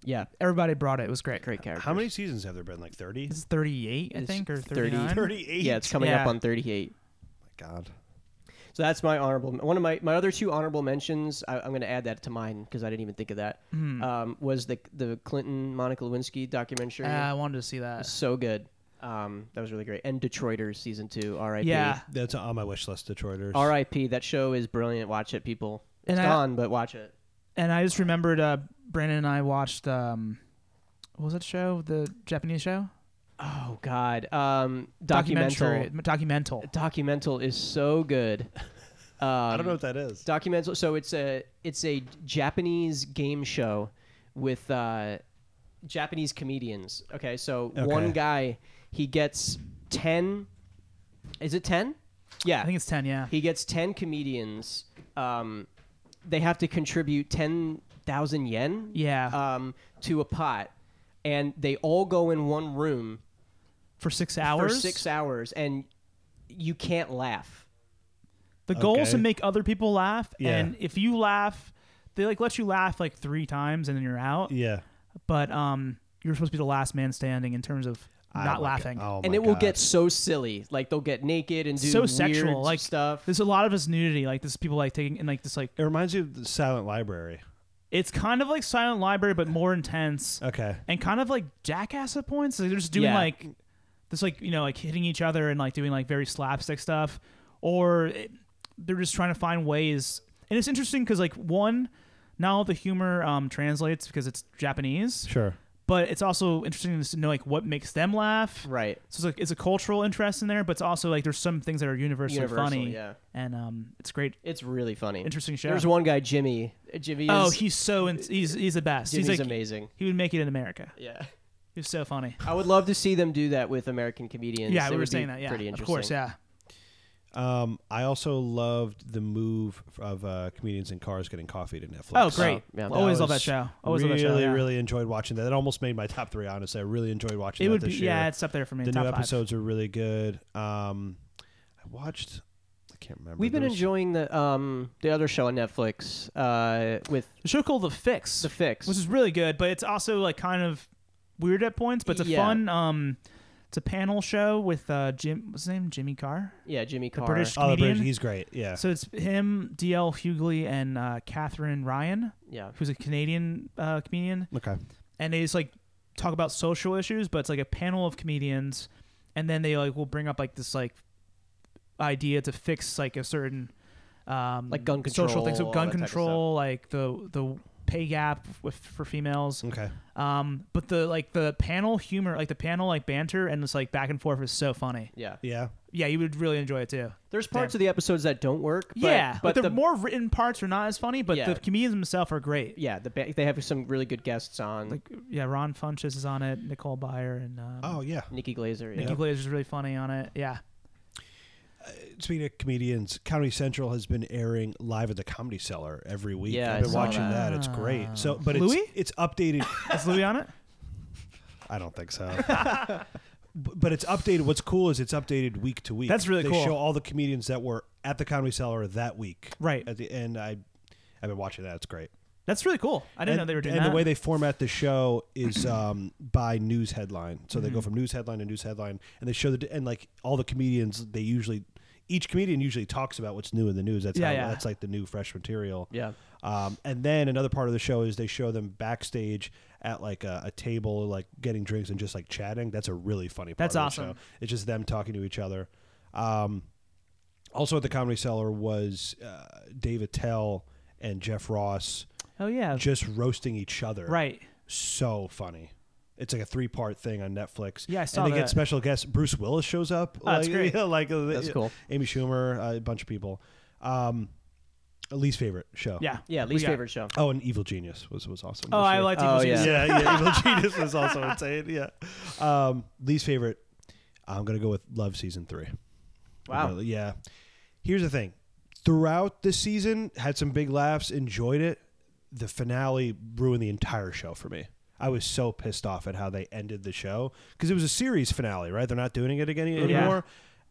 [SPEAKER 4] Yeah,
[SPEAKER 5] Everybody brought it. It was great.
[SPEAKER 4] great character.
[SPEAKER 6] How many seasons have there been? Like 30?
[SPEAKER 5] It's 38, I
[SPEAKER 4] It's
[SPEAKER 5] think, or
[SPEAKER 4] 30.
[SPEAKER 5] 39.
[SPEAKER 6] 38.
[SPEAKER 4] Yeah, it's coming up
[SPEAKER 5] Yeah.
[SPEAKER 4] on 38.
[SPEAKER 6] Oh God.
[SPEAKER 4] So that's my honorable. One of my my other two honorable mentions. I, I'm going to add that to mine because I didn't even think of that.
[SPEAKER 5] Hmm.
[SPEAKER 4] Um, was the the Clinton Monica Lewinsky documentary?
[SPEAKER 5] Uh, I wanted to see that.
[SPEAKER 4] so good. Um, that was really great. And Detroiters season two. R.I.P.
[SPEAKER 5] Yeah,
[SPEAKER 6] That's on my wish list, Detroiters.
[SPEAKER 4] R.I.P. That show is brilliant. Watch it, people. It's
[SPEAKER 5] And I-
[SPEAKER 4] gone, but watch it.
[SPEAKER 5] and I just remembered uh, Brandon and I watched um, what was that show? The Japanese show?
[SPEAKER 4] Oh God. Um,
[SPEAKER 5] Documentary.
[SPEAKER 4] documental.
[SPEAKER 5] Documental.
[SPEAKER 4] Documental is so good. Um,
[SPEAKER 6] I don't know what that is.
[SPEAKER 4] documental so it's a it's a japanese game show with uh japanese comedians okay so one
[SPEAKER 6] Okay.
[SPEAKER 4] guy he gets 10 is it 10 yeah
[SPEAKER 5] I think it's ten. Yeah.
[SPEAKER 4] he gets 10 comedians um they have to contribute 10,000 yen
[SPEAKER 5] Yeah.
[SPEAKER 4] um to a pot and they all go in one room
[SPEAKER 5] for six hours.
[SPEAKER 4] for 6 hours and you can't laugh
[SPEAKER 5] The goal is to
[SPEAKER 6] Okay.
[SPEAKER 5] make other people laugh,
[SPEAKER 6] Yeah.
[SPEAKER 5] and if you laugh, they like let you laugh like three times and then you're out.
[SPEAKER 6] Yeah.
[SPEAKER 5] But um, you're supposed to be the last man standing in terms of
[SPEAKER 6] I
[SPEAKER 5] not
[SPEAKER 6] don't like it.
[SPEAKER 5] laughing.
[SPEAKER 6] Oh,
[SPEAKER 4] and
[SPEAKER 6] my
[SPEAKER 4] it will
[SPEAKER 6] God.
[SPEAKER 4] get so silly. Like they'll get naked and do
[SPEAKER 5] so
[SPEAKER 4] weird
[SPEAKER 5] sexual, like
[SPEAKER 4] stuff.
[SPEAKER 5] There's a lot of this nudity, like this people like taking and like this like
[SPEAKER 6] It reminds me of the Silent Library.
[SPEAKER 5] it's kind of like Silent Library but more intense
[SPEAKER 6] Okay.
[SPEAKER 5] and kind of like jackass at points. Like, they're just doing
[SPEAKER 4] Yeah.
[SPEAKER 5] like this like you know like hitting each other and like doing like very slapstick stuff, or it, they're just trying to find ways. And it's interesting because like one, not all the humor um, translates because it's Japanese,
[SPEAKER 6] Sure.
[SPEAKER 5] but it's also interesting to know like what makes them laugh.
[SPEAKER 4] Right.
[SPEAKER 5] So it's like it's a cultural interest in there, but it's also like there's some things that are universally
[SPEAKER 4] Universal,
[SPEAKER 5] funny.
[SPEAKER 4] yeah.
[SPEAKER 5] And um, it's great.
[SPEAKER 4] It's really funny.
[SPEAKER 5] Interesting show.
[SPEAKER 4] There's one guy, Jimmy. Uh, Jimmy is
[SPEAKER 5] oh, he's so in- he's he's the best.
[SPEAKER 4] Jimmy's
[SPEAKER 5] he's like
[SPEAKER 4] amazing.
[SPEAKER 5] he would make it in America.
[SPEAKER 4] Yeah.
[SPEAKER 5] He was so funny.
[SPEAKER 4] I would love to see them do that with American comedians.
[SPEAKER 5] yeah,
[SPEAKER 4] It
[SPEAKER 5] we were
[SPEAKER 4] would be
[SPEAKER 5] saying that. Yeah,
[SPEAKER 4] Pretty interesting.
[SPEAKER 5] of course. Yeah,
[SPEAKER 6] Um, I also loved the move of uh, comedians in cars getting coffee to Netflix.
[SPEAKER 5] Oh, great.
[SPEAKER 4] yeah.
[SPEAKER 5] Well, Always
[SPEAKER 6] That
[SPEAKER 5] love that
[SPEAKER 6] was-
[SPEAKER 5] show. Always
[SPEAKER 6] really,
[SPEAKER 5] love that show. yeah.
[SPEAKER 6] really enjoyed watching that. It almost made my top three. Honestly, I really enjoyed watching.
[SPEAKER 5] It
[SPEAKER 6] that
[SPEAKER 5] would be.
[SPEAKER 6] this year.
[SPEAKER 5] Yeah, it's up there for me.
[SPEAKER 6] the
[SPEAKER 5] top
[SPEAKER 6] new
[SPEAKER 5] five.
[SPEAKER 6] episodes are really good. Um, I watched. I can't can't remember.
[SPEAKER 4] We've been
[SPEAKER 6] There's-
[SPEAKER 4] enjoying the um the other show on Netflix uh with
[SPEAKER 5] The show called The Fix,
[SPEAKER 4] The Fix.
[SPEAKER 5] which is really good, but it's also like kind of weird at points. But it's a
[SPEAKER 4] Yeah.
[SPEAKER 5] fun. Um, it's a panel show with uh, Jim. What's his name? Jimmy Carr.
[SPEAKER 4] yeah, Jimmy Carr.
[SPEAKER 5] British-
[SPEAKER 6] Oh, the British-
[SPEAKER 5] comedian.
[SPEAKER 6] he's great. Yeah.
[SPEAKER 5] So it's him, DL Hughley, and uh, Catherine Ryan,
[SPEAKER 4] yeah.
[SPEAKER 5] who's a Canadian uh, comedian,
[SPEAKER 6] okay.
[SPEAKER 5] and they just like talk about social issues. But it's like a panel of comedians, and then they like will bring up like this like idea to fix like a certain um,
[SPEAKER 4] Like gun
[SPEAKER 5] social things, so
[SPEAKER 4] control, all
[SPEAKER 5] gun
[SPEAKER 4] that type of stuff.
[SPEAKER 5] control, like the the pay gap with for females.
[SPEAKER 6] Okay.
[SPEAKER 5] Um, but the like the panel humor, like the panel like banter and this like back and forth is so funny.
[SPEAKER 4] Yeah.
[SPEAKER 6] Yeah.
[SPEAKER 5] Yeah, you would really enjoy it too.
[SPEAKER 4] There's parts of the episodes that don't work, but,
[SPEAKER 5] yeah, but
[SPEAKER 4] but
[SPEAKER 5] the,
[SPEAKER 4] the
[SPEAKER 5] more written parts are not as funny, but
[SPEAKER 4] Yeah.
[SPEAKER 5] the comedians themselves are great.
[SPEAKER 4] yeah, the ba- they have some really good guests on.
[SPEAKER 5] Like yeah, Ron Funches is on it, Nicole Byer and um,
[SPEAKER 6] Oh yeah.
[SPEAKER 4] Nikki Glazer.
[SPEAKER 5] Nikki
[SPEAKER 4] Yeah.
[SPEAKER 5] Glaser's really funny on it. Yeah,
[SPEAKER 6] Speaking of comedians, Comedy Central has been airing live at the Comedy Cellar every week.
[SPEAKER 4] Yeah, I
[SPEAKER 6] I've been
[SPEAKER 4] saw
[SPEAKER 6] watching
[SPEAKER 4] that.
[SPEAKER 6] that. It's great. So, but it's
[SPEAKER 5] Louis?
[SPEAKER 6] it's updated.
[SPEAKER 5] is Louis on it?
[SPEAKER 6] I don't think so. B- but it's updated. What's cool is it's updated week to week.
[SPEAKER 5] That's really
[SPEAKER 6] they
[SPEAKER 5] cool.
[SPEAKER 6] show all the comedians that were at the Comedy Cellar that week.
[SPEAKER 5] Right.
[SPEAKER 6] At the end, I I've been watching that. It's great.
[SPEAKER 5] That's really cool. I didn't
[SPEAKER 6] and,
[SPEAKER 5] know they were doing
[SPEAKER 6] and
[SPEAKER 5] that.
[SPEAKER 6] the way they format the show is um, by news headline. So they
[SPEAKER 5] Mm-hmm.
[SPEAKER 6] go from news headline to news headline, and they show the and like all the comedians. They usually each comedian usually talks about what's new in the news. That's
[SPEAKER 5] Yeah,
[SPEAKER 6] how,
[SPEAKER 5] yeah.
[SPEAKER 6] that's like the new fresh material.
[SPEAKER 4] Yeah.
[SPEAKER 6] Um, and then another part of the show is they show them backstage at like a, a table, like getting drinks and just like chatting. That's a really funny part.
[SPEAKER 5] That's
[SPEAKER 6] of The
[SPEAKER 5] awesome.
[SPEAKER 6] show. It's just them talking to each other. Um, also at the Comedy Cellar was uh, Dave Attell and Jeff Ross
[SPEAKER 5] oh yeah,
[SPEAKER 6] just roasting each other.
[SPEAKER 5] right.
[SPEAKER 6] So funny. It's like a three part thing on Netflix.
[SPEAKER 5] Yeah, I saw
[SPEAKER 6] And they
[SPEAKER 5] that.
[SPEAKER 6] get special guests. Bruce Willis shows up.
[SPEAKER 5] Oh, that's
[SPEAKER 6] like,
[SPEAKER 5] great.
[SPEAKER 6] yeah, like uh,
[SPEAKER 4] That's
[SPEAKER 6] yeah,
[SPEAKER 4] cool.
[SPEAKER 6] Amy Schumer, uh, a bunch of people. Um, least favorite show.
[SPEAKER 5] Yeah,
[SPEAKER 4] Yeah,
[SPEAKER 5] We
[SPEAKER 4] least
[SPEAKER 5] got-
[SPEAKER 4] favorite show.
[SPEAKER 6] Oh, and Evil Genius was was awesome.
[SPEAKER 5] Oh,
[SPEAKER 6] this
[SPEAKER 5] I
[SPEAKER 6] year.
[SPEAKER 5] liked
[SPEAKER 4] Oh,
[SPEAKER 5] Evil Genius.
[SPEAKER 6] Yeah, yeah. Evil Genius was also insane. Yeah. Um, least favorite. I'm gonna go with Love season three.
[SPEAKER 4] Wow.
[SPEAKER 6] Really, Yeah. Here's the thing. Throughout the season, had some big laughs, enjoyed it. The finale ruined the entire show for me. I was so pissed off at how they ended the show because it was a series finale, right? They're not doing it again
[SPEAKER 5] Mm-hmm.
[SPEAKER 6] anymore.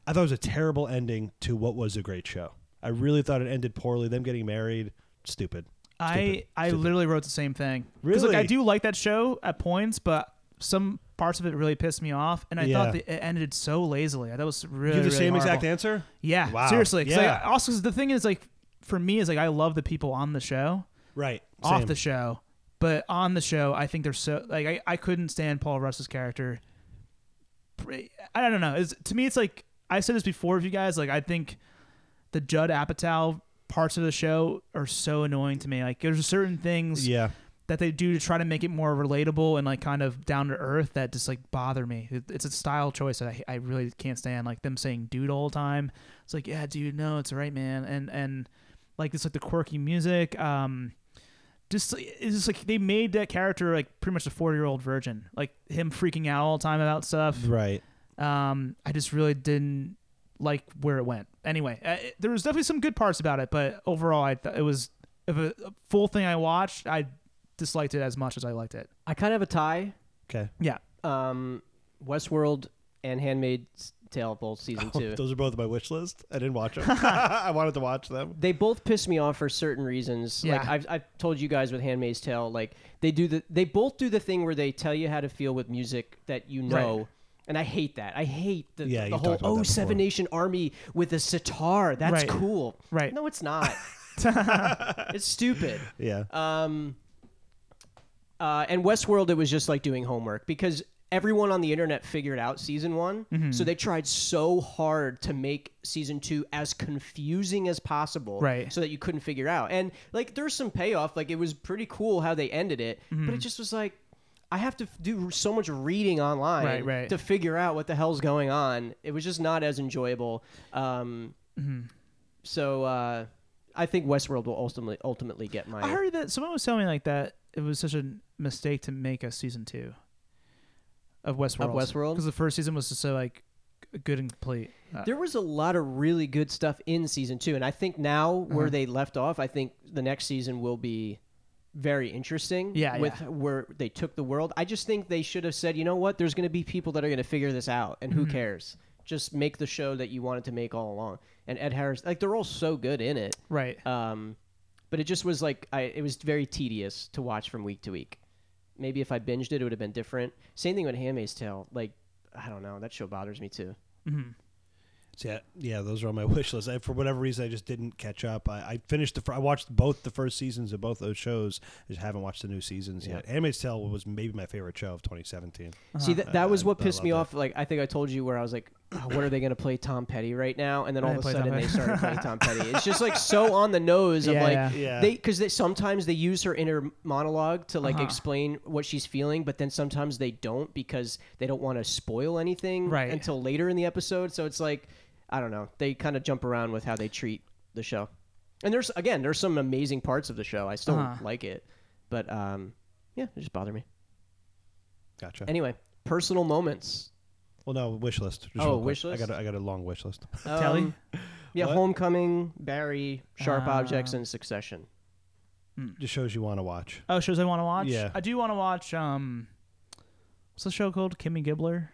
[SPEAKER 6] I thought it was a terrible ending to what was a great show. I really thought it ended poorly. Them getting married, stupid.
[SPEAKER 5] I
[SPEAKER 6] Stupid.
[SPEAKER 5] I
[SPEAKER 6] Stupid.
[SPEAKER 5] literally wrote the same thing. 'Cause, Like, I
[SPEAKER 6] Really?
[SPEAKER 5] do like that show at points, but some parts of it really pissed me off, and I thought
[SPEAKER 6] Yeah.
[SPEAKER 5] that it ended so lazily. I thought it was really
[SPEAKER 6] Give the
[SPEAKER 5] really
[SPEAKER 6] same exact
[SPEAKER 5] horrible.
[SPEAKER 6] answer.
[SPEAKER 5] Yeah,
[SPEAKER 6] Wow.
[SPEAKER 5] seriously. 'Cause,
[SPEAKER 6] Yeah.
[SPEAKER 5] Like, also, the thing is, like, for me, is like I love the people on the show,
[SPEAKER 6] Right.
[SPEAKER 5] off
[SPEAKER 6] Same.
[SPEAKER 5] the show, but on the show, I think they're so like I, I couldn't stand Paul Russ's character. Pre- I don't know. It's, to me, it's like I said this before with you guys. Like I think the Judd Apatow parts of the show are so annoying to me. Like there's certain things
[SPEAKER 6] Yeah.
[SPEAKER 5] that they do to try to make it more relatable and like kind of down to earth that just like bother me. It- It's a style choice that I, I really can't stand. Like them saying dude all the time. It's like yeah, dude, no, it's all right, man. And and like it's like the quirky music. Um, just like- it's just like they made that character like pretty much a forty year old virgin. Like him freaking out all the time about stuff.
[SPEAKER 6] Right.
[SPEAKER 5] Um, I just really didn't like where it went. Anyway, uh, it- there was definitely some good parts about it, but overall, I th- it was of a, a full thing I watched. I disliked it as much as I liked it.
[SPEAKER 4] I kind of have a tie.
[SPEAKER 6] Okay.
[SPEAKER 5] Yeah,
[SPEAKER 4] Um, Westworld and Handmaid's Tale both season two.
[SPEAKER 6] Those are both on my wish list. I didn't watch them. I wanted to watch them.
[SPEAKER 4] they both piss me off for certain reasons. Like
[SPEAKER 5] Yeah.
[SPEAKER 4] I've, I've told you guys with Handmaid's Tale, like they do the they both do the thing where they tell you how to feel with music that you know. And I hate that. I hate the,
[SPEAKER 6] Yeah,
[SPEAKER 4] the
[SPEAKER 6] you
[SPEAKER 4] whole
[SPEAKER 6] talked about
[SPEAKER 4] oh
[SPEAKER 6] that
[SPEAKER 4] seven
[SPEAKER 6] before.
[SPEAKER 4] nation army with a sitar. That's
[SPEAKER 5] Right.
[SPEAKER 4] cool.
[SPEAKER 5] Right.
[SPEAKER 4] No, it's not. it's stupid.
[SPEAKER 6] Yeah.
[SPEAKER 4] Um, uh, and Westworld, it was just like doing homework because everyone on the internet figured out season one.
[SPEAKER 5] Mm-hmm.
[SPEAKER 4] So they tried so hard to make season two as confusing as possible.
[SPEAKER 5] Right.
[SPEAKER 4] So that you couldn't figure out. And like, there's some payoff. Like, it was pretty cool how they ended it,
[SPEAKER 5] Mm-hmm.
[SPEAKER 4] but it just was like, I have to f- do so much reading online
[SPEAKER 5] Right, right.
[SPEAKER 4] to figure out what the hell's going on. It was just not as enjoyable. Um,
[SPEAKER 5] Mm-hmm.
[SPEAKER 4] So uh, I think Westworld will ultimately ultimately get my.
[SPEAKER 5] I heard that someone was telling me like that it was such a mistake to make a season two of Westworld.
[SPEAKER 4] Westworld?
[SPEAKER 5] because the first season was just so like g- good and complete. Uh,
[SPEAKER 4] There was a lot of really good stuff in season two, and I think now
[SPEAKER 5] Mm-hmm.
[SPEAKER 4] where they left off, I think the next season will be very interesting.
[SPEAKER 5] Yeah,
[SPEAKER 4] with
[SPEAKER 5] yeah.
[SPEAKER 4] where they took the world, I just think they should have said, you know what, there's
[SPEAKER 5] Mm-hmm.
[SPEAKER 4] going to be people that are going to figure this out, and who cares? Just make the show that you wanted to make all along. and Ed Harris. Like they're all so good in it.
[SPEAKER 5] Right.
[SPEAKER 4] Um, but it just was like I, it was very tedious to watch from week to week. Maybe if I binged it, it would have been different. Same thing with Handmaid's Tale. Like I don't know, that show bothers me too.
[SPEAKER 6] So yeah, yeah, those are on my wish list. I, for whatever reason, I just didn't catch up. I, I finished the. Fir- I watched both the first seasons of both those shows. I just haven't watched the new seasons yet. Handmaid's Tale was maybe my favorite show of 2017.
[SPEAKER 4] See,
[SPEAKER 5] Uh-huh.
[SPEAKER 4] that, that was
[SPEAKER 6] I-
[SPEAKER 4] what
[SPEAKER 6] I
[SPEAKER 4] pissed me
[SPEAKER 6] love
[SPEAKER 4] off. Like I think I told you where I was like, "Oh, what are they going to play Tom Petty right now? And then all
[SPEAKER 5] They
[SPEAKER 4] of a
[SPEAKER 5] play Tom
[SPEAKER 4] sudden they
[SPEAKER 5] Petty.
[SPEAKER 4] started playing Tom Petty. It's just like so on the nose of
[SPEAKER 5] Yeah,
[SPEAKER 4] like
[SPEAKER 5] yeah.
[SPEAKER 6] Yeah.
[SPEAKER 4] they because they, sometimes they use her inner monologue to
[SPEAKER 5] Uh-huh.
[SPEAKER 4] like explain what she's feeling, but then sometimes they don't because they don't want to spoil anything
[SPEAKER 5] Right.
[SPEAKER 4] until later in the episode. So it's like I don't know. They kind of jump around with how they treat the show. And there's again, there's some amazing parts of the show. I still
[SPEAKER 5] Uh-huh.
[SPEAKER 4] like it, but um, yeah, it just bothered me.
[SPEAKER 6] Gotcha.
[SPEAKER 4] Anyway, personal moments.
[SPEAKER 6] well, no wish list. Just
[SPEAKER 4] Oh,
[SPEAKER 6] real quick.
[SPEAKER 4] wish list?
[SPEAKER 6] I got. A, I got a long wish list.
[SPEAKER 5] Telly?
[SPEAKER 4] Um, yeah,
[SPEAKER 6] What?
[SPEAKER 4] Homecoming, Barry, Sharp
[SPEAKER 5] Ah.
[SPEAKER 4] Objects, and Succession.
[SPEAKER 6] just shows you want to watch.
[SPEAKER 5] Oh, shows I want to watch.
[SPEAKER 6] Yeah.
[SPEAKER 5] I do want to watch. Um, what's the show called? Kimmy Gibbler.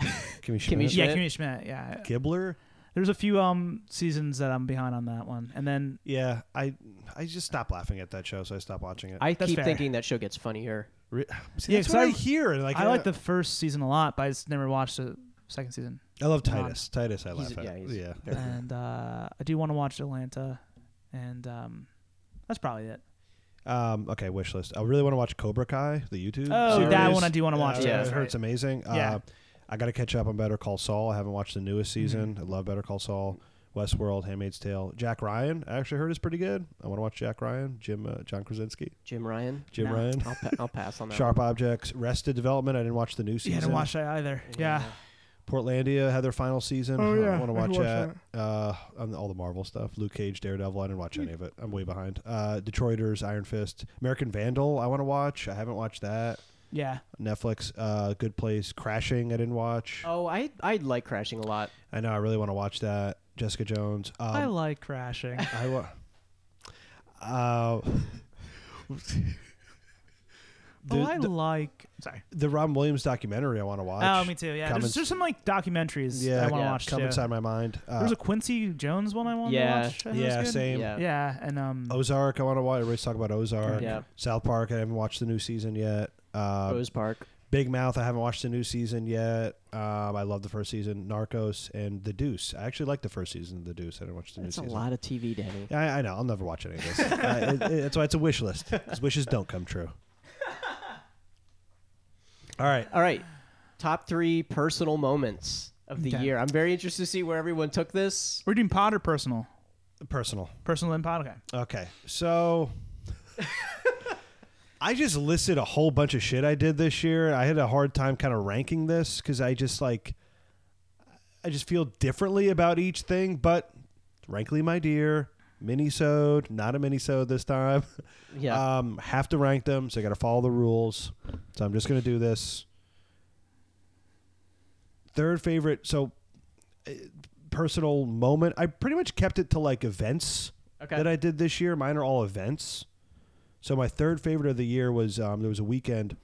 [SPEAKER 6] Kimmy
[SPEAKER 4] Kimmy
[SPEAKER 6] Schmidt.
[SPEAKER 5] Yeah,
[SPEAKER 4] Schmidt.
[SPEAKER 5] Kimmy Schmidt. Yeah.
[SPEAKER 6] Gibbler.
[SPEAKER 5] There's a few um seasons that I'm behind on that one, and then
[SPEAKER 6] Yeah, I. I just stopped laughing at that show, so I stopped watching it.
[SPEAKER 4] I
[SPEAKER 5] That's
[SPEAKER 4] keep
[SPEAKER 5] fair.
[SPEAKER 4] thinking that show gets funnier.
[SPEAKER 6] Re- See,
[SPEAKER 5] Yeah,
[SPEAKER 6] that's
[SPEAKER 5] 'cause
[SPEAKER 6] what I,
[SPEAKER 5] I-
[SPEAKER 6] hear. and, Like, uh,
[SPEAKER 5] I like uh, the first season a lot, but I just never watched the second season.
[SPEAKER 6] I love Titus. Titus, I laugh
[SPEAKER 4] He's-
[SPEAKER 6] at.
[SPEAKER 4] yeah, he's-
[SPEAKER 6] yeah.
[SPEAKER 5] and uh, I do want to watch Atlanta, and um, that's probably it.
[SPEAKER 6] Um, okay, wish list. I really want to watch Cobra Kai, the YouTube.
[SPEAKER 5] Oh,
[SPEAKER 6] series.
[SPEAKER 5] that one I do wanna watch,
[SPEAKER 6] Uh,
[SPEAKER 4] yeah,
[SPEAKER 6] I
[SPEAKER 4] that's
[SPEAKER 6] heard
[SPEAKER 5] right.
[SPEAKER 6] it's amazing.
[SPEAKER 5] Yeah.
[SPEAKER 6] Uh, I got to catch up on Better Call Saul. I haven't watched the newest season. I love Better Call Saul, Westworld, Handmaid's Tale, Jack Ryan. I actually heard is pretty good. I want to watch Jack Ryan, Jim uh, John Krasinski,
[SPEAKER 4] Jim Ryan.
[SPEAKER 6] Jim
[SPEAKER 5] No.
[SPEAKER 6] Ryan,
[SPEAKER 4] I'll, pa- I'll pass on that.
[SPEAKER 6] Sharp Objects, Rested Development. I didn't watch the new
[SPEAKER 5] Yeah, I
[SPEAKER 6] season.
[SPEAKER 5] didn't watch that either. Yeah.
[SPEAKER 6] Portlandia had their final season.
[SPEAKER 5] Oh,
[SPEAKER 6] I
[SPEAKER 5] yeah,
[SPEAKER 6] want to
[SPEAKER 5] I
[SPEAKER 6] watch
[SPEAKER 5] watched
[SPEAKER 6] that. Uh, and all the Marvel stuff. Luke Cage, Daredevil. I didn't watch any of it. I'm way behind. Uh, Detroiters, Iron Fist, American Vandal. I want to watch. I haven't watched that.
[SPEAKER 5] yeah,
[SPEAKER 6] Netflix, uh, Good Place, Crashing. I didn't watch.
[SPEAKER 4] Oh, I I like crashing a lot.
[SPEAKER 6] I know. I really want to watch that. Jessica Jones. Um,
[SPEAKER 5] I like crashing.
[SPEAKER 6] I wa- uh, the,
[SPEAKER 5] oh, I
[SPEAKER 6] the,
[SPEAKER 5] like. Sorry.
[SPEAKER 6] the Robin Williams documentary. I want to watch.
[SPEAKER 5] Oh, me too. Yeah,
[SPEAKER 6] Come
[SPEAKER 5] there's,
[SPEAKER 6] ins-
[SPEAKER 5] there's some like documentaries
[SPEAKER 6] Yeah,
[SPEAKER 5] I want to
[SPEAKER 4] yeah,
[SPEAKER 5] watch
[SPEAKER 6] Come
[SPEAKER 5] too.
[SPEAKER 6] inside my mind. Uh,
[SPEAKER 5] There's a Quincy Jones one I want
[SPEAKER 4] Yeah.
[SPEAKER 5] to watch. I thought was
[SPEAKER 6] yeah,
[SPEAKER 5] good.
[SPEAKER 6] same. Oh.
[SPEAKER 4] Yeah.
[SPEAKER 5] Yeah, and um,
[SPEAKER 6] Ozark. I want to watch. Everybody's talking about Ozark.
[SPEAKER 4] Yeah.
[SPEAKER 6] South Park. I haven't watched the new season yet. Uh,
[SPEAKER 4] Rose Park.
[SPEAKER 6] Big Mouth. I haven't watched the new season yet. Um, I love the first season. Narcos and The Deuce. I actually like the first season of The Deuce. I didn't watch the
[SPEAKER 4] It's a
[SPEAKER 6] new season.
[SPEAKER 4] lot of TV, Danny.
[SPEAKER 6] I, I know. I'll never watch any of this. uh, it, it- that's why it's a wish list. Because wishes don't come true. All right.
[SPEAKER 4] All right, top three personal moments of the
[SPEAKER 5] Okay.
[SPEAKER 4] year. I'm very interested to see where everyone took this.
[SPEAKER 5] we're doing pod or personal,
[SPEAKER 6] Personal.
[SPEAKER 5] personal and pod. Okay.
[SPEAKER 6] Okay. So I just listed a whole bunch of shit I did this year. I had a hard time kind of ranking this because I just like, I just feel differently about each thing. But Rankly, my dear, minisode, not a minisode this time.
[SPEAKER 4] Yeah.
[SPEAKER 6] Um, have to rank them, so I got to follow the rules. So I'm just gonna do this. Third favorite, so uh, personal moment. I pretty much kept it to like events
[SPEAKER 4] Okay.
[SPEAKER 6] that I did this year. Mine are all events. So my third favorite of the year was um, there was a weekend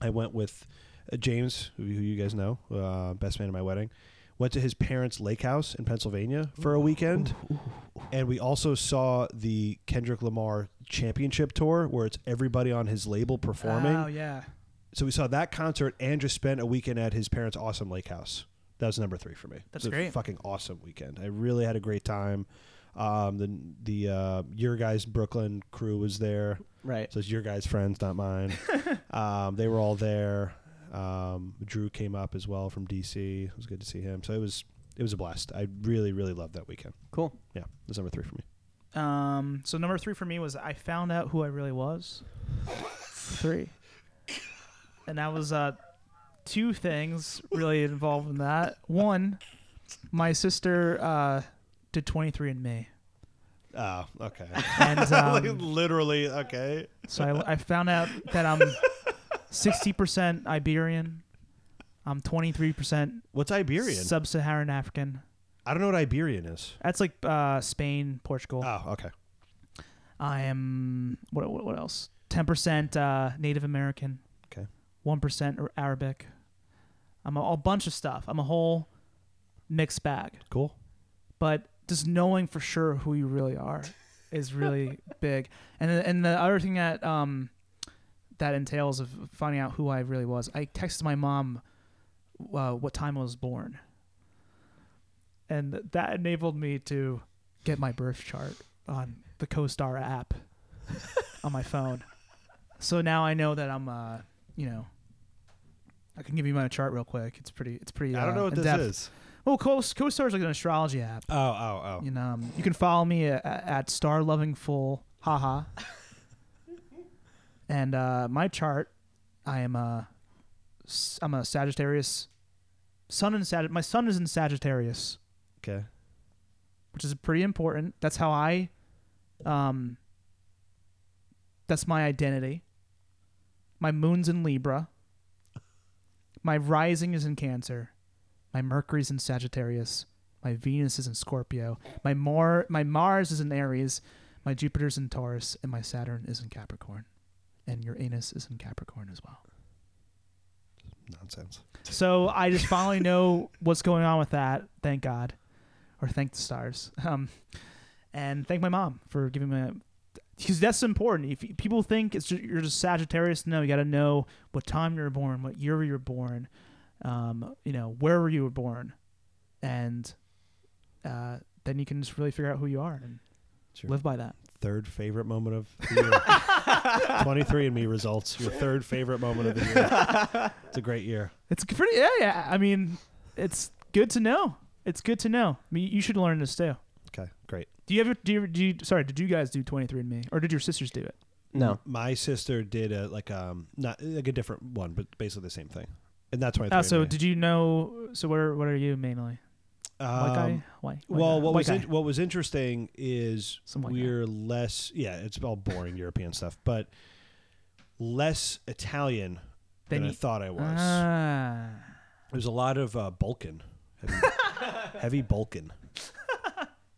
[SPEAKER 6] I went with uh, James, who, who you guys know, uh, best man at my wedding. Went to his parents' lake house in Pennsylvania for a weekend, and we also saw the Kendrick Lamar Championship Tour, where it's everybody on his label performing.
[SPEAKER 5] Oh yeah.
[SPEAKER 6] So we saw that concert and just spent a weekend at his parents' awesome lake house. That was number three for me.
[SPEAKER 5] That's
[SPEAKER 6] It was a
[SPEAKER 5] great.
[SPEAKER 6] Fucking awesome weekend. I really had a great time. Um, the the uh, your guys Brooklyn crew was there.
[SPEAKER 4] right.
[SPEAKER 6] So it's your guys' friends, not mine. um, they were all there. Um, Drew came up as well from DC. It was good to see him. So it was it was a blast. I really really loved that weekend.
[SPEAKER 4] Cool.
[SPEAKER 6] Yeah, that's number three for me.
[SPEAKER 5] Um, so number three for me was I found out who I really was. three. And that was uh, two things really involved in that. One, my sister uh, did 23 and me.
[SPEAKER 6] Oh, okay.
[SPEAKER 5] And um,
[SPEAKER 6] Literally, okay.
[SPEAKER 5] so I, I found out that I'm 60% Iberian. I'm 23%
[SPEAKER 6] What's Iberian?
[SPEAKER 5] sub-Saharan African.
[SPEAKER 6] I don't know what Iberian is.
[SPEAKER 5] That's like uh, Spain, Portugal.
[SPEAKER 6] Oh, okay.
[SPEAKER 5] I am what what, what else? Ten percent uh, Native American.
[SPEAKER 6] Okay.
[SPEAKER 5] One percent Arabic. I'm a, a bunch of stuff. I'm a whole mixed bag.
[SPEAKER 6] Cool.
[SPEAKER 5] but just knowing for sure who you really are is really big. And the- and the other thing that um that entails of finding out who I really was. I texted my mom uh, what time I was born, and that enabled me to get my birth chart on the CoStar app on my phone. So now I know that I'm uh you know. I can give you my chart real quick. It's pretty. It's pretty.
[SPEAKER 6] I don't
[SPEAKER 5] uh,
[SPEAKER 6] know what this
[SPEAKER 5] in-depth.
[SPEAKER 6] is.
[SPEAKER 5] Well, Co- CoStar is like an astrology app.
[SPEAKER 6] Oh, oh, oh.
[SPEAKER 5] You know, um, you can follow me at, at Star Loving Full, haha. and uh, my chart, I am a, s- I'm a Sagittarius. Sun in Sag. My sun is in Sagittarius,
[SPEAKER 6] Okay.
[SPEAKER 5] which is pretty important. That's how I, um. That's my identity. My moon's in Libra. My rising is in Cancer. My Mercury's in Sagittarius. My Venus is in Scorpio. My Mar- my Mars is in Aries. My Jupiter's in Taurus, and my Saturn is in Capricorn, and your Uranus is in Capricorn as well.
[SPEAKER 6] Nonsense.
[SPEAKER 5] So I just finally know what's going on with that. Thank God, or thank the stars, um, and thank my mom for giving me. Because that's important. If you- people think it's just, you're just Sagittarius, no, you got to know what time you were born, what year you were born, um, you know, where you were born, and uh, then you can just really figure out who you are and
[SPEAKER 6] It's your
[SPEAKER 5] live by that.
[SPEAKER 6] third favorite moment of the year. 23 and Me results. Your third favorite moment of the year. It's a great year.
[SPEAKER 5] It's pretty. Yeah, yeah. I mean, it's good to know. It's good to know. I mean, you should learn this too.
[SPEAKER 6] Okay, great.
[SPEAKER 5] Do you ever do you, do you sorry, did you guys do 23andme or did your sisters do it?
[SPEAKER 4] No.
[SPEAKER 6] My sister did a like um not like a different one, but basically the same thing. And that's why.
[SPEAKER 5] Oh, so did you know so where what are you mainly? White guy? White. white
[SPEAKER 6] Um, Well,
[SPEAKER 5] guy?
[SPEAKER 6] what
[SPEAKER 5] White
[SPEAKER 6] was
[SPEAKER 5] guy.
[SPEAKER 6] in, what was interesting is
[SPEAKER 5] Some white guy.
[SPEAKER 6] we're less. Yeah, it's all boring European stuff, but less Italian
[SPEAKER 5] Then
[SPEAKER 6] than I
[SPEAKER 5] you-
[SPEAKER 6] thought I was.
[SPEAKER 5] Ah.
[SPEAKER 6] There's a lot of uh, Balkan, heavy, heavy Balkan.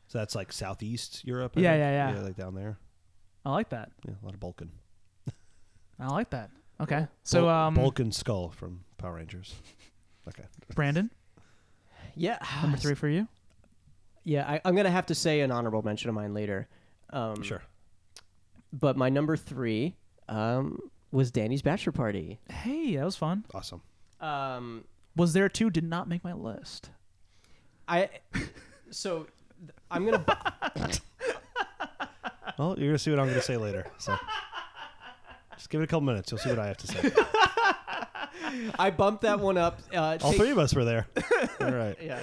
[SPEAKER 6] So that's like Southeast Europe. I
[SPEAKER 5] Yeah,
[SPEAKER 6] think.
[SPEAKER 5] yeah, yeah.
[SPEAKER 6] like down there.
[SPEAKER 5] I like that.
[SPEAKER 6] Yeah, a lot of Balkan.
[SPEAKER 5] I like that. Okay. So
[SPEAKER 6] Bul-
[SPEAKER 5] um
[SPEAKER 6] Balkan Skull from Power Rangers. Okay,
[SPEAKER 5] Brandon,
[SPEAKER 4] Yeah.
[SPEAKER 5] number 3 for you?
[SPEAKER 4] Yeah, I, I'm gonna have to say an honorable mention of mine later. Um,
[SPEAKER 6] sure.
[SPEAKER 4] But my number three um, was Danny's bachelor party.
[SPEAKER 5] Hey, that was fun.
[SPEAKER 6] Awesome.
[SPEAKER 4] Um,
[SPEAKER 5] Was there two did not make my list.
[SPEAKER 4] I so th- I'm gonna bu-
[SPEAKER 6] Well, you're gonna see what I'm gonna say later. So just give it a couple minutes. You'll see what I have to say.
[SPEAKER 4] I bumped that one up. Uh,
[SPEAKER 6] All
[SPEAKER 4] take-
[SPEAKER 6] three of us were there. All right.
[SPEAKER 4] Yeah,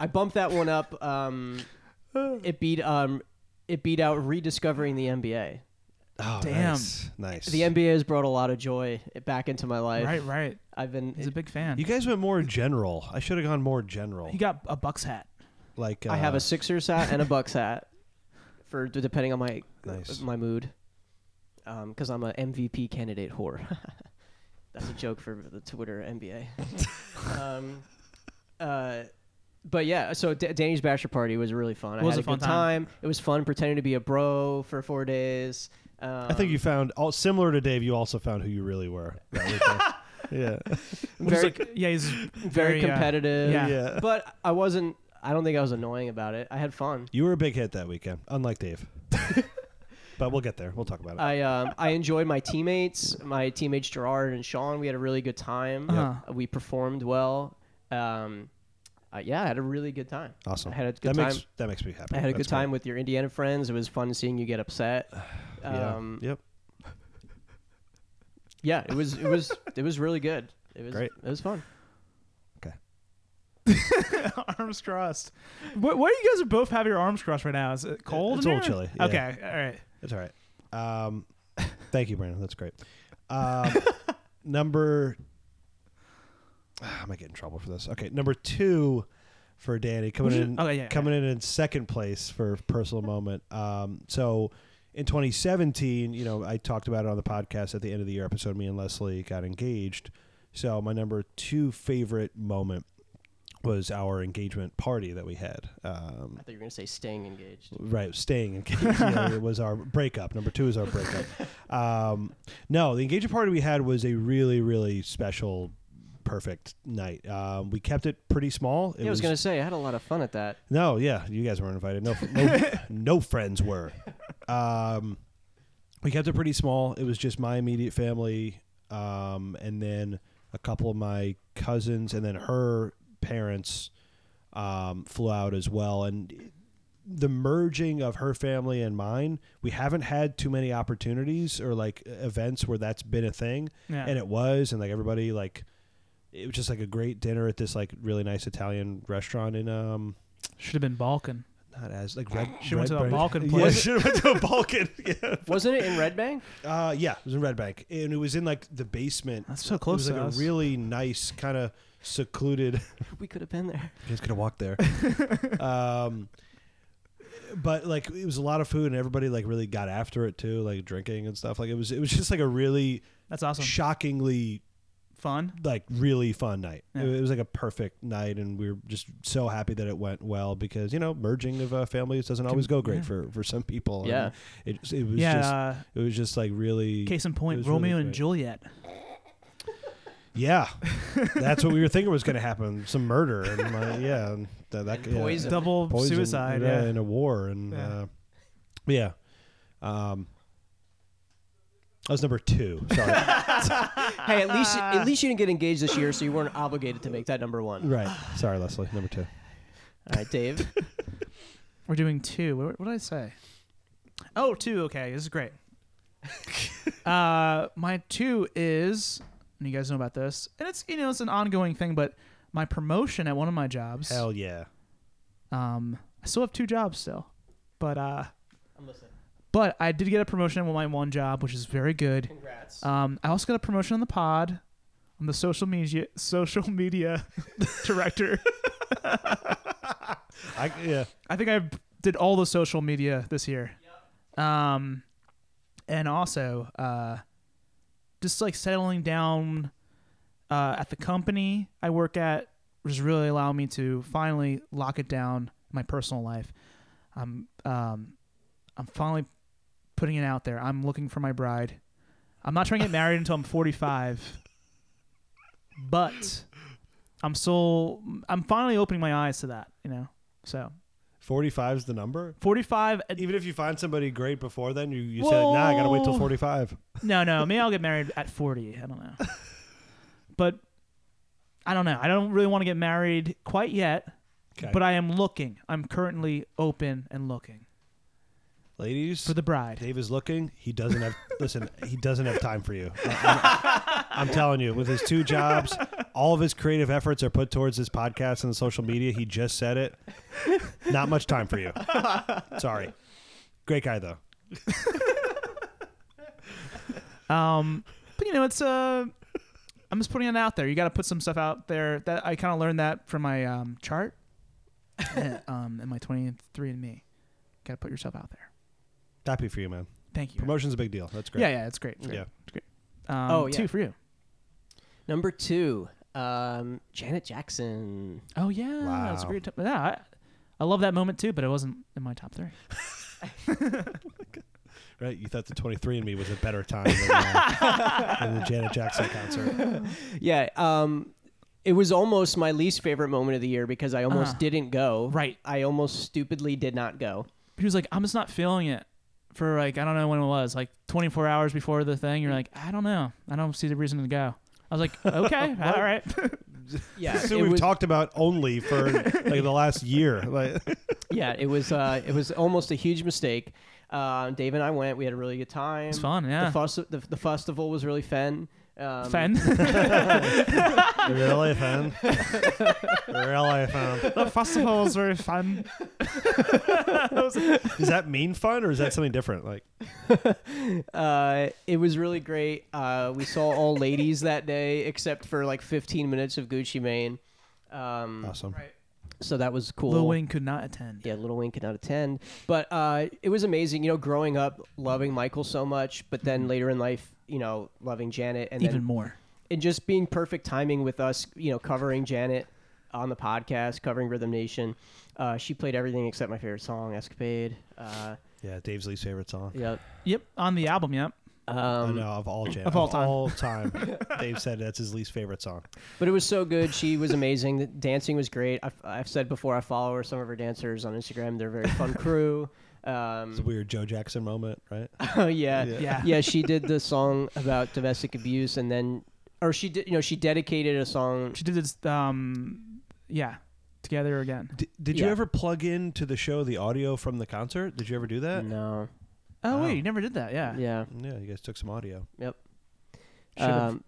[SPEAKER 4] I bumped that one up. Um, it beat um, it beat out rediscovering the NBA.
[SPEAKER 6] Oh,
[SPEAKER 5] Damn.
[SPEAKER 6] Nice. nice.
[SPEAKER 4] The NBA has brought a lot of joy back into my life.
[SPEAKER 5] Right, right.
[SPEAKER 4] I've been.
[SPEAKER 5] He's a big fan.
[SPEAKER 6] You guys went more general. I should have gone more general.
[SPEAKER 5] He got a Bucks hat.
[SPEAKER 6] Like uh,
[SPEAKER 4] I have a Sixers hat and a Bucks hat for depending on my
[SPEAKER 6] Nice.
[SPEAKER 4] my mood, because I'm a MVP candidate whore. That's a joke for the Twitter NBA. um, uh, but yeah, so D- Danny's bachelor party was really fun. I
[SPEAKER 5] was
[SPEAKER 4] had
[SPEAKER 5] a
[SPEAKER 4] a
[SPEAKER 5] fun
[SPEAKER 4] good
[SPEAKER 5] time.
[SPEAKER 4] It was fun pretending to be a bro for four days. Um,
[SPEAKER 6] I think you found all similar to Dave. You also found who you really were. that weekend. yeah.
[SPEAKER 5] Which is
[SPEAKER 4] very
[SPEAKER 5] like, yeah, he's
[SPEAKER 4] very
[SPEAKER 5] very, uh,
[SPEAKER 4] competitive.
[SPEAKER 5] yeah.
[SPEAKER 6] Yeah.
[SPEAKER 4] but I wasn't. I don't think I was annoying about it. I had fun.
[SPEAKER 6] You were a big hit that weekend, unlike Dave. but we'll get there. We'll talk about it.
[SPEAKER 4] I um, I enjoyed my teammates, my teammates Gerard and Sean. We had a really good time. Uh,
[SPEAKER 5] Uh-huh.
[SPEAKER 4] We performed well. Um, uh, yeah, I had a really good time.
[SPEAKER 6] awesome.
[SPEAKER 4] I had a good
[SPEAKER 6] that
[SPEAKER 4] time.
[SPEAKER 6] Makes, that makes me
[SPEAKER 4] I
[SPEAKER 6] happy.
[SPEAKER 4] had a
[SPEAKER 6] That's
[SPEAKER 4] good time
[SPEAKER 6] great.
[SPEAKER 4] with your Indiana friends. It was fun seeing you get upset.
[SPEAKER 6] Yeah.
[SPEAKER 4] Um, yeah.
[SPEAKER 6] yep.
[SPEAKER 4] it was it was it was really good. It was
[SPEAKER 6] Great.
[SPEAKER 4] It was fun.
[SPEAKER 5] arms crossed. Why, why do you guys are both have your arms crossed right now? Is it cold?
[SPEAKER 6] It's
[SPEAKER 5] in
[SPEAKER 6] a little
[SPEAKER 5] here?
[SPEAKER 6] chilly, yeah.
[SPEAKER 5] Okay, all right.
[SPEAKER 6] That's all right. Um, thank you, Brandon. That's great. Um, number. ah, I might get in trouble for this. Okay, number two for Danny coming
[SPEAKER 5] Would you-
[SPEAKER 6] in.
[SPEAKER 5] okay, yeah,
[SPEAKER 6] coming in in second place for personal moment. Um, so in 2017, you know, I talked about it on the podcast at the end of the year episode. Me and Leslie got engaged. So my number two favorite moment was our engagement party that we had. Um,
[SPEAKER 4] I thought you were gonna say staying engaged.
[SPEAKER 6] Right, staying in Katy. yeah, it was our breakup. Number two is our breakup. Um, no, the engagement party we had was a really, really special, perfect night. Um, we kept it pretty small. It
[SPEAKER 4] Yeah, I was gonna say I had a lot of fun at that.
[SPEAKER 6] no, yeah, you guys weren't invited. No, no, no friends were. Um, we kept it pretty small. It was just my immediate family, um, and then a couple of my cousins, and then her parents um, flew out as well. And the merging of her family and mine, we haven't had too many opportunities or like events where that's been a thing,
[SPEAKER 5] Yeah.
[SPEAKER 6] and it was, and like everybody like. It was just like a great dinner at this like really nice Italian restaurant in um
[SPEAKER 5] Should have been Balkan.
[SPEAKER 6] not as like red.
[SPEAKER 5] Should've went to
[SPEAKER 6] Red
[SPEAKER 5] a
[SPEAKER 6] Bank.
[SPEAKER 5] Balkan
[SPEAKER 6] Yeah,
[SPEAKER 5] place.
[SPEAKER 6] should have went to a Balkan. Yeah.
[SPEAKER 4] Wasn't it in Red Bank?
[SPEAKER 6] Uh, yeah, it was in Red Bank, and it was in like the basement.
[SPEAKER 5] That's so close
[SPEAKER 6] It was
[SPEAKER 5] to
[SPEAKER 6] like
[SPEAKER 5] us.
[SPEAKER 6] a really nice kind of secluded.
[SPEAKER 4] We could have been there.
[SPEAKER 6] You guys could have walked there. um, but like it was a lot of food, and everybody like really got after it too, like drinking and stuff. Like it was, it was just like a really
[SPEAKER 5] That's awesome.
[SPEAKER 6] shockingly
[SPEAKER 5] Fun.
[SPEAKER 6] like really fun night.
[SPEAKER 5] Yeah.
[SPEAKER 6] It, it was like a perfect night, and we were just so happy that it went well because you know merging of uh, families doesn't always go great
[SPEAKER 5] yeah.
[SPEAKER 6] for for some people.
[SPEAKER 4] Yeah.
[SPEAKER 6] and it it was
[SPEAKER 5] yeah.
[SPEAKER 6] just
[SPEAKER 5] uh,
[SPEAKER 6] it was just like really
[SPEAKER 5] case in
[SPEAKER 6] it
[SPEAKER 5] point,
[SPEAKER 6] was
[SPEAKER 5] Romeo
[SPEAKER 6] really
[SPEAKER 5] and
[SPEAKER 6] great.
[SPEAKER 5] Juliet.
[SPEAKER 6] yeah. That's what we were thinking was going to happen, some murder and like, yeah, and that, that
[SPEAKER 4] And
[SPEAKER 6] yeah,
[SPEAKER 4] poison.
[SPEAKER 5] Double
[SPEAKER 6] poison,
[SPEAKER 5] suicide.
[SPEAKER 6] yeah,
[SPEAKER 5] Yeah.
[SPEAKER 6] in a war and
[SPEAKER 5] Yeah.
[SPEAKER 6] uh, yeah. Um, that was number two. Sorry.
[SPEAKER 4] Hey, at least at least you didn't get engaged this year, so you weren't obligated to make that number one.
[SPEAKER 6] right. Sorry, Leslie. Number two.
[SPEAKER 4] All right, Dave.
[SPEAKER 5] We're doing two. What, what did I say? Oh, two. Okay, this is great. uh, my two is, and you guys know about this, and it's you know it's an ongoing thing, but my promotion at one of my jobs.
[SPEAKER 6] Hell yeah.
[SPEAKER 5] Um, I still have two jobs still, but uh,
[SPEAKER 4] I'm listening.
[SPEAKER 5] but I did get a promotion at my one job, which is very good.
[SPEAKER 4] Congrats.
[SPEAKER 5] Um, I also got a promotion on the pod. I'm the social media social media director.
[SPEAKER 6] I yeah.
[SPEAKER 5] I think I did all the social media this year. Um, and also, uh, just like settling down uh, at the company I work at was really allowing me to finally lock it down in my personal life. I'm um, I'm finally putting it out there. I'm looking for my bride. I'm not trying to get married until I'm 45, but I'm still I'm finally opening my eyes to that. You know, so.
[SPEAKER 6] 45 is the number.
[SPEAKER 5] 45 at,
[SPEAKER 6] Even if you find somebody great before then, you, you said, nah, I got to wait till
[SPEAKER 5] Well-
[SPEAKER 6] 45.
[SPEAKER 5] no no maybe i'll get married at 40 i don't know but i don't know i don't really want to get married quite yet
[SPEAKER 6] Okay.
[SPEAKER 5] but i am looking i'm currently open and looking
[SPEAKER 6] Ladies,
[SPEAKER 5] for the bride
[SPEAKER 6] Dave is looking. He doesn't have, listen, he doesn't have time for you. I- I'm, I'm telling you, with his two jobs, all of his creative efforts are put towards his podcast and the social media. He just said it. Not much time for you. Sorry. Great guy, though.
[SPEAKER 5] um but you know it's uh i'm just putting it out there you got to put some stuff out there that i kind of learned that from my um chart and, um and my 23 and me got to put yourself out there
[SPEAKER 6] Happy for you, man.
[SPEAKER 5] thank you
[SPEAKER 6] Promotion's a big deal. That's great.
[SPEAKER 5] yeah yeah it's great, it's great.
[SPEAKER 6] Yeah.
[SPEAKER 5] Um,
[SPEAKER 4] Oh, yeah.
[SPEAKER 5] two for you
[SPEAKER 4] Number two, um, Janet Jackson.
[SPEAKER 5] Oh yeah, that's a
[SPEAKER 6] Wow.
[SPEAKER 5] great. Top. Yeah, I, I love that moment too, but it wasn't in my top three.
[SPEAKER 6] Right? You thought the 23andMe was a better time than, uh, than the Janet Jackson concert.
[SPEAKER 4] Yeah. Um, it was almost my least favorite moment of the year because I almost
[SPEAKER 5] Uh,
[SPEAKER 4] didn't go.
[SPEAKER 5] right.
[SPEAKER 4] I almost stupidly did not go.
[SPEAKER 5] He was like, "I'm just not feeling it." For like, I don't know when it was, like 24 hours before the thing. You're like, "I don't know. I don't see the reason to go." I was like, "Okay, all right."
[SPEAKER 4] Yeah.
[SPEAKER 6] So
[SPEAKER 4] it
[SPEAKER 6] we've
[SPEAKER 4] was,
[SPEAKER 6] talked about only for like the last year. Like
[SPEAKER 4] yeah. It was. Uh, it was almost a huge mistake. Uh, Dave and I went. We had a really good time.
[SPEAKER 5] It's fun, yeah.
[SPEAKER 4] The, fus- the, the festival was really fun. Um,
[SPEAKER 5] Fen,
[SPEAKER 6] really fun. really fun.
[SPEAKER 5] the festival was very fun.
[SPEAKER 6] Does that mean fun or is that something different? Like
[SPEAKER 4] Uh, it was really great. Uh, we saw all ladies that day, except for like 15 minutes of Gucci Mane. Um,
[SPEAKER 6] awesome.
[SPEAKER 4] So that was cool.
[SPEAKER 5] Lil Wayne could not attend.
[SPEAKER 4] Yeah, Little Wayne could not attend, but uh, it was amazing. You know, growing up loving Michael so much, but then later in life, you know, loving Janet, and
[SPEAKER 5] Even
[SPEAKER 4] then
[SPEAKER 5] more.
[SPEAKER 4] and just being perfect timing with us. You know, covering Janet on the podcast, covering Rhythm Nation. Uh, she played everything except my favorite song, Escapade. Uh,
[SPEAKER 6] Yeah, Dave's least favorite song.
[SPEAKER 4] yep.
[SPEAKER 5] Yep, on the album. Yep.
[SPEAKER 6] I
[SPEAKER 4] Um,
[SPEAKER 6] know of all jam
[SPEAKER 5] of all time.
[SPEAKER 6] all time. Dave said that's his least favorite song.
[SPEAKER 4] But it was so good. She was amazing. The dancing was great. I've, I've said before, I follow her, some of her dancers on Instagram. They're a very fun crew. Um,
[SPEAKER 6] It's a weird Joe Jackson moment, right?
[SPEAKER 4] Oh yeah.
[SPEAKER 6] Yeah.
[SPEAKER 4] yeah,
[SPEAKER 5] Yeah.
[SPEAKER 4] She did the song about domestic abuse, and then, or she did, you know, she dedicated a song.
[SPEAKER 5] She did this. Um, yeah, together again.
[SPEAKER 6] D- did you
[SPEAKER 4] Yeah.
[SPEAKER 6] ever plug in to the show the audio from the concert? Did you ever do that?
[SPEAKER 4] No,
[SPEAKER 5] Oh,
[SPEAKER 6] Oh.
[SPEAKER 5] wait, you never did that. Yeah.
[SPEAKER 4] yeah.
[SPEAKER 6] Yeah, you guys took some audio.
[SPEAKER 5] Should've.
[SPEAKER 4] Um,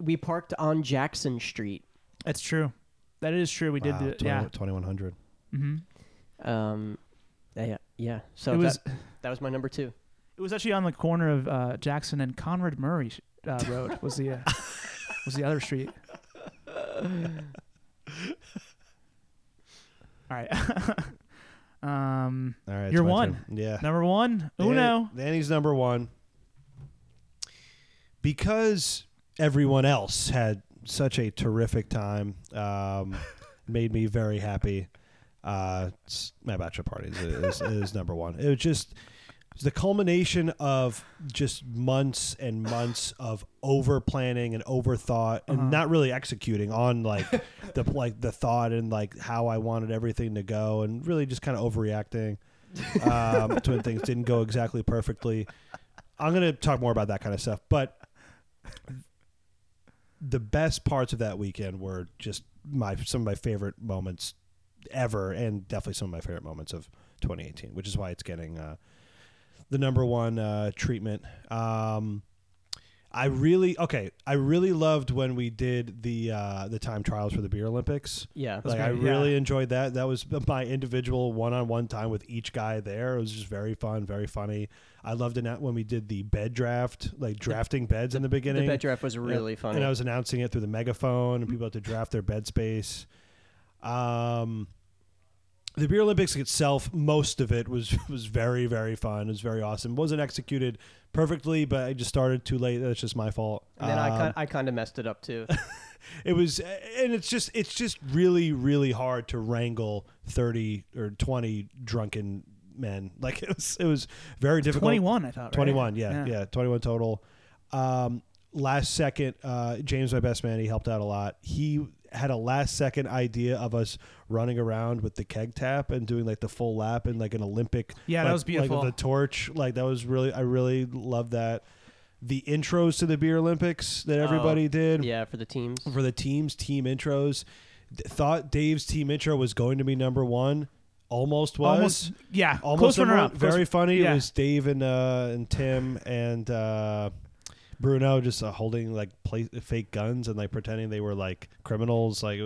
[SPEAKER 4] we parked on Jackson Street.
[SPEAKER 5] that's true. That is true. We did do it. Yeah.
[SPEAKER 6] twenty one hundred.
[SPEAKER 5] hmm
[SPEAKER 4] Um, yeah, yeah. So
[SPEAKER 5] it was.
[SPEAKER 4] that, that was my number two.
[SPEAKER 5] It was actually on the corner of uh, Jackson and Conrad Murray uh, Road. Was the uh, was the other street. All right. um,
[SPEAKER 6] All right, it's
[SPEAKER 5] You're
[SPEAKER 6] my
[SPEAKER 5] one.
[SPEAKER 6] turn. Yeah.
[SPEAKER 5] number one,
[SPEAKER 6] Danny-
[SPEAKER 5] Uno.
[SPEAKER 6] Danny's number one. Because everyone else had such a terrific time, um, made me very happy. Uh, it's- my bachelor party is, is, is number one. It was just it was the culmination of just months and months of over planning and overthought and not really executing on like the like the thought and like how I wanted everything to go and really just kind of overreacting um, to when things didn't go exactly perfectly. I'm gonna talk more about that kind of stuff, but the best parts of that weekend were just my some of my favorite moments ever, and definitely some of my favorite moments of 2018, which is why it's getting uh, the number one uh, treatment. Um, I really okay. I really loved when we did the uh, the time trials for the beer Olympics.
[SPEAKER 4] Yeah.
[SPEAKER 6] Like I
[SPEAKER 5] great, yeah.
[SPEAKER 6] really enjoyed that. That was my individual one-on-one time with each guy there. It was just very fun, very funny. I loved it na- when we did the bed draft, like drafting beds in the beginning.
[SPEAKER 4] The bed draft was really
[SPEAKER 6] and,
[SPEAKER 4] funny.
[SPEAKER 6] And I was announcing it through the megaphone, and people had to draft their bed space. Um, the beer Olympics itself, most of it was was very very fun. It was very awesome. wasn't executed perfectly, but I just started too late. That's just my fault.
[SPEAKER 4] and then I
[SPEAKER 6] Um,
[SPEAKER 4] kind I kind of messed it up too.
[SPEAKER 6] it was and it's just it's just really really hard to wrangle 30 or 20 drunken men like it was it was very difficult
[SPEAKER 5] Twenty one. I thought. right?
[SPEAKER 6] 21 yeah,
[SPEAKER 5] Yeah.
[SPEAKER 6] yeah 21 total um last second uh james my best man he helped out a lot he had a last second idea of us running around with the keg tap and doing like the full lap and like an olympic
[SPEAKER 5] Yeah, that
[SPEAKER 6] like-
[SPEAKER 5] was beautiful.
[SPEAKER 6] like the torch like that was really i really loved that the intros to the beer olympics
[SPEAKER 5] Oh,
[SPEAKER 6] that everybody did
[SPEAKER 4] yeah, for the teams.
[SPEAKER 6] for the teams team intros D- thought dave's team intro was going to be number one almost was
[SPEAKER 5] Almost. Yeah.
[SPEAKER 6] almost
[SPEAKER 5] close
[SPEAKER 6] number
[SPEAKER 5] runner
[SPEAKER 6] one.
[SPEAKER 5] up.
[SPEAKER 6] very
[SPEAKER 5] Close-
[SPEAKER 6] funny
[SPEAKER 5] yeah.
[SPEAKER 6] it was dave and uh and tim and uh bruno just uh, holding like play, fake guns and like pretending they were like criminals like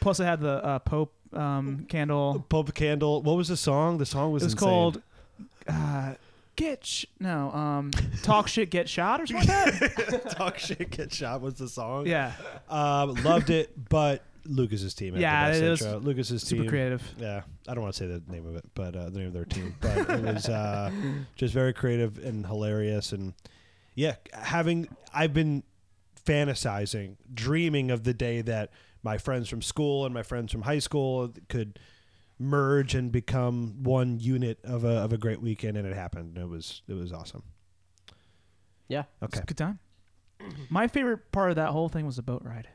[SPEAKER 5] Plus, I had the uh, Pope um, candle.
[SPEAKER 6] pope candle what was the song the song was,
[SPEAKER 5] it was
[SPEAKER 6] Oh, insane.
[SPEAKER 5] called uh, Get sh- No, um, Talk Shit, Get Shot or something like that?
[SPEAKER 6] talk shit get shot was the song
[SPEAKER 5] Yeah.
[SPEAKER 6] um loved it but lucas's team had
[SPEAKER 5] Yeah,
[SPEAKER 6] the best
[SPEAKER 5] it was
[SPEAKER 6] intro. lucas's
[SPEAKER 5] Super
[SPEAKER 6] team
[SPEAKER 5] creative.
[SPEAKER 6] yeah, I don't want to say the name of it, but uh, the name of their team. But it was uh, just very creative and hilarious, and yeah, having I've been fantasizing, dreaming of the day that my friends from school and my friends from high school could merge and become one unit of a of a great weekend, and it happened. It was it was awesome.
[SPEAKER 4] Yeah.
[SPEAKER 5] It's
[SPEAKER 6] Okay.
[SPEAKER 5] a good time. My favorite part of that whole thing was the boat ride.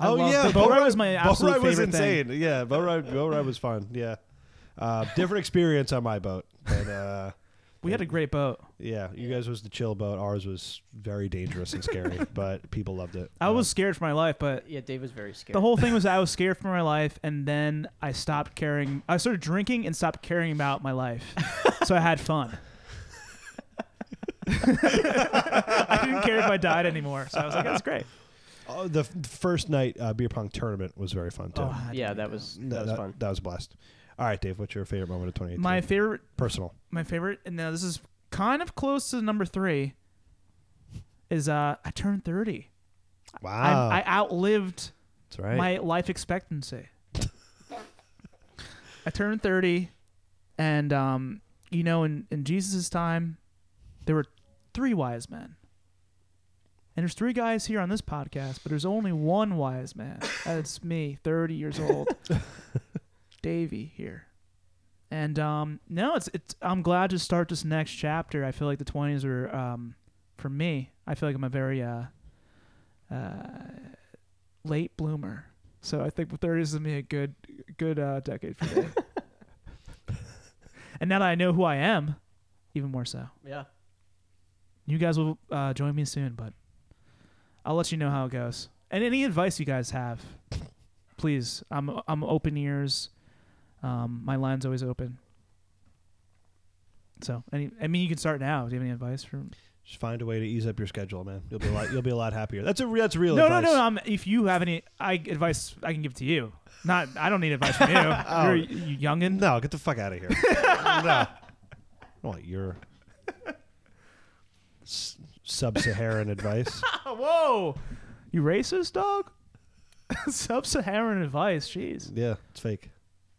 [SPEAKER 5] I
[SPEAKER 6] oh
[SPEAKER 5] love-
[SPEAKER 6] yeah,
[SPEAKER 5] the boat ride was my absolute
[SPEAKER 6] boat ride was
[SPEAKER 5] favorite thing.
[SPEAKER 6] insane. Yeah, boat ride boat ride was fun. Yeah, uh, different experience on my boat, but. Uh,
[SPEAKER 5] We had a great boat.
[SPEAKER 6] Yeah, you guys was the chill boat. Ours was very dangerous and scary, but people loved it.
[SPEAKER 5] I
[SPEAKER 6] Uh,
[SPEAKER 5] was scared for my life, but
[SPEAKER 4] Yeah, Dave was very scared.
[SPEAKER 5] the whole thing was I was scared for my life, and then I stopped caring. I started drinking and stopped caring about my life, so I had fun. I didn't care if I died anymore, so I was like, "That's great."
[SPEAKER 6] oh, the, f- the first night uh, beer pong tournament was very fun too.
[SPEAKER 5] Oh, I
[SPEAKER 4] yeah,
[SPEAKER 5] didn't
[SPEAKER 4] that
[SPEAKER 5] know.
[SPEAKER 4] was
[SPEAKER 6] Th-
[SPEAKER 4] that was fun.
[SPEAKER 6] That was a blast. All right, Dave, what's your favorite moment of 2018?
[SPEAKER 5] my favorite.
[SPEAKER 6] personal.
[SPEAKER 5] My favorite, and now this is kind of close to number three. Is uh, I turned thirty.
[SPEAKER 6] Wow,
[SPEAKER 5] I, I outlived
[SPEAKER 6] that's right.
[SPEAKER 5] my life expectancy. I turned 30, and, um, you know, in, in Jesus' time, there were three wise men. And there's three guys here on this podcast, but there's only one wise man. That's me, 30 years old. Davey here. And um, no, it's it's. I'm glad to start this next chapter. I feel like the 20s are um, for me. I feel like I'm a very uh, uh, late bloomer. So I think the 30s is gonna be a good good uh, decade for me. and now that I know who I am, even more so.
[SPEAKER 4] Yeah.
[SPEAKER 5] You guys will uh, join me soon, but I'll let you know how it goes. And any advice you guys have, please. I'm I'm open ears. Um, my line's always open. So, any I mean, you can start now. Do you have any advice for?
[SPEAKER 6] Just find a way to ease up your schedule, man. You'll be a lot. You'll be a lot happier. That's a re- that's real
[SPEAKER 5] no,
[SPEAKER 6] advice.
[SPEAKER 5] no, no, Um, if you have any I, advice, I can give to you. Not, I don't need advice from you.
[SPEAKER 6] Oh.
[SPEAKER 5] You're you youngin.
[SPEAKER 6] No, get the fuck out of here. no, I don't want your s- sub-Saharan advice.
[SPEAKER 5] Oh, Whoa, you racist dog. Sub-Saharan advice, jeez.
[SPEAKER 6] Yeah, it's fake.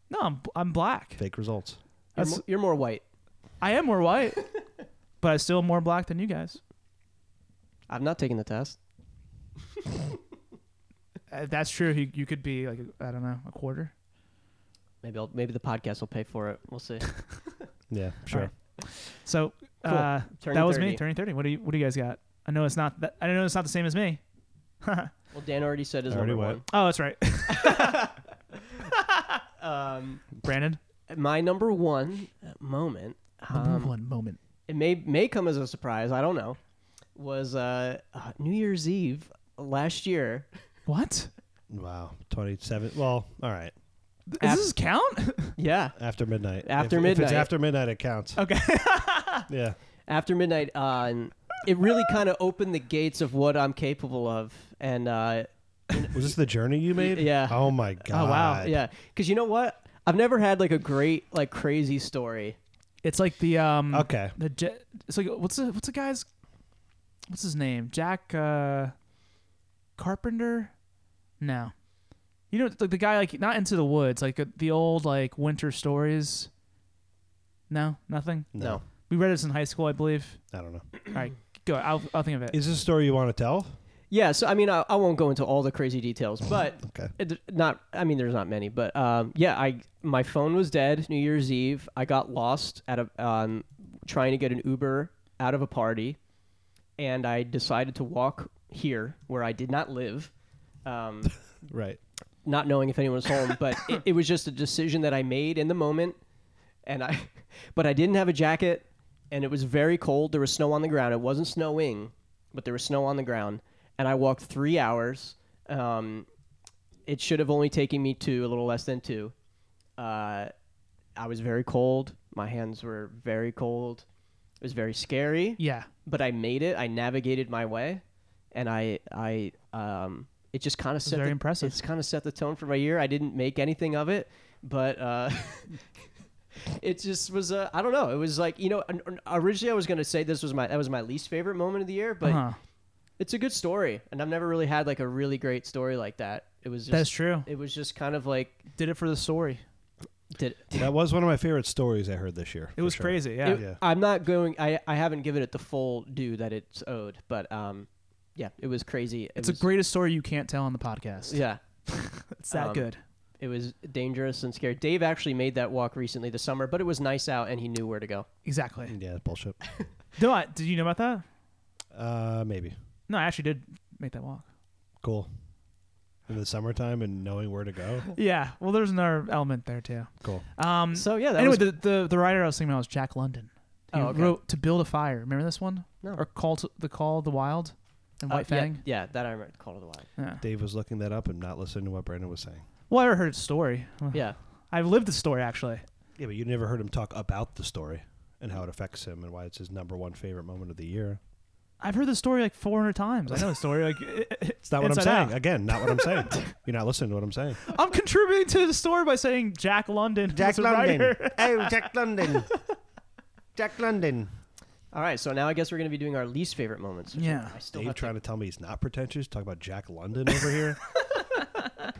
[SPEAKER 5] No, I'm I'm black.
[SPEAKER 6] Fake results.
[SPEAKER 4] You're,
[SPEAKER 5] That's-
[SPEAKER 4] mo- you're more white.
[SPEAKER 5] I am more white, but I still am more black than you guys.
[SPEAKER 4] I've not taken the test.
[SPEAKER 5] Uh, that's true. You, you could be like I don't know a quarter.
[SPEAKER 4] Maybe I'll, maybe the podcast will pay for it. We'll see.
[SPEAKER 6] Yeah, sure.
[SPEAKER 5] Alright. So
[SPEAKER 4] Cool.
[SPEAKER 5] uh,
[SPEAKER 4] Turning
[SPEAKER 5] that was
[SPEAKER 4] 30.
[SPEAKER 5] me turning thirty. What do you What do you guys got? I know it's not. That, I know it's not the same as me.
[SPEAKER 4] Well, Dan already said his
[SPEAKER 6] I already
[SPEAKER 4] number
[SPEAKER 6] went.
[SPEAKER 4] one.
[SPEAKER 5] Oh, that's right,
[SPEAKER 4] Um,
[SPEAKER 5] Brandon.
[SPEAKER 4] my number one moment. um,
[SPEAKER 5] one moment.
[SPEAKER 4] it may may come as a surprise. I don't know. Was uh, uh, New Year's Eve last year?
[SPEAKER 5] What?
[SPEAKER 6] Wow, twenty-seven. Well, all right.
[SPEAKER 5] Does this count?
[SPEAKER 4] Yeah,
[SPEAKER 6] After midnight.
[SPEAKER 4] After
[SPEAKER 6] If- If
[SPEAKER 4] midnight.
[SPEAKER 6] it's after midnight, it counts.
[SPEAKER 5] okay.
[SPEAKER 6] Yeah.
[SPEAKER 4] after midnight. Uh, and it really kind of opened the gates of what I'm capable of, and uh,
[SPEAKER 6] Was this the journey you made?
[SPEAKER 4] yeah.
[SPEAKER 6] Oh my god.
[SPEAKER 5] wow.
[SPEAKER 4] yeah, because you know what? I've never had like a great like crazy story.
[SPEAKER 5] It's like the um.
[SPEAKER 6] Okay.
[SPEAKER 5] The Ja- it's like what's the what's the guy's what's his name? Jack uh, Carpenter? No, you know like the guy like not into the woods like uh, the old like winter stories. No, nothing.
[SPEAKER 4] No.
[SPEAKER 5] We read this in high school, I believe.
[SPEAKER 6] I don't know.
[SPEAKER 5] All right, go. I'll I'll think of it.
[SPEAKER 6] Is this a story you want to tell?
[SPEAKER 4] Yeah, so I mean, I, I won't go into all the crazy details, but
[SPEAKER 6] Okay.
[SPEAKER 4] it, Uh, not. I mean, there's not many, but um, yeah, I my phone was dead New Year's Eve. I got lost at a um, trying to get an Uber out of a party, and I decided to walk here where I did not live, um,
[SPEAKER 6] Right.
[SPEAKER 4] not knowing if anyone was home. But it, it was just a decision that I made in the moment, and I, but I didn't have a jacket, and it was very cold. There was snow on the ground. It wasn't snowing, but there was snow on the ground, and I walked three hours. Um, it should have only taken me two, a little less than two. Uh, I was very cold. My hands were very cold. It was very scary
[SPEAKER 5] yeah,
[SPEAKER 4] but I made it. I navigated my way, and I I um it just kind of set
[SPEAKER 5] very
[SPEAKER 4] the,
[SPEAKER 5] impressive.
[SPEAKER 4] It's kind of set the tone for my year. I didn't make anything of it, but uh, it just was. Uh, I don't know. It was like you know. an- an- Originally, I was gonna say this was my that was my least favorite moment of the year, but
[SPEAKER 5] Uh-huh.
[SPEAKER 4] it's a good story, and I've never really had like a really great story like that. It was just,
[SPEAKER 5] that's true.
[SPEAKER 4] It was just kind of like
[SPEAKER 5] Did it for the story.
[SPEAKER 4] did.
[SPEAKER 6] That was one of my favorite stories I heard this year.
[SPEAKER 5] It was crazy. Yeah.
[SPEAKER 4] it- I'm not going. I, I haven't given it the full due that it's owed, but um, yeah, it was crazy. It
[SPEAKER 5] it's
[SPEAKER 4] was,
[SPEAKER 5] the greatest story you can't tell on the podcast.
[SPEAKER 4] Yeah,
[SPEAKER 5] It's that
[SPEAKER 4] um,
[SPEAKER 5] good.
[SPEAKER 4] It was dangerous and scary. Dave actually made that walk recently this summer, but it was nice out and he knew where to go.
[SPEAKER 5] Mm-hmm. Exactly.
[SPEAKER 6] Yeah, bullshit.
[SPEAKER 5] No, I, did you know about that?
[SPEAKER 6] Uh, maybe.
[SPEAKER 5] No, I actually did make that walk.
[SPEAKER 6] Cool. In the summertime and knowing where to go.
[SPEAKER 5] Yeah. Well, there's another element there too.
[SPEAKER 6] Cool.
[SPEAKER 5] Um.
[SPEAKER 4] So yeah, that
[SPEAKER 5] anyway,
[SPEAKER 4] was
[SPEAKER 5] the, the the writer I was thinking about was Jack London. He
[SPEAKER 4] Oh, okay.
[SPEAKER 5] wrote "To Build a Fire." Remember this one?
[SPEAKER 4] No.
[SPEAKER 5] Or "Call to the Call of the Wild" and
[SPEAKER 4] uh,
[SPEAKER 5] White Fang.
[SPEAKER 4] Yeah, yeah, that I remember. Call to the Wild.
[SPEAKER 5] Yeah.
[SPEAKER 6] Dave was looking that up and not listening to what Brandon was saying.
[SPEAKER 5] Well, I ever heard the story.
[SPEAKER 4] Yeah,
[SPEAKER 5] I've lived the story actually.
[SPEAKER 6] Yeah, but you never heard him talk about the story and how it affects him and why it's his number one favorite moment of the year.
[SPEAKER 5] I've heard the story like 400 times. I know the story. Like it- it-
[SPEAKER 6] It's not what
[SPEAKER 5] inside
[SPEAKER 6] I'm saying.
[SPEAKER 5] out.
[SPEAKER 6] Again, not what I'm saying. You're not listening to what I'm saying.
[SPEAKER 5] I'm contributing to the story by saying Jack London. was a writer.
[SPEAKER 6] oh, Jack London. Oh, Jack London.
[SPEAKER 4] All right, so now I guess we're gonna be doing our least favorite moments. which
[SPEAKER 5] Yeah.
[SPEAKER 4] I still
[SPEAKER 6] Dave
[SPEAKER 4] have to-
[SPEAKER 6] trying to tell me he's not pretentious. Talk about Jack London over here.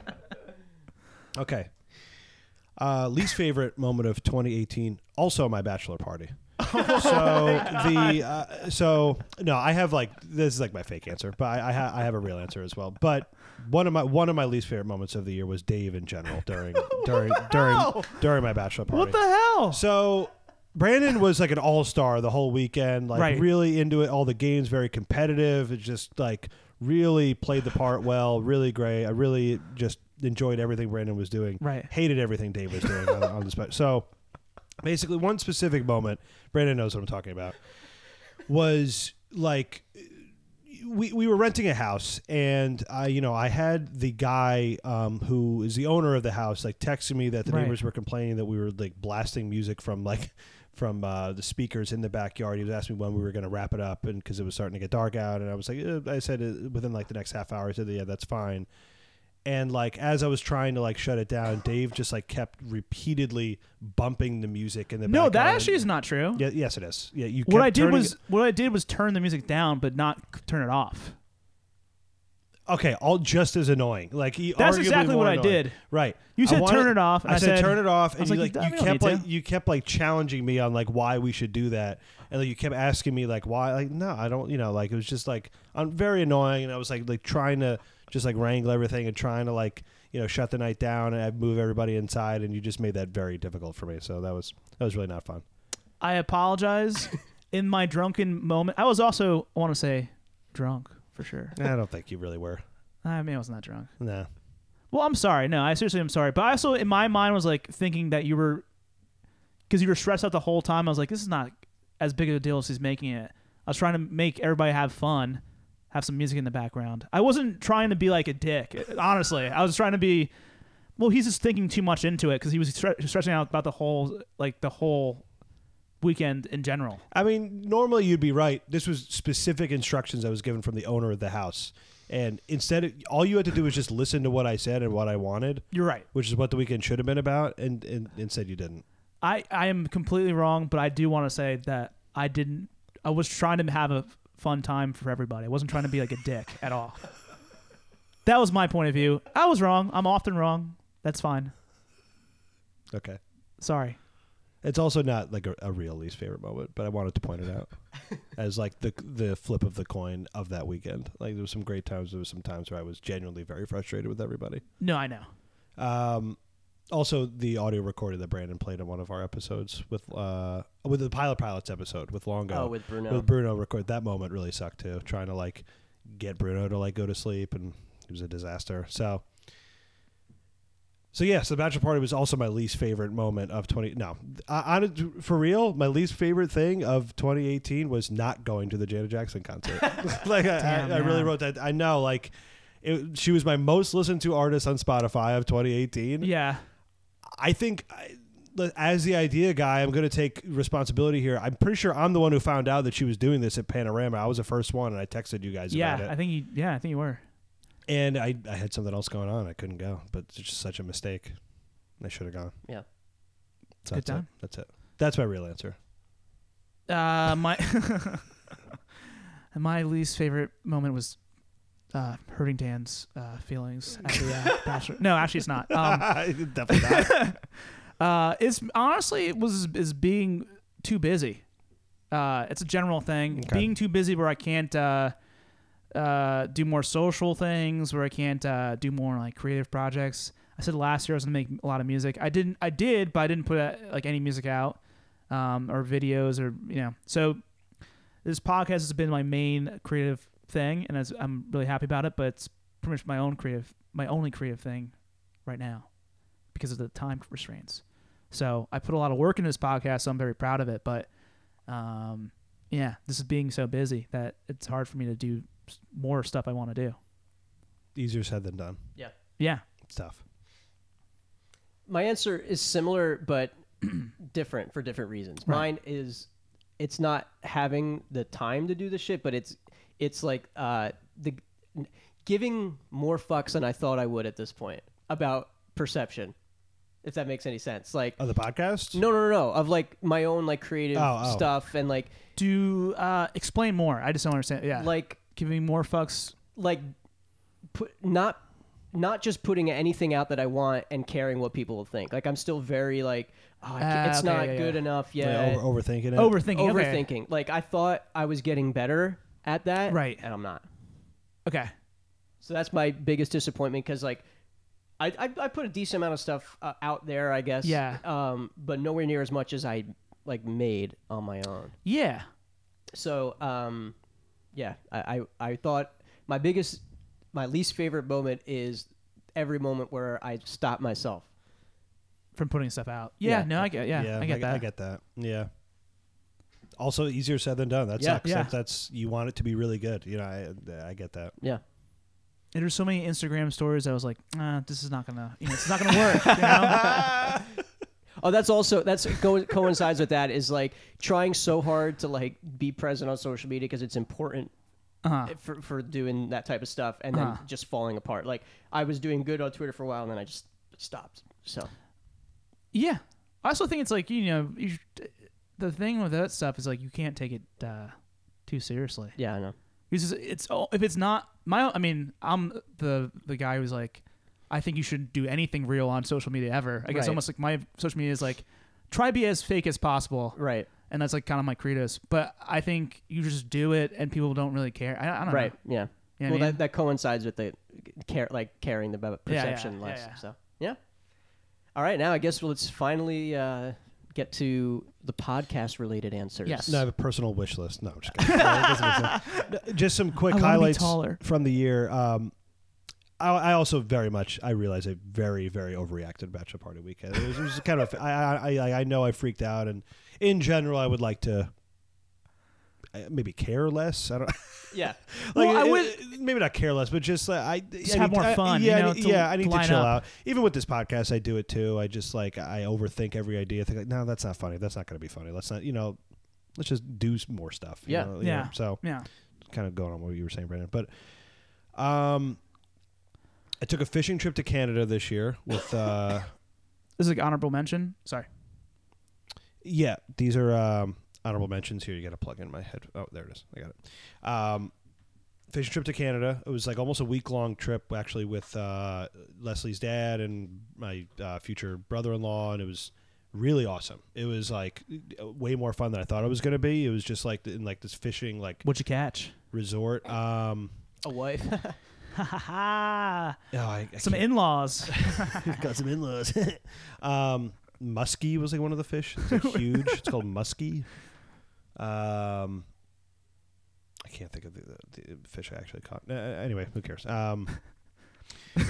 [SPEAKER 6] okay. Uh, least favorite moment of 2018. Also, my bachelor party. so the uh, so no, I have like this is like my fake answer, but I I, ha- I have a real answer as well. But one of my one of my least favorite moments of the year was Dave in general during during during during my bachelor party.
[SPEAKER 5] What the hell?
[SPEAKER 6] So Brandon was like an all star the whole weekend, like
[SPEAKER 5] Right.
[SPEAKER 6] really into it. All the games, very competitive. It just like really played the part well, really great. I really just enjoyed everything Brandon was doing.
[SPEAKER 5] Right.
[SPEAKER 6] hated everything Dave was doing on, on this. But so basically, one specific moment, Brandon knows what I'm talking about, was like we, we were renting a house and I you know I had the guy um, who is the owner of the house like texting me that the
[SPEAKER 5] Right.
[SPEAKER 6] neighbors were complaining that we were like blasting music from like from uh, the speakers in the backyard. He was asking me when we were going to wrap it up and because it was starting to get dark out and I was like eh, I said uh, within like the next half hour I said yeah that's fine and like as I was trying to like shut it down Dave just like kept repeatedly bumping the music in the
[SPEAKER 5] No,
[SPEAKER 6] backyard.
[SPEAKER 5] that actually is not true.
[SPEAKER 6] yeah, yes it is yeah you
[SPEAKER 5] What
[SPEAKER 6] kept
[SPEAKER 5] I did
[SPEAKER 6] turning
[SPEAKER 5] was what I did was turn the music down, but not c- turn it off.
[SPEAKER 6] Okay, all just as annoying. Like he
[SPEAKER 5] That's
[SPEAKER 6] arguably
[SPEAKER 5] exactly
[SPEAKER 6] more
[SPEAKER 5] what I
[SPEAKER 6] annoying.
[SPEAKER 5] did.
[SPEAKER 6] Right.
[SPEAKER 5] You
[SPEAKER 6] I
[SPEAKER 5] said
[SPEAKER 6] wanted-
[SPEAKER 5] turn it off, and
[SPEAKER 6] I,
[SPEAKER 5] I
[SPEAKER 6] said,
[SPEAKER 5] said-
[SPEAKER 6] turn it off, and
[SPEAKER 5] was
[SPEAKER 6] you
[SPEAKER 5] like,
[SPEAKER 6] like
[SPEAKER 5] "I
[SPEAKER 6] you
[SPEAKER 5] don't
[SPEAKER 6] kept
[SPEAKER 5] need
[SPEAKER 6] like
[SPEAKER 5] to."
[SPEAKER 6] you kept like challenging me on like why we should do that, and like you kept asking me like why like no I don't you know like it was just like I'm very annoying, and I was like like trying to just like wrangle everything and trying to like you know shut the night down and I'd move everybody inside, and you just made that very difficult for me. So that was that was really not fun.
[SPEAKER 5] I apologize. In my drunken moment, I was also I want to say drunk for sure.
[SPEAKER 6] I don't think you really were.
[SPEAKER 5] I mean, I was not drunk.
[SPEAKER 6] No.
[SPEAKER 5] Well, I'm sorry. No, I seriously am sorry. But I also, in my mind, was like thinking that you were, because you were stressed out the whole time. I was like, this is not as big of a deal as he's making it. I was trying to make everybody have fun, have some music in the background. I wasn't trying to be like a dick, honestly. I was trying to be, well, he's just thinking too much into it because he was stre- stressing out about the whole, like the whole weekend in general.
[SPEAKER 6] I mean, normally you'd be right. This was specific instructions I was given from the owner of the house, and instead, it, all you had to do was just listen to what I said and what I wanted,
[SPEAKER 5] You're right.
[SPEAKER 6] which is what the weekend should have been about. And and instead, you didn't.
[SPEAKER 5] I, I am completely wrong, but I do want to say that I didn't. I was trying to have a f- fun time for everybody. I wasn't trying to be like a dick at all. That was my point of view. I was wrong. I'm often wrong. That's fine.
[SPEAKER 6] Okay,
[SPEAKER 5] Sorry.
[SPEAKER 6] it's also not like a, a real least favorite moment, but I wanted to point it out as like the the flip of the coin of that weekend. Like there was some great times. There was some times where I was genuinely very frustrated with everybody.
[SPEAKER 5] No, I know.
[SPEAKER 6] Um, also, the audio recorder that Brandon played on one of our episodes with uh with the Pilot Pilots episode with Longo.
[SPEAKER 4] Oh, with Bruno.
[SPEAKER 6] With Bruno record that moment really sucked too. Trying to like get Bruno to like go to sleep and it was a disaster. So. So yeah, so the bachelor party was also my least favorite moment of twenty. No, I, I, for real, my least favorite thing of twenty eighteen was not going to the Janet Jackson concert. like I,
[SPEAKER 5] Damn,
[SPEAKER 6] I, I really
[SPEAKER 5] yeah.
[SPEAKER 6] wrote that. I know, like, it, she was my most listened to artist on Spotify of twenty eighteen.
[SPEAKER 5] Yeah.
[SPEAKER 6] I think I, li- as the idea guy, I'm going to take responsibility here. I'm pretty sure I'm the one who found out that she was doing this at Panorama. I was the first one, and I texted you guys
[SPEAKER 5] Yeah.
[SPEAKER 6] about
[SPEAKER 5] I
[SPEAKER 6] it.
[SPEAKER 5] think you. Yeah, I think you were.
[SPEAKER 6] and I, I had something else going on. I couldn't go, but it's just such a mistake. I should have gone.
[SPEAKER 4] Yeah.
[SPEAKER 5] Good
[SPEAKER 6] So that's
[SPEAKER 5] time.
[SPEAKER 6] It. That's it. That's my real answer.
[SPEAKER 5] Uh, my my least favorite moment was uh, hurting Dan's uh, feelings at the uh, bachelor. No, actually, it's not. Um,
[SPEAKER 6] Definitely not.
[SPEAKER 5] Uh, it's honestly it was is being too busy. Uh, it's a general thing.
[SPEAKER 6] Okay.
[SPEAKER 5] Being too busy where I can't uh, uh, do more social things, where I can't uh, do more like creative projects. I said last year I was gonna make a lot of music. I didn't. I did, but I didn't put uh, like any music out um, or videos or you know. So this podcast has been my main creative thing, and as, I'm really happy about it. But it's pretty much my own creative, my only creative thing right now because of the time restraints. So I put a lot of work into this podcast, so I'm very proud of it. But um, yeah, this is being so busy that it's hard for me to do s- more stuff I want to do.
[SPEAKER 6] Easier said than done.
[SPEAKER 4] yeah.
[SPEAKER 5] Yeah,
[SPEAKER 6] It's tough.
[SPEAKER 4] My answer is similar but different for different reasons. Mine is it's not having the time to do the shit, but it's it's like uh the giving more fucks than I thought I would at this point about perception. If that makes any sense. Like
[SPEAKER 6] Oh, the podcast?
[SPEAKER 4] no, no, no, no. Of like my own like creative
[SPEAKER 6] Oh, oh.
[SPEAKER 4] stuff and like
[SPEAKER 5] do uh, explain more. I just don't understand. Yeah,
[SPEAKER 4] like
[SPEAKER 5] give me more fucks.
[SPEAKER 4] like put not not just putting anything out that I want and caring what people will think. Like I'm still very like, oh, I can't-
[SPEAKER 5] Ah,
[SPEAKER 4] it's
[SPEAKER 5] okay,
[SPEAKER 4] not
[SPEAKER 5] yeah,
[SPEAKER 4] good
[SPEAKER 5] yeah.
[SPEAKER 4] enough
[SPEAKER 6] Like,
[SPEAKER 4] yet.
[SPEAKER 6] over- overthinking it.
[SPEAKER 5] Overthinking. okay.
[SPEAKER 4] overthinking. Like I thought I was getting better at that,
[SPEAKER 5] Right.
[SPEAKER 4] And I'm not.
[SPEAKER 5] Okay.
[SPEAKER 4] So that's my biggest disappointment because like. I, I, I put a decent amount of stuff uh, out there, I guess.
[SPEAKER 5] Yeah.
[SPEAKER 4] Um, but nowhere near as much as I like made on my own.
[SPEAKER 5] Yeah.
[SPEAKER 4] So, um, yeah, I, I, I thought my biggest, my least favorite moment is every moment where I stop myself.
[SPEAKER 5] From putting stuff out. Yeah.
[SPEAKER 4] Yeah.
[SPEAKER 5] No, I get. Yeah, I get that.
[SPEAKER 6] I get that. Yeah. Also, easier said than done. That
[SPEAKER 4] Yeah.
[SPEAKER 6] sucks.
[SPEAKER 5] Yeah.
[SPEAKER 6] That- that's you want it to be really good. You know, I I get that.
[SPEAKER 4] Yeah.
[SPEAKER 5] And there's so many Instagram stories. I was like, ah, this is not gonna. You know, it's not gonna work. you know?
[SPEAKER 4] Oh, that's also that's co- coincides with that is like trying so hard to like be present on social media because it's important
[SPEAKER 5] Uh-huh.
[SPEAKER 4] eh, for for doing that type of stuff and then
[SPEAKER 5] Uh-huh.
[SPEAKER 4] just falling apart. Like I was doing good on Twitter for a while and then I just stopped. So
[SPEAKER 5] Yeah. I also think it's like you know you, should- the thing with that stuff is like you can't take it uh, too seriously.
[SPEAKER 4] yeah, I know.
[SPEAKER 5] Because it's, it's all, if it's not my I mean I'm the the guy who's like I think you shouldn't do anything real on social media ever. I guess
[SPEAKER 4] Right.
[SPEAKER 5] almost like my social media is like try to be as fake as possible.
[SPEAKER 4] Right.
[SPEAKER 5] And that's like kind of my credos. But I think you just do it and people don't really care. I, I don't
[SPEAKER 4] Right.
[SPEAKER 5] know. You
[SPEAKER 4] Yeah.
[SPEAKER 5] know
[SPEAKER 4] well,
[SPEAKER 5] what I mean?
[SPEAKER 4] that, that coincides with the care, like caring about
[SPEAKER 5] Yeah, yeah,
[SPEAKER 4] perception
[SPEAKER 5] yeah,
[SPEAKER 4] less.
[SPEAKER 5] yeah.
[SPEAKER 4] So yeah. All right, now I guess let's finally uh, get to the podcast related answers.
[SPEAKER 5] Yes.
[SPEAKER 6] No, I have a personal wish list. No, I'm just kidding. No, it doesn't make sense. No, just some quick
[SPEAKER 5] I wanna be
[SPEAKER 6] highlights
[SPEAKER 5] taller.
[SPEAKER 6] from the year. Um, I, I also very much I realize I very very overreacted about bachelor party weekend. It was, it was kind of I I I- I know I freaked out, and in general I would like to uh, maybe care less. I don't.
[SPEAKER 4] Yeah.
[SPEAKER 6] Like,
[SPEAKER 5] Well, I
[SPEAKER 6] it-
[SPEAKER 5] would-
[SPEAKER 6] it- maybe not care less, but just like I
[SPEAKER 5] Just
[SPEAKER 6] I
[SPEAKER 5] have
[SPEAKER 6] need-
[SPEAKER 5] more
[SPEAKER 6] I-
[SPEAKER 5] fun,
[SPEAKER 6] yeah,
[SPEAKER 5] you know,
[SPEAKER 6] I need,
[SPEAKER 5] to
[SPEAKER 6] yeah, I need to
[SPEAKER 5] line
[SPEAKER 6] chill
[SPEAKER 5] up.
[SPEAKER 6] out. Even with this podcast, I do it too. I just like I overthink every idea. I think like, no, that's not funny. That's not going to be funny. Let's not, you know, let's just do s- more stuff. you
[SPEAKER 4] Yeah.
[SPEAKER 6] know, you
[SPEAKER 5] Yeah.
[SPEAKER 6] know? So
[SPEAKER 5] Yeah.
[SPEAKER 6] kind of going on what you were saying, Brandon, but um, I took a fishing trip to Canada this year with uh,
[SPEAKER 5] This is like honorable mention. Sorry.
[SPEAKER 6] yeah, these are um, honorable mentions here. You got to plug in my head. Oh, there it is. I got it. Um, fishing trip to Canada. It was like almost a week long trip actually with uh, Leslie's dad and my uh, future brother in law, and it was really awesome. It was like uh, way more fun than I thought it was going to be. It was just like in like this fishing like
[SPEAKER 5] What'd you catch?
[SPEAKER 6] resort. Um,
[SPEAKER 4] A wife.
[SPEAKER 5] Ha ha ha.
[SPEAKER 6] oh, I, I
[SPEAKER 5] Some
[SPEAKER 6] can't-
[SPEAKER 5] in-laws.
[SPEAKER 6] got some in-laws. um, muskie was like one of the fish. It's like huge. it's called muskie. Um, I can't think of the, the fish I actually caught. Uh, anyway, who cares? Um,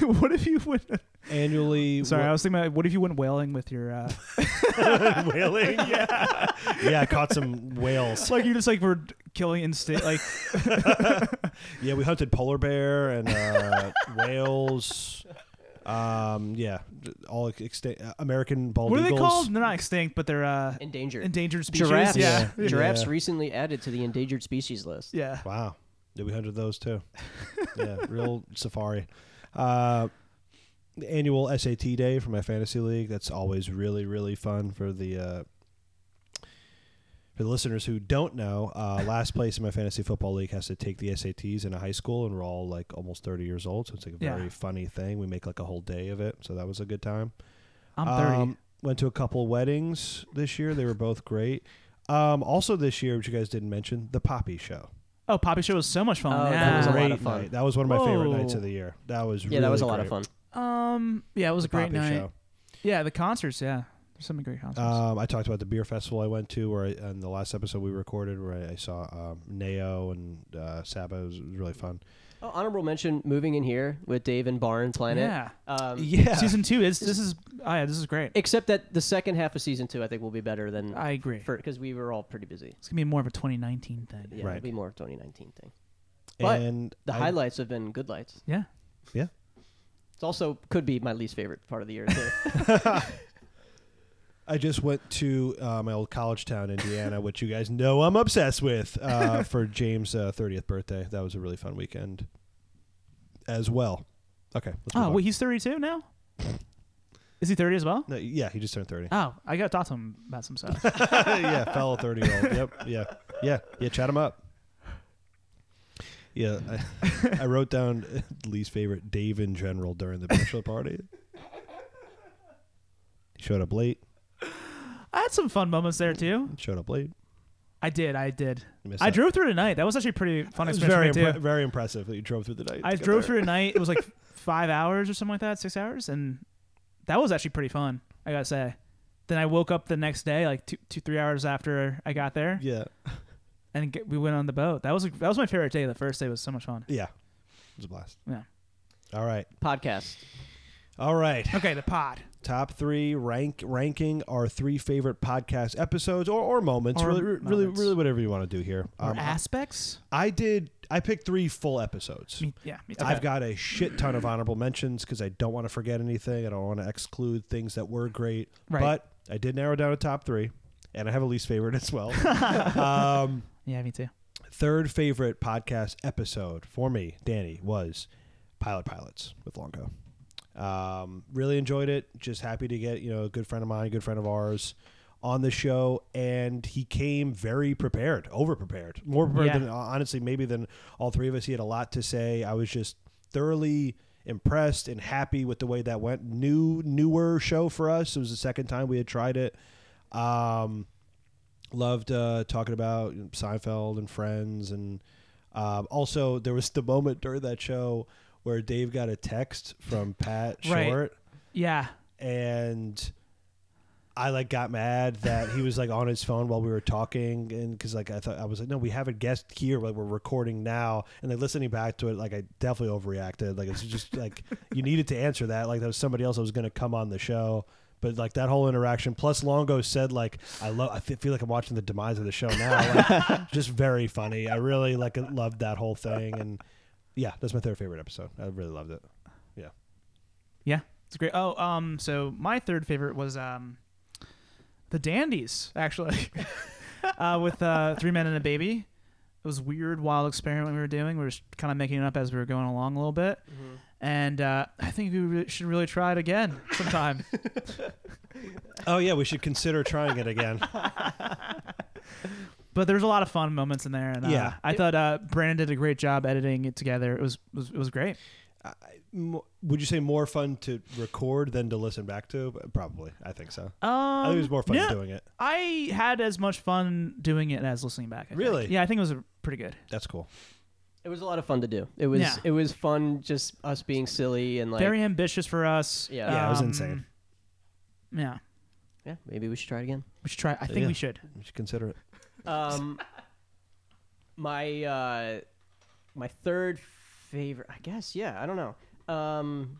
[SPEAKER 5] what if you went?
[SPEAKER 6] annually,
[SPEAKER 5] Sorry, I was thinking. About, what if you went whaling with your? Uh,
[SPEAKER 6] whaling. Yeah, yeah, I caught some whales.
[SPEAKER 5] it's like you just like were killing instinct. Like
[SPEAKER 6] Yeah, we hunted polar bear and uh, whales. Um, yeah, all extinct American bald
[SPEAKER 5] what are they
[SPEAKER 6] eagles.
[SPEAKER 5] called? They're not extinct, but they're uh,
[SPEAKER 4] Endangered.
[SPEAKER 5] endangered species.
[SPEAKER 4] Giraffes.
[SPEAKER 5] Yeah.
[SPEAKER 6] Yeah.
[SPEAKER 4] Giraffes
[SPEAKER 6] Yeah.
[SPEAKER 4] recently added to the endangered species list.
[SPEAKER 5] Yeah.
[SPEAKER 6] Wow. Did we hunted those too? yeah, real safari. Uh, the annual SAT day for my fantasy league. That's always really really fun for the uh, for the listeners who don't know. Uh, last place in my fantasy football league has to take the SATs in a high school, and we're all like almost thirty years old, so it's like a
[SPEAKER 5] Yeah.
[SPEAKER 6] very funny thing. We make like a whole day of it, so that was a good time.
[SPEAKER 5] I'm 30.
[SPEAKER 6] Um, went to a couple weddings this year. They were both great. Um, also this year, which you guys didn't mention, the Poppy Show.
[SPEAKER 5] oh, Poppy Show was so much fun.
[SPEAKER 4] Oh,
[SPEAKER 5] yeah.
[SPEAKER 4] that was a lot
[SPEAKER 6] Great
[SPEAKER 4] of fun.
[SPEAKER 6] night. That was one of my favorite
[SPEAKER 5] Whoa.
[SPEAKER 6] nights of the year. That was
[SPEAKER 4] Yeah, that was a lot of fun.
[SPEAKER 5] um. Yeah, it was a great night.
[SPEAKER 6] Show.
[SPEAKER 5] Yeah, the concerts. Yeah, there's so many great concerts.
[SPEAKER 6] Um, I talked about the beer festival I went to, where I, in the last episode we recorded, where I, I saw um, Neo and uh, Saba. It was, it was really fun.
[SPEAKER 4] Oh, honorable mention moving in here with Dave and Barn Planet.
[SPEAKER 5] yeah.
[SPEAKER 4] Um,
[SPEAKER 6] Yeah,
[SPEAKER 5] Season two is this is oh yeah this is great.
[SPEAKER 4] Except that the second half of season two, I think, will be better than
[SPEAKER 5] I agree.
[SPEAKER 4] because we were all pretty busy.
[SPEAKER 5] it's gonna be more of a 2019 thing.
[SPEAKER 4] Yeah,
[SPEAKER 6] Right.
[SPEAKER 4] it'll be more of 2019 thing. but
[SPEAKER 6] and
[SPEAKER 4] The
[SPEAKER 6] I-
[SPEAKER 4] highlights have been good lights.
[SPEAKER 5] Yeah.
[SPEAKER 4] It's also could be my least favorite part of the year. Too.
[SPEAKER 6] I just went to uh, my old college town, Indiana, which you guys know I'm obsessed with, uh, for James' uh, 30th birthday. That was a really fun weekend, as well. Okay. Let's move
[SPEAKER 5] Oh
[SPEAKER 6] on.
[SPEAKER 5] wait, he's 32 now. Is he 30 as well?
[SPEAKER 6] No, yeah, he just turned 30.
[SPEAKER 5] Oh, I gotta talk to him about some stuff.
[SPEAKER 6] yeah, fellow 30 year old. Yep. Yeah. Yeah. Yeah. Chat him up. Yeah, I, I wrote down least favorite Dave in general during the bachelor party. He showed up late.
[SPEAKER 5] I had some fun moments there too.
[SPEAKER 6] Showed up late.
[SPEAKER 5] I did. I did.
[SPEAKER 6] You missed
[SPEAKER 5] I
[SPEAKER 6] that.
[SPEAKER 5] drove through tonight. That was actually a pretty
[SPEAKER 6] It
[SPEAKER 5] fun
[SPEAKER 6] was
[SPEAKER 5] experience.
[SPEAKER 6] very
[SPEAKER 5] for me,
[SPEAKER 6] impre-
[SPEAKER 5] too.
[SPEAKER 6] very impressive that you drove through the night.
[SPEAKER 5] I
[SPEAKER 6] to get
[SPEAKER 5] drove
[SPEAKER 6] there.
[SPEAKER 5] through tonight. It was like five hours or something like that, six hours, and that was actually pretty fun. I gotta say. Then I woke up the next day, like two, two three hours after I got there,
[SPEAKER 6] Yeah,
[SPEAKER 5] and get, we went on the boat. That was that was my favorite day. The first day was so much fun.
[SPEAKER 6] yeah, it was a blast.
[SPEAKER 5] Yeah.
[SPEAKER 6] All right,
[SPEAKER 4] Podcast.
[SPEAKER 6] all right.
[SPEAKER 5] Okay, the pod.
[SPEAKER 6] top three rank ranking our three favorite podcast episodes or, or moments
[SPEAKER 5] Or
[SPEAKER 6] really really
[SPEAKER 5] moments.
[SPEAKER 6] really whatever you want to do here
[SPEAKER 5] Or
[SPEAKER 6] um,
[SPEAKER 5] aspects.
[SPEAKER 6] i did i picked three full episodes
[SPEAKER 5] Me- yeah, me too.
[SPEAKER 6] I've got a shit ton of honorable mentions because I don't want to forget anything. I don't want to exclude things that were great.
[SPEAKER 5] Right.
[SPEAKER 6] But I did narrow down a top three, and I have a least favorite as well. um,
[SPEAKER 5] yeah, me too.
[SPEAKER 6] third favorite podcast episode for me, Danny, was Pilot Pilots with Longo. Um, really enjoyed it. Just happy to get you know a good friend of mine, a good friend of ours, on the show, and he came very prepared, over prepared, more prepared
[SPEAKER 5] Yeah.
[SPEAKER 6] than uh, honestly maybe than all three of us. He had a lot to say. I was just thoroughly impressed and happy with the way that went. New newer show for us. It was the second time we had tried it. Um, loved uh, talking about you know, Seinfeld and Friends, and um, also there was the moment during that show where Dave got a text from Pat
[SPEAKER 5] Right.
[SPEAKER 6] Short,
[SPEAKER 5] Yeah,
[SPEAKER 6] and I like got mad that he was like on his phone while we were talking, and because like I thought I was like, no, we have a guest here, like we're recording now, and like listening back to it, like I definitely overreacted. Like it's just like you needed to answer that. Like there was somebody else that was going to come on the show. But like that whole interaction, plus Longo said like I love, I fe- feel like I'm watching the demise of the show now. Like, just very funny. I really like loved that whole thing, and yeah, that's my third favorite episode. I really loved it. Yeah,
[SPEAKER 5] yeah, it's great. Oh, um, so my third favorite was um, the Dandies actually, uh, with uh, three men and a baby. It was a weird, wild experiment we were doing. We were just kind of making it up as we were going along a little bit,
[SPEAKER 6] Mm-hmm.
[SPEAKER 5] and uh, I think we re- should really try it again sometime.
[SPEAKER 6] Oh yeah, we should consider trying it again.
[SPEAKER 5] but there's a lot of fun moments in there, and uh,
[SPEAKER 6] Yeah.
[SPEAKER 5] I thought uh, Brandon did a great job editing it together. It was was it was great.
[SPEAKER 6] Mo- Would you say more fun to record than to listen back to? Probably, I think so.
[SPEAKER 5] Um,
[SPEAKER 6] I think it was more fun
[SPEAKER 5] yeah.
[SPEAKER 6] doing it.
[SPEAKER 5] I had as much fun doing it as listening back. I think.
[SPEAKER 6] Really?
[SPEAKER 5] Yeah, I think it was a- pretty good.
[SPEAKER 6] That's cool.
[SPEAKER 4] It was a lot of fun to do. It was
[SPEAKER 5] Yeah.
[SPEAKER 4] it was fun just us being silly and like
[SPEAKER 5] Very ambitious for us.
[SPEAKER 4] Yeah.
[SPEAKER 6] Yeah, it was
[SPEAKER 5] Um,
[SPEAKER 6] insane.
[SPEAKER 5] Yeah,
[SPEAKER 4] yeah, maybe we should try it again.
[SPEAKER 5] we should try. I think
[SPEAKER 6] Yeah.
[SPEAKER 5] we should.
[SPEAKER 6] We should consider it.
[SPEAKER 4] Um, my uh, my third favorite, I guess. Yeah, I don't know. Um,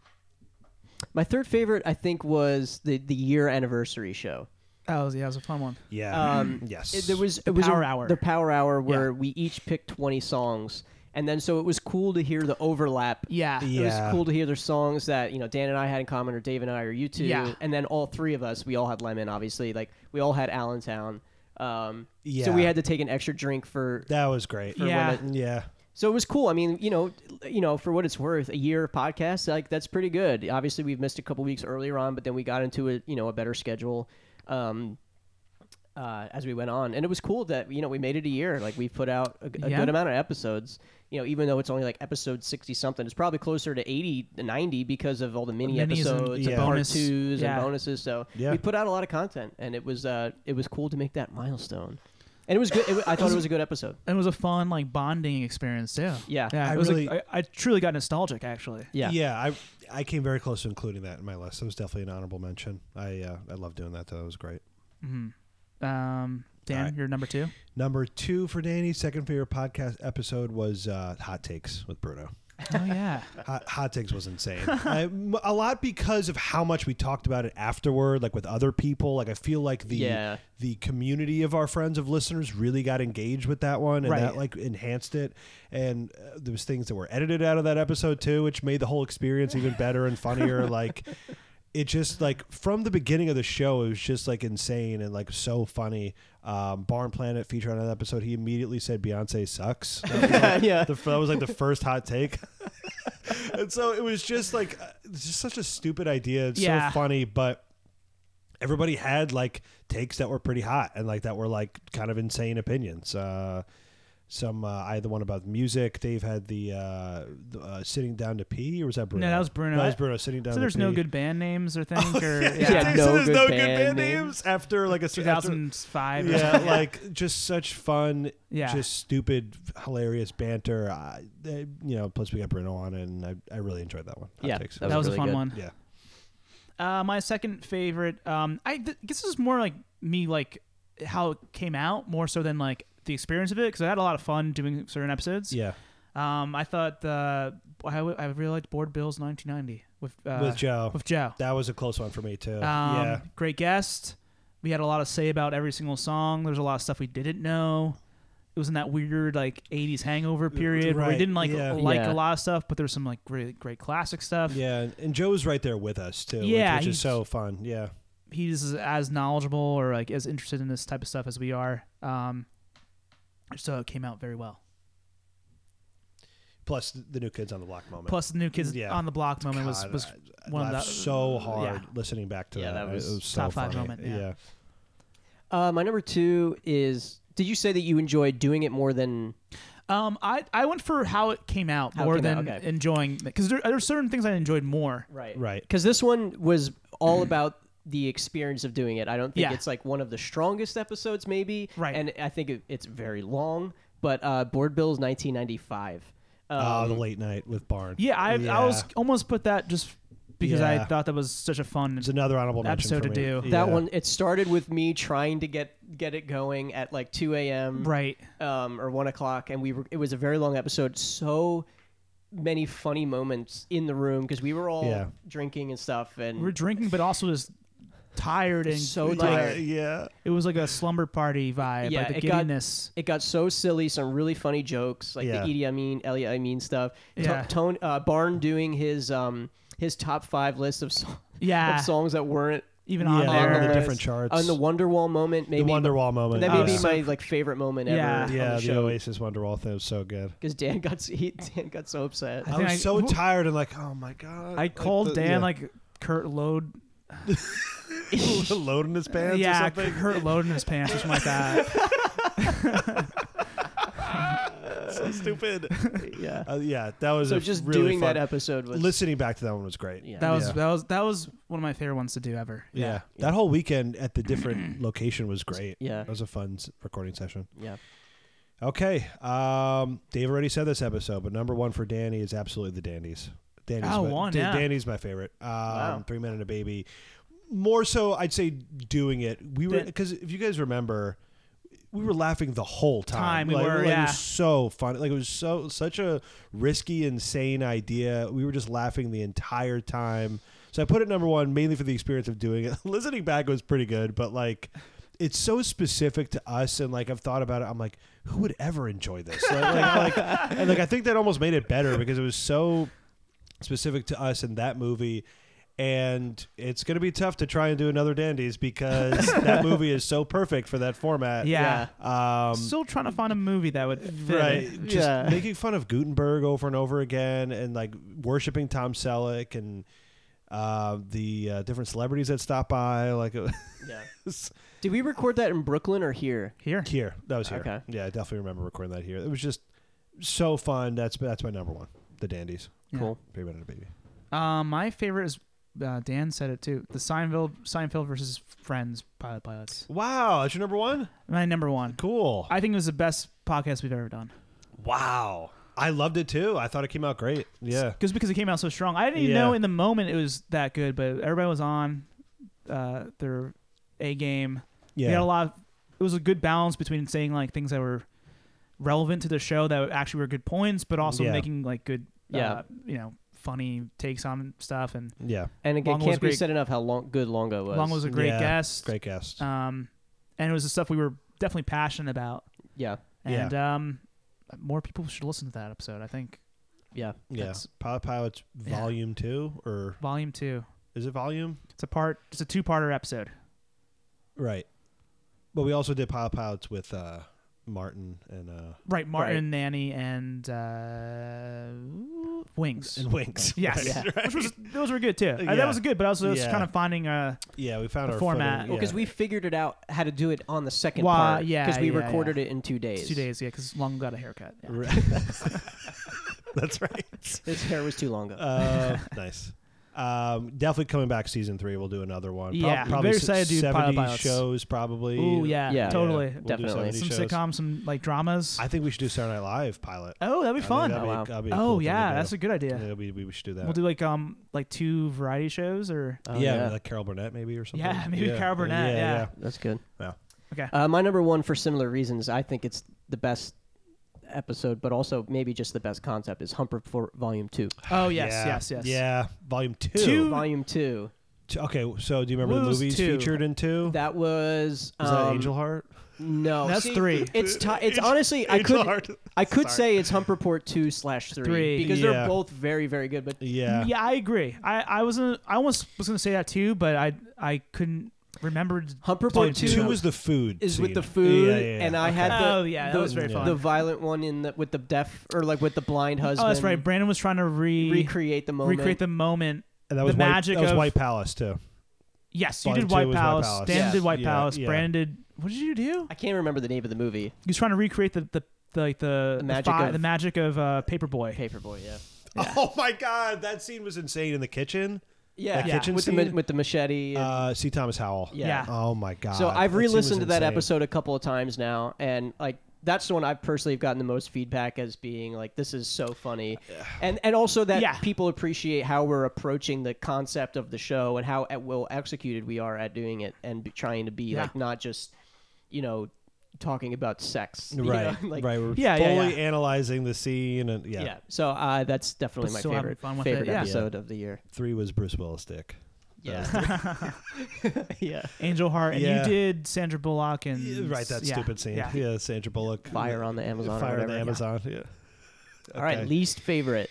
[SPEAKER 4] my third favorite, I think, was the the year anniversary show.
[SPEAKER 5] That was yeah, it was a fun one.
[SPEAKER 6] Yeah.
[SPEAKER 4] Um,
[SPEAKER 6] yes.
[SPEAKER 4] It, there was it was
[SPEAKER 5] Power
[SPEAKER 4] a,
[SPEAKER 5] Hour.
[SPEAKER 4] The power hour where we each picked twenty songs, and then so it was cool to hear the overlap.
[SPEAKER 5] Yeah.
[SPEAKER 4] It
[SPEAKER 6] Yeah.
[SPEAKER 4] was cool to hear their songs that you know Dan and I had in common, or Dave and I, or you two,
[SPEAKER 5] Yeah.
[SPEAKER 4] and then all three of us. We all had lemon, obviously. Like we all had Allentown. Um,
[SPEAKER 6] Yeah.
[SPEAKER 4] So we had to take an extra drink for.
[SPEAKER 6] that was great.
[SPEAKER 5] Yeah.
[SPEAKER 4] when
[SPEAKER 6] Yeah.
[SPEAKER 4] So it was cool. I mean, you know, you know, for what it's worth, a year of podcasts, like that's pretty good. Obviously, we've missed a couple weeks earlier on, but then we got into a you know a better schedule. Um, uh, as we went on, and it was cool that you know we made it a year. Like we've put out a, g- a
[SPEAKER 5] Yeah.
[SPEAKER 4] good amount of episodes. You know, even though it's only like episode sixty something, it's probably closer to eighty to ninety because of all the mini
[SPEAKER 5] minis and-
[SPEAKER 4] episodes and,
[SPEAKER 6] yeah.
[SPEAKER 4] part
[SPEAKER 5] Bonus,
[SPEAKER 4] twos
[SPEAKER 5] yeah.
[SPEAKER 4] and bonuses. So
[SPEAKER 6] Yeah.
[SPEAKER 4] we put out a lot of content, and it was uh, it was cool to make that milestone. And it was good. It, wa- I thought it was a good episode.
[SPEAKER 5] And it was a fun like bonding experience too.
[SPEAKER 4] Yeah.
[SPEAKER 5] Yeah.
[SPEAKER 6] I
[SPEAKER 5] it was
[SPEAKER 6] really-
[SPEAKER 5] like, I, I truly got nostalgic actually.
[SPEAKER 4] Yeah.
[SPEAKER 6] I I came very close to including that in my list. That was definitely an honorable mention. I uh, I love doing that though. That was great.
[SPEAKER 5] Um, Dan,
[SPEAKER 6] All right.
[SPEAKER 5] you're number two.
[SPEAKER 6] Number two for Danny's second favorite podcast episode was uh, Hot Takes with Bruno.
[SPEAKER 5] Oh yeah.
[SPEAKER 6] Hot, hot takes was insane. I- m- A lot because of how much we talked about it afterward, like with other people. Like I feel like the
[SPEAKER 4] Yeah.
[SPEAKER 6] the community of our friends of listeners really got engaged with that one, and
[SPEAKER 5] Right.
[SPEAKER 6] that like enhanced it. And uh, there was things that were edited out of that episode too, which made the whole experience even better and funnier. like it just like from the beginning of the show, it was just like insane and like so funny. Um, Barn Planet featured on that episode. He immediately said Beyonce sucks. That was, like,
[SPEAKER 4] Yeah.
[SPEAKER 6] the- that was like the first hot take and so it was just like uh, it's just such a stupid idea. It's
[SPEAKER 5] Yeah.
[SPEAKER 6] so funny, but everybody had like takes that were pretty hot and like that were like kind of insane opinions. Uh, Some uh, I had the one about music. Dave had the uh, the, uh, sitting down to pee, or was that Bruno?
[SPEAKER 5] No, that was Bruno.
[SPEAKER 6] That was Bruno Oh, sitting down.
[SPEAKER 5] So
[SPEAKER 6] to
[SPEAKER 5] there's no
[SPEAKER 6] pee.
[SPEAKER 5] good band names or thing or
[SPEAKER 4] yeah. Yeah.
[SPEAKER 6] so
[SPEAKER 4] no
[SPEAKER 6] there's
[SPEAKER 4] good
[SPEAKER 6] no good
[SPEAKER 4] band
[SPEAKER 6] band
[SPEAKER 4] names.
[SPEAKER 6] names after like a after-
[SPEAKER 5] 2005. or
[SPEAKER 6] yeah,
[SPEAKER 5] something.
[SPEAKER 6] like just such fun,
[SPEAKER 5] Yeah.
[SPEAKER 6] just stupid, hilarious banter. I, they, you know, plus we got Bruno on, it, and I, I really enjoyed that one. Hot
[SPEAKER 4] Yeah,
[SPEAKER 6] takes.
[SPEAKER 4] that
[SPEAKER 5] that was
[SPEAKER 4] really
[SPEAKER 5] a fun
[SPEAKER 4] good.
[SPEAKER 5] one.
[SPEAKER 6] yeah.
[SPEAKER 5] Uh, my second favorite. Um, I th- guess this is more like me, like how it came out, more so than like the experience of it, because I had a lot of fun doing certain episodes.
[SPEAKER 6] Yeah,
[SPEAKER 5] Um, I thought the I, w- I really liked Board Bills 1990 with uh,
[SPEAKER 6] with Joe,
[SPEAKER 5] With Joe.
[SPEAKER 6] that was a close one for me too.
[SPEAKER 5] Um,
[SPEAKER 6] yeah,
[SPEAKER 5] Great guest. We had a lot to say about every single song. There's a lot of stuff we didn't know. It was in that weird like '80s hangover period where we
[SPEAKER 6] Uh, right,
[SPEAKER 5] didn't like
[SPEAKER 6] yeah.
[SPEAKER 5] like
[SPEAKER 4] Yeah.
[SPEAKER 5] a lot of stuff, but there's some like great great classic stuff.
[SPEAKER 6] yeah, and, and Joe's right there with us too. which-
[SPEAKER 5] Yeah,
[SPEAKER 6] which, is
[SPEAKER 5] he's-
[SPEAKER 6] so fun. Yeah,
[SPEAKER 5] He's as knowledgeable or like as interested in this type of stuff as we are. Um, so it came out very well.
[SPEAKER 6] plus the the new kids on the block moment.
[SPEAKER 5] Plus, the new kids
[SPEAKER 6] Yeah.
[SPEAKER 5] on the block moment was
[SPEAKER 6] God,
[SPEAKER 5] was
[SPEAKER 6] I
[SPEAKER 5] one of
[SPEAKER 6] laughed
[SPEAKER 5] the-
[SPEAKER 6] so hard
[SPEAKER 5] yeah.
[SPEAKER 6] listening back to
[SPEAKER 4] Yeah,
[SPEAKER 6] that.
[SPEAKER 4] that was
[SPEAKER 6] it was so
[SPEAKER 5] top five
[SPEAKER 6] funny.
[SPEAKER 5] moment, yeah.
[SPEAKER 4] Uh, my number two is. Did you say that you enjoyed doing it more than?
[SPEAKER 5] Um, I, I went for how it came out
[SPEAKER 4] How it
[SPEAKER 5] more
[SPEAKER 4] came out,
[SPEAKER 5] than
[SPEAKER 4] okay.
[SPEAKER 5] enjoying because there, there's certain things I enjoyed more.
[SPEAKER 4] Right.
[SPEAKER 6] right.
[SPEAKER 4] Because this one was all about the experience of doing it. I don't think
[SPEAKER 5] Yeah.
[SPEAKER 4] it's like one of the strongest episodes, maybe.
[SPEAKER 5] Right.
[SPEAKER 4] And I think it, it's very long. But uh, Board Bills 1995. Um,
[SPEAKER 6] Oh, the late night with Barn.
[SPEAKER 5] Yeah, I I was almost put that just because I
[SPEAKER 6] Yeah.
[SPEAKER 5] thought that was such a fun.
[SPEAKER 6] It's another honorable mention
[SPEAKER 5] Episode
[SPEAKER 6] for
[SPEAKER 5] to
[SPEAKER 6] me.
[SPEAKER 5] do.
[SPEAKER 4] that
[SPEAKER 6] Yeah.
[SPEAKER 4] one it started with me trying to get get it going at like 2 a.m
[SPEAKER 5] Right.
[SPEAKER 4] um, or 1 o'clock and we were it was a very long episode so many funny moments in the room because we were all
[SPEAKER 6] Yeah.
[SPEAKER 4] drinking and stuff and
[SPEAKER 5] We We're drinking, but also just tired and
[SPEAKER 4] So
[SPEAKER 5] like,
[SPEAKER 4] tired.
[SPEAKER 6] Yeah.
[SPEAKER 5] It was like a slumber party vibe,
[SPEAKER 4] Yeah,
[SPEAKER 5] like the
[SPEAKER 4] it got-
[SPEAKER 5] giddiness.
[SPEAKER 4] it got so silly some really funny jokes like
[SPEAKER 6] Yeah.
[SPEAKER 4] the Idi Amin Elliot Amin stuff To-
[SPEAKER 5] Yeah.
[SPEAKER 4] Tone uh, Barn doing his um his top five list of, so-
[SPEAKER 5] Yeah.
[SPEAKER 4] of songs that weren't
[SPEAKER 5] even
[SPEAKER 6] Yeah,
[SPEAKER 5] on
[SPEAKER 6] all
[SPEAKER 5] there.
[SPEAKER 6] the
[SPEAKER 4] list.
[SPEAKER 6] different charts.
[SPEAKER 4] on the Wonderwall moment maybe
[SPEAKER 6] the Wonderwall moment.
[SPEAKER 4] that
[SPEAKER 5] Oh,
[SPEAKER 4] may
[SPEAKER 5] yeah.
[SPEAKER 4] be my like favorite moment ever
[SPEAKER 5] Yeah.
[SPEAKER 4] on
[SPEAKER 6] yeah,
[SPEAKER 4] the
[SPEAKER 6] the,
[SPEAKER 4] show
[SPEAKER 6] Oasis Wonderwall thing was so good.
[SPEAKER 4] because Dan got s- he Dan got so upset.
[SPEAKER 5] I
[SPEAKER 6] I,
[SPEAKER 5] think
[SPEAKER 6] was
[SPEAKER 5] I-
[SPEAKER 6] so
[SPEAKER 5] who-
[SPEAKER 6] tired and like, oh my god.
[SPEAKER 5] I
[SPEAKER 6] Like
[SPEAKER 5] called
[SPEAKER 6] the-
[SPEAKER 5] Dan
[SPEAKER 6] yeah.
[SPEAKER 5] like Kurt Load.
[SPEAKER 6] load in his pants.
[SPEAKER 5] yeah,
[SPEAKER 6] or something.
[SPEAKER 5] Kurt Load in his pants or something like that.
[SPEAKER 6] so stupid.
[SPEAKER 4] yeah.
[SPEAKER 6] Uh, yeah, that was
[SPEAKER 4] So
[SPEAKER 6] a
[SPEAKER 4] just
[SPEAKER 6] really
[SPEAKER 4] doing
[SPEAKER 6] fun.
[SPEAKER 4] that episode was
[SPEAKER 6] Listening back to that one was great.
[SPEAKER 4] Yeah.
[SPEAKER 5] That was
[SPEAKER 6] Yeah.
[SPEAKER 5] that was that was one of my favorite ones to do ever.
[SPEAKER 6] Yeah. that whole weekend at the different location was great.
[SPEAKER 4] Yeah.
[SPEAKER 6] that was a fun s- recording session.
[SPEAKER 4] yeah.
[SPEAKER 6] Okay, um, Dave already said this episode, but number one for Danny is absolutely the Dandies. Danny's
[SPEAKER 5] Oh,
[SPEAKER 6] my,
[SPEAKER 5] one,
[SPEAKER 6] Dan-
[SPEAKER 5] yeah.
[SPEAKER 6] Danny's my favorite. Um,
[SPEAKER 4] Wow.
[SPEAKER 6] Three Men and a Baby. More so, I'd say doing it. We were
[SPEAKER 5] Dan-
[SPEAKER 6] because if you guys remember, we were laughing the whole
[SPEAKER 5] Time
[SPEAKER 6] time.
[SPEAKER 5] we
[SPEAKER 6] like,
[SPEAKER 5] were,
[SPEAKER 6] like,
[SPEAKER 5] yeah.
[SPEAKER 6] It was so fun. Like it was so such a risky, insane idea. We were just laughing the entire time. So I put it number one mainly for the experience of doing it. Listening back was pretty good, but like. It's so specific to us, and like I've thought about it, I'm like, who would ever enjoy this? Like, like, like- and like I think that almost made it better because it was so specific to us in that movie. And it's going to be tough to try and do another Dandies because that movie is so perfect for that format.
[SPEAKER 5] Yeah.
[SPEAKER 6] Um,
[SPEAKER 5] Still trying to find a movie that would fit.
[SPEAKER 6] right. Just
[SPEAKER 4] Yeah.
[SPEAKER 6] making fun of Gutenberg over and over again and like worshiping Tom Selleck and uh, the uh, different celebrities that stop by. Like it
[SPEAKER 4] Yeah.
[SPEAKER 6] was
[SPEAKER 4] Did we record that in Brooklyn or here?
[SPEAKER 5] Here.
[SPEAKER 6] here. That was here.
[SPEAKER 4] Okay.
[SPEAKER 6] Yeah, I definitely remember recording that here. It was just so fun. That's that's my number one. The Dandies.
[SPEAKER 5] Yeah.
[SPEAKER 4] Cool.
[SPEAKER 6] Baby Runner Baby.
[SPEAKER 5] Um, my favorite is uh, Dan said it too. The Seinfeld Seinfeld versus Friends pilot pilots.
[SPEAKER 6] Wow. That's your number one?
[SPEAKER 5] My number one.
[SPEAKER 6] Cool.
[SPEAKER 5] I think it was the best podcast we've ever done.
[SPEAKER 6] Wow. I loved it too. I thought it came out great. Yeah.
[SPEAKER 5] Just because it came out so strong. I didn't even
[SPEAKER 6] Yeah.
[SPEAKER 5] know in the moment it was that good, but everybody was on uh, their A game. They had a lot of, it was a good balance between saying like things that were relevant to the show that actually were good points, but also
[SPEAKER 6] Yeah.
[SPEAKER 5] making like good uh,
[SPEAKER 4] Yeah.
[SPEAKER 5] you know, funny takes on stuff and
[SPEAKER 6] Yeah.
[SPEAKER 4] And again,
[SPEAKER 5] Longo was
[SPEAKER 4] can't be
[SPEAKER 5] great.
[SPEAKER 4] said enough how long good Longo was.
[SPEAKER 5] Long was a great
[SPEAKER 6] Yeah.
[SPEAKER 5] guest.
[SPEAKER 6] Great guest.
[SPEAKER 5] Um and it was the stuff we were definitely passionate about.
[SPEAKER 4] yeah.
[SPEAKER 6] Yeah.
[SPEAKER 5] And um more people should listen to that episode, I think.
[SPEAKER 4] Yeah.
[SPEAKER 6] yeah.
[SPEAKER 5] that's-
[SPEAKER 6] Pilot Pilots
[SPEAKER 5] Yeah.
[SPEAKER 6] Volume 2 or
[SPEAKER 5] Volume two.
[SPEAKER 6] is it Volume?
[SPEAKER 5] It's a part it's a two parter episode.
[SPEAKER 6] Right. But we also did Pilot Pilots with uh, Martin and uh,
[SPEAKER 5] Right, Martin
[SPEAKER 4] Right.
[SPEAKER 5] Nanny and uh,
[SPEAKER 4] out?
[SPEAKER 5] Wings.
[SPEAKER 6] and Wings.
[SPEAKER 5] yes,
[SPEAKER 6] Right.
[SPEAKER 5] Which was, those were good too. Uh,
[SPEAKER 6] Yeah.
[SPEAKER 5] that was good, but also it's
[SPEAKER 6] Yeah.
[SPEAKER 5] kind of finding uh,
[SPEAKER 6] Yeah, we found
[SPEAKER 5] The
[SPEAKER 6] our
[SPEAKER 5] format.
[SPEAKER 4] Uh,
[SPEAKER 6] footing,
[SPEAKER 4] Well, because
[SPEAKER 6] yeah.
[SPEAKER 4] we figured it out how to do it on the second
[SPEAKER 5] Why,
[SPEAKER 4] part.
[SPEAKER 5] yeah,
[SPEAKER 4] Because we
[SPEAKER 5] yeah,
[SPEAKER 4] recorded it in two days.
[SPEAKER 5] two days. Yeah, because Long got a haircut. Yeah.
[SPEAKER 6] That's right.
[SPEAKER 4] His hair was too long ago.
[SPEAKER 6] Uh, nice. Um, definitely coming back season three. We'll do another one. Prob-
[SPEAKER 5] Yeah, I'm
[SPEAKER 6] probably
[SPEAKER 5] very
[SPEAKER 6] s-
[SPEAKER 5] excited to do
[SPEAKER 6] seventy
[SPEAKER 5] pilots.
[SPEAKER 6] shows. Probably.
[SPEAKER 5] Ooh, yeah,
[SPEAKER 4] Yeah.
[SPEAKER 5] totally.
[SPEAKER 6] Yeah, we'll do
[SPEAKER 4] Definitely.
[SPEAKER 6] 70
[SPEAKER 5] some
[SPEAKER 6] shows.
[SPEAKER 5] sitcoms, some like dramas.
[SPEAKER 6] I think we should do Saturday Night Live pilot.
[SPEAKER 5] oh, that'd be fun.
[SPEAKER 6] I think
[SPEAKER 4] Oh, wow.
[SPEAKER 6] that'd be- that'd be a cool
[SPEAKER 5] oh
[SPEAKER 6] thing to
[SPEAKER 5] yeah,
[SPEAKER 6] do.
[SPEAKER 5] that's a good idea.
[SPEAKER 6] Yeah, we, we should do that.
[SPEAKER 5] We'll do like um like two variety shows or
[SPEAKER 4] Oh,
[SPEAKER 6] yeah, like Carol Burnett maybe or something.
[SPEAKER 5] Yeah, maybe Carol Burnett, yeah.
[SPEAKER 4] That's good.
[SPEAKER 6] Yeah.
[SPEAKER 5] Okay.
[SPEAKER 4] Uh, my number one, for similar reasons, I think it's the best episode, but also maybe just the best concept is Humper for Volume Two.
[SPEAKER 5] oh yes
[SPEAKER 6] yeah.
[SPEAKER 5] yes yes
[SPEAKER 6] Yeah, volume two.
[SPEAKER 5] Two.
[SPEAKER 4] Volume Two.
[SPEAKER 6] T- Okay, so do you remember the
[SPEAKER 5] Who's
[SPEAKER 6] movies
[SPEAKER 5] two?
[SPEAKER 6] featured in two?
[SPEAKER 4] That was.
[SPEAKER 6] Is that
[SPEAKER 4] um,
[SPEAKER 6] Angel Heart?
[SPEAKER 4] No,
[SPEAKER 5] That's
[SPEAKER 4] see,
[SPEAKER 5] three.
[SPEAKER 4] It's ti it's
[SPEAKER 6] Angel-
[SPEAKER 4] honestly I
[SPEAKER 6] Angel
[SPEAKER 4] could
[SPEAKER 6] Heart.
[SPEAKER 4] I could say it's Humperport two slash
[SPEAKER 5] Three.
[SPEAKER 4] three because
[SPEAKER 6] Yeah.
[SPEAKER 4] they're both very very good. But
[SPEAKER 6] Yeah.
[SPEAKER 5] Mm, Yeah, I agree. I I wasn't I almost was gonna say that too, but I I couldn't remember.
[SPEAKER 4] Humperport two,
[SPEAKER 6] Two was the food.
[SPEAKER 4] is with
[SPEAKER 6] scene.
[SPEAKER 4] the food,
[SPEAKER 6] Yeah, yeah, yeah.
[SPEAKER 4] and I had the
[SPEAKER 5] Oh, yeah, that
[SPEAKER 4] the,
[SPEAKER 5] was very
[SPEAKER 6] fun.
[SPEAKER 4] the violent one in the with the deaf or like with the blind husband.
[SPEAKER 5] Oh, that's right. Brandon was trying to re
[SPEAKER 4] Recreate the moment.
[SPEAKER 5] recreate the moment.
[SPEAKER 6] And that was
[SPEAKER 5] the
[SPEAKER 6] White,
[SPEAKER 5] magic
[SPEAKER 6] that was
[SPEAKER 5] of-
[SPEAKER 6] White Palace too.
[SPEAKER 5] Yes, you
[SPEAKER 6] Volume
[SPEAKER 5] did
[SPEAKER 6] two
[SPEAKER 5] White
[SPEAKER 6] was White
[SPEAKER 5] Palace.
[SPEAKER 6] Palace.
[SPEAKER 5] Dan
[SPEAKER 4] Yeah.
[SPEAKER 5] did White
[SPEAKER 6] Yeah,
[SPEAKER 5] Palace.
[SPEAKER 6] yeah.
[SPEAKER 5] Brandon did. What did you do?
[SPEAKER 4] I can't remember the name of the movie.
[SPEAKER 5] He was trying to recreate the the the like the, the
[SPEAKER 4] magic
[SPEAKER 5] fi-
[SPEAKER 4] of-
[SPEAKER 5] the magic of uh, Paperboy.
[SPEAKER 4] Paperboy, yeah.
[SPEAKER 6] Oh my god, that scene was insane in the kitchen.
[SPEAKER 4] Yeah,
[SPEAKER 6] That kitchen
[SPEAKER 4] with the ma-
[SPEAKER 6] scene?
[SPEAKER 4] with the machete. and-
[SPEAKER 6] Uh, see Thomas Howell.
[SPEAKER 4] yeah.
[SPEAKER 5] yeah.
[SPEAKER 6] Oh my god.
[SPEAKER 4] So I've
[SPEAKER 6] that scene was
[SPEAKER 4] re-listened to that
[SPEAKER 6] insane.
[SPEAKER 4] episode a couple of times now, and like that's the one I've personally gotten the most feedback as being like this is so funny, and and also that
[SPEAKER 5] Yeah.
[SPEAKER 4] people appreciate how we're approaching the concept of the show and how at well executed we are at doing it and be, trying to be
[SPEAKER 5] Yeah.
[SPEAKER 4] like not just you know talking about sex, you
[SPEAKER 6] Right,
[SPEAKER 4] know, like,
[SPEAKER 6] right. We're
[SPEAKER 5] Yeah, yeah,
[SPEAKER 6] fully
[SPEAKER 5] yeah.
[SPEAKER 6] analyzing the scene, and yeah,
[SPEAKER 4] Yeah. So uh, that's definitely
[SPEAKER 5] But
[SPEAKER 4] my
[SPEAKER 5] still having
[SPEAKER 4] favorite
[SPEAKER 5] fun with it,
[SPEAKER 4] favorite
[SPEAKER 5] yeah.
[SPEAKER 4] episode of the year.
[SPEAKER 6] three was Bruce Willis dick.
[SPEAKER 4] Yeah. yeah.
[SPEAKER 5] Angel Heart, and
[SPEAKER 6] Yeah.
[SPEAKER 5] you did Sandra Bullock and
[SPEAKER 6] Yeah, right, that
[SPEAKER 5] yeah,
[SPEAKER 6] stupid scene. Yeah.
[SPEAKER 5] Yeah.
[SPEAKER 6] Sandra Bullock.
[SPEAKER 4] Fire on the Amazon.
[SPEAKER 6] Fire
[SPEAKER 4] or
[SPEAKER 6] on
[SPEAKER 4] whatever.
[SPEAKER 6] the Amazon. Yeah.
[SPEAKER 4] All right.
[SPEAKER 6] Okay.
[SPEAKER 4] Least favorite.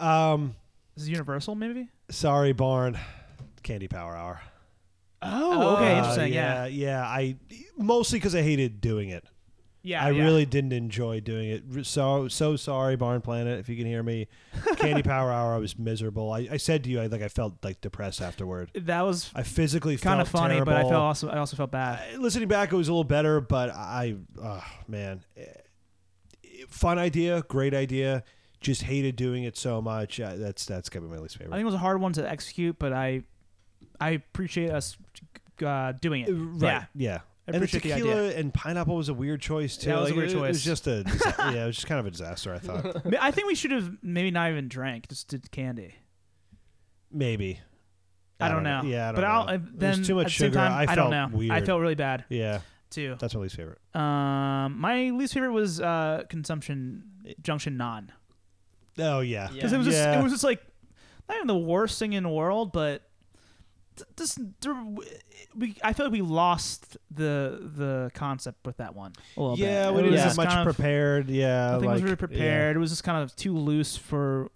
[SPEAKER 6] Um,
[SPEAKER 5] Is it Universal maybe?
[SPEAKER 6] sorry, Barn. Candy Power Hour.
[SPEAKER 5] Oh, okay,
[SPEAKER 4] Uh,
[SPEAKER 5] interesting.
[SPEAKER 6] yeah,
[SPEAKER 5] yeah,
[SPEAKER 6] yeah. I mostly because I hated doing it.
[SPEAKER 5] yeah.
[SPEAKER 6] I
[SPEAKER 5] yeah.
[SPEAKER 6] really didn't enjoy doing it. R- So so sorry, Barn Planet, if you can hear me. Candy Power Hour, I was miserable. I, I said to you, I like I felt like depressed afterward.
[SPEAKER 5] that was
[SPEAKER 6] I physically
[SPEAKER 5] kind of
[SPEAKER 6] felt
[SPEAKER 5] funny, but I
[SPEAKER 6] terrible.
[SPEAKER 5] felt also I also felt bad.
[SPEAKER 6] Uh, Listening back, it was a little better, but I, oh, man, Eh, eh, fun idea, great idea. Just hated doing it so much. Uh, that's that's gonna be my least
[SPEAKER 5] I
[SPEAKER 6] favorite.
[SPEAKER 5] think it was a hard one to execute, but I I appreciate us uh, doing it.
[SPEAKER 6] Uh, right?
[SPEAKER 5] Yeah.
[SPEAKER 6] Yeah.
[SPEAKER 5] I
[SPEAKER 6] and the
[SPEAKER 5] appreciate the
[SPEAKER 6] tequila
[SPEAKER 5] idea.
[SPEAKER 6] and pineapple was a weird choice too.
[SPEAKER 5] That was a
[SPEAKER 6] Like,
[SPEAKER 5] weird
[SPEAKER 6] it, It
[SPEAKER 5] choice.
[SPEAKER 6] was just a disa- yeah, it was just kind of a disaster. I thought
[SPEAKER 5] Ma- I think we should have maybe not even drank, just did candy.
[SPEAKER 6] maybe.
[SPEAKER 5] I, don't, know.
[SPEAKER 6] Yeah, I don't
[SPEAKER 5] but
[SPEAKER 6] know.
[SPEAKER 5] I'll uh,
[SPEAKER 6] There's
[SPEAKER 5] then
[SPEAKER 6] too much
[SPEAKER 5] at the
[SPEAKER 6] sugar.
[SPEAKER 5] Same time,
[SPEAKER 6] I,
[SPEAKER 5] I, don't
[SPEAKER 6] felt
[SPEAKER 5] know.
[SPEAKER 6] Weird.
[SPEAKER 5] I felt really bad
[SPEAKER 6] yeah.
[SPEAKER 5] too.
[SPEAKER 6] That's my least favorite.
[SPEAKER 5] Um, my least favorite was uh, consumption junction non
[SPEAKER 6] Oh yeah,
[SPEAKER 5] because it was just,
[SPEAKER 6] Yeah.
[SPEAKER 5] it was just like not even the worst thing in the world, but th- this there, we I feel like we lost the the concept with that one a little
[SPEAKER 6] yeah.
[SPEAKER 5] bit.
[SPEAKER 6] We
[SPEAKER 5] It
[SPEAKER 6] didn't
[SPEAKER 5] was
[SPEAKER 6] have
[SPEAKER 5] just
[SPEAKER 6] much
[SPEAKER 5] kind of-
[SPEAKER 6] prepared. Yeah,
[SPEAKER 5] I think
[SPEAKER 6] Uh, like,
[SPEAKER 5] was really
[SPEAKER 6] yeah.
[SPEAKER 5] prepared. It was just kind of too loose for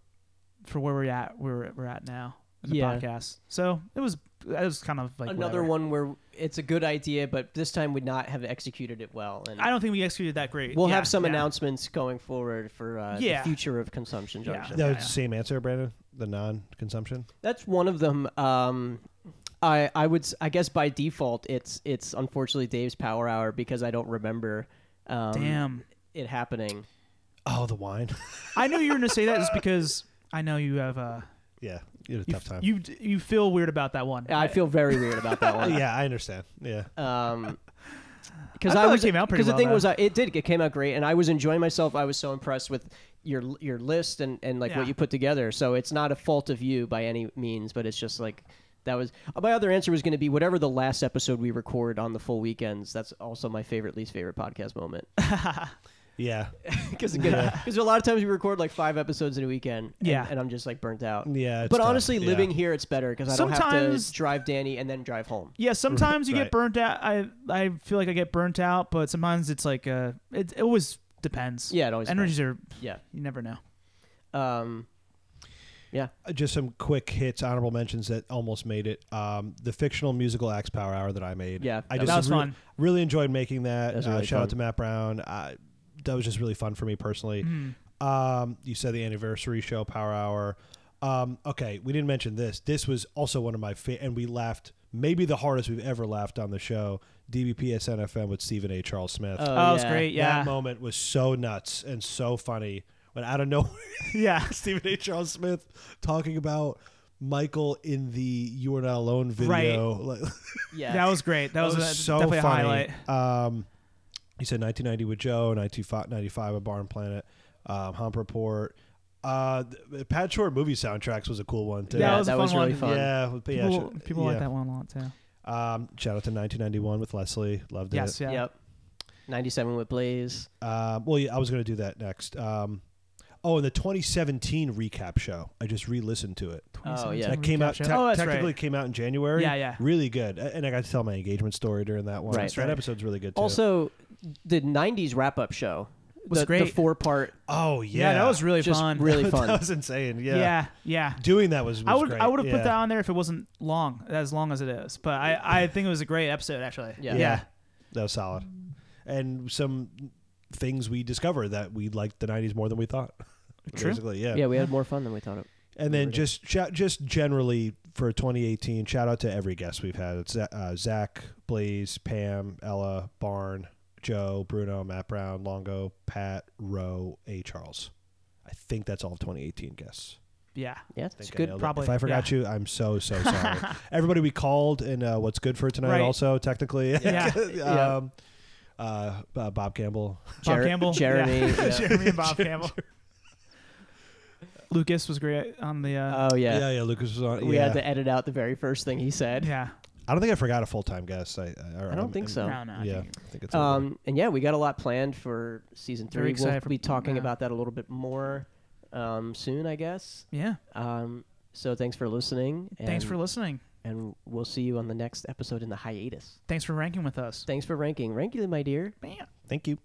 [SPEAKER 5] for where we're at where we're at now in the
[SPEAKER 4] Yeah.
[SPEAKER 5] podcast. So it was it was kind of like
[SPEAKER 4] another
[SPEAKER 5] whatever.
[SPEAKER 4] one where it's a good idea, but this time would not have executed it well. And
[SPEAKER 5] I don't think we executed that great.
[SPEAKER 4] we'll
[SPEAKER 5] Yeah,
[SPEAKER 4] have some
[SPEAKER 5] yeah.
[SPEAKER 4] announcements going forward for uh,
[SPEAKER 5] Yeah.
[SPEAKER 4] the future of consumption
[SPEAKER 5] Yeah.
[SPEAKER 4] junction.
[SPEAKER 6] That was
[SPEAKER 5] Yeah.
[SPEAKER 6] the same answer, Brandon. The non-consumption.
[SPEAKER 4] That's one of them. Um, I I would s- I guess by default it's it's unfortunately Dave's power hour because I don't remember. Um,
[SPEAKER 5] Damn,
[SPEAKER 4] It happening.
[SPEAKER 6] Oh, the wine.
[SPEAKER 5] I knew you were gonna say that just because I know you have uh,
[SPEAKER 6] yeah, you had a
[SPEAKER 5] you,
[SPEAKER 6] tough time.
[SPEAKER 5] you you feel weird about that one.
[SPEAKER 4] I feel very weird about that one.
[SPEAKER 6] Uh, yeah, I understand. Yeah,
[SPEAKER 4] Um, because
[SPEAKER 5] I
[SPEAKER 4] I,
[SPEAKER 5] thought it
[SPEAKER 4] was
[SPEAKER 5] came out pretty
[SPEAKER 4] because the
[SPEAKER 5] well,
[SPEAKER 4] thing
[SPEAKER 5] though.
[SPEAKER 4] was I, it did it came out great and I was enjoying myself. I was so impressed with your your list and and like
[SPEAKER 5] Yeah.
[SPEAKER 4] what you put together. So it's not a fault of you by any means, but it's just like that was uh, my other answer was going to be whatever the last episode we record on the full weekends. That's also my favorite least favorite podcast moment
[SPEAKER 6] yeah,
[SPEAKER 4] because because a lot of times we record like five episodes in a weekend. and-
[SPEAKER 5] Yeah.
[SPEAKER 4] and I'm just like burnt out.
[SPEAKER 6] yeah. it's
[SPEAKER 4] But
[SPEAKER 6] tough.
[SPEAKER 4] honestly,
[SPEAKER 6] Yeah.
[SPEAKER 4] living here, it's better because I don't have
[SPEAKER 5] Sometimes-
[SPEAKER 4] to drive Danny and then drive home.
[SPEAKER 5] Yeah, sometimes you
[SPEAKER 6] Right.
[SPEAKER 5] get burnt out. I I feel like I get burnt out, but sometimes it's like uh, it, it always depends.
[SPEAKER 4] Yeah, it always
[SPEAKER 5] energies
[SPEAKER 4] Yeah.
[SPEAKER 5] are you never know.
[SPEAKER 4] Um,
[SPEAKER 6] Uh, just some quick hits, honorable mentions that almost made it. Um, the fictional musical Axe Power Hour that I made.
[SPEAKER 4] Yeah,
[SPEAKER 6] I
[SPEAKER 4] that
[SPEAKER 6] just
[SPEAKER 5] that was
[SPEAKER 6] re-
[SPEAKER 5] fun.
[SPEAKER 6] Really enjoyed making that.
[SPEAKER 4] That was
[SPEAKER 6] uh,
[SPEAKER 4] really
[SPEAKER 6] shout out
[SPEAKER 4] fun.
[SPEAKER 6] to Matt Brown. Uh, that was just really fun for me personally.
[SPEAKER 5] Mm.
[SPEAKER 4] Mm-hmm.
[SPEAKER 6] Um, you said the anniversary show, Power Hour. Um, okay, we didn't mention this. This was also one of my fa- and we laughed maybe the hardest we've ever laughed on the show. DBPS NFM with Stephen A. Charles Smith.
[SPEAKER 4] Oh,
[SPEAKER 5] Oh, it's
[SPEAKER 4] yeah.
[SPEAKER 5] great. Yeah.
[SPEAKER 6] That moment was so nuts and so funny. When out of nowhere,
[SPEAKER 5] yeah.
[SPEAKER 6] Stephen A. Charles Smith talking about Michael in the "You Are Not Alone" video. Like,
[SPEAKER 4] Yeah.
[SPEAKER 5] That was great. That, was, a,
[SPEAKER 6] so
[SPEAKER 5] definitely
[SPEAKER 6] funny.
[SPEAKER 5] a highlight.
[SPEAKER 6] Um, you said 1990 with Joe, 1995 at Barn Planet, um, Hump Report. Uh, the Pat Short movie soundtracks was a cool one too.
[SPEAKER 5] Yeah, that was a fun
[SPEAKER 4] really
[SPEAKER 5] one.
[SPEAKER 4] fun.
[SPEAKER 6] yeah, with- yeah,
[SPEAKER 5] People,
[SPEAKER 6] sh-
[SPEAKER 5] people
[SPEAKER 6] yeah.
[SPEAKER 5] like that one a lot too.
[SPEAKER 6] Um, shout out to 1991 with Leslie, loved
[SPEAKER 5] Yes.
[SPEAKER 6] it.
[SPEAKER 5] Yeah.
[SPEAKER 4] Yep. 97 with Blaze.
[SPEAKER 6] Um, well, yeah, I was going to do that next. Um, oh, and the 2017 recap show. I just re-listened to it.
[SPEAKER 4] Oh, yeah.
[SPEAKER 6] That came out
[SPEAKER 5] Recap show.
[SPEAKER 6] te-
[SPEAKER 5] Oh, that's
[SPEAKER 6] technically
[SPEAKER 5] right.
[SPEAKER 6] came out in January.
[SPEAKER 5] Yeah, yeah.
[SPEAKER 6] Really good, A- and I got to tell my engagement story during that one.
[SPEAKER 4] Right.
[SPEAKER 6] that episode's really good too.
[SPEAKER 4] Also, the 90s wrap up show
[SPEAKER 5] Was
[SPEAKER 4] the, The
[SPEAKER 5] great.
[SPEAKER 4] four part.
[SPEAKER 6] oh yeah,
[SPEAKER 5] Yeah, that was really
[SPEAKER 4] just
[SPEAKER 5] fun.
[SPEAKER 4] really fun.
[SPEAKER 6] that was insane.
[SPEAKER 5] yeah.
[SPEAKER 6] Yeah,
[SPEAKER 5] yeah.
[SPEAKER 6] doing that was. was
[SPEAKER 5] I would
[SPEAKER 6] great.
[SPEAKER 5] I would have
[SPEAKER 6] Yeah.
[SPEAKER 5] put that on there if it wasn't long, as long as it is. But I, I think it was a great episode actually.
[SPEAKER 4] Yeah.
[SPEAKER 5] Yeah.
[SPEAKER 6] That was solid, and some things we discovered that we liked the '90s more than we thought.
[SPEAKER 5] True.
[SPEAKER 6] Basically, yeah.
[SPEAKER 4] Yeah, we had more fun than we thought it.
[SPEAKER 6] And then just shout, just generally for 2018, shout out to every guest we've had. It's uh, Zach, Blaze, Pam, Ella, Barn, Joe, Bruno, Matt Brown, Longo, Pat, Roe, A. Charles. I think that's all of 2018 guests.
[SPEAKER 5] Yeah.
[SPEAKER 4] Yeah,
[SPEAKER 6] I
[SPEAKER 4] it's
[SPEAKER 6] think I
[SPEAKER 4] good.
[SPEAKER 6] nailed it.
[SPEAKER 5] probably,
[SPEAKER 6] If I forgot you, I'm so so sorry. Everybody we called and uh, what's good for tonight.
[SPEAKER 5] Right.
[SPEAKER 6] Also, technically,
[SPEAKER 5] Yeah.
[SPEAKER 4] Yeah.
[SPEAKER 6] um, uh, uh, Bob Campbell.
[SPEAKER 5] Bob
[SPEAKER 4] Jer-
[SPEAKER 5] Campbell.
[SPEAKER 4] Jeremy.
[SPEAKER 5] Yeah.
[SPEAKER 4] yeah.
[SPEAKER 5] Jeremy and Bob Campbell. Lucas was great on the uh,
[SPEAKER 4] Oh, yeah.
[SPEAKER 6] Yeah, yeah. Lucas was on.
[SPEAKER 4] We
[SPEAKER 6] yeah.
[SPEAKER 4] had to edit out the very first thing he said.
[SPEAKER 5] yeah.
[SPEAKER 6] I don't think I forgot a full time guest. I I, or
[SPEAKER 4] I don't
[SPEAKER 6] I'm-
[SPEAKER 4] think
[SPEAKER 6] I'm-
[SPEAKER 4] so.
[SPEAKER 5] No, no, I
[SPEAKER 6] yeah,
[SPEAKER 5] think-
[SPEAKER 6] I think it's over.
[SPEAKER 4] Um, and yeah, we got a lot planned for season
[SPEAKER 5] Very
[SPEAKER 4] three. We'll
[SPEAKER 5] excited for-
[SPEAKER 4] be talking
[SPEAKER 5] yeah.
[SPEAKER 4] about that a little bit more um, soon, I guess.
[SPEAKER 5] yeah.
[SPEAKER 4] Um, so thanks for listening. And,
[SPEAKER 5] Thanks for listening.
[SPEAKER 4] and we'll see you on the next episode in the hiatus.
[SPEAKER 5] Thanks for ranking with us.
[SPEAKER 4] Thanks for ranking, ranking, my dear.
[SPEAKER 6] Thank you.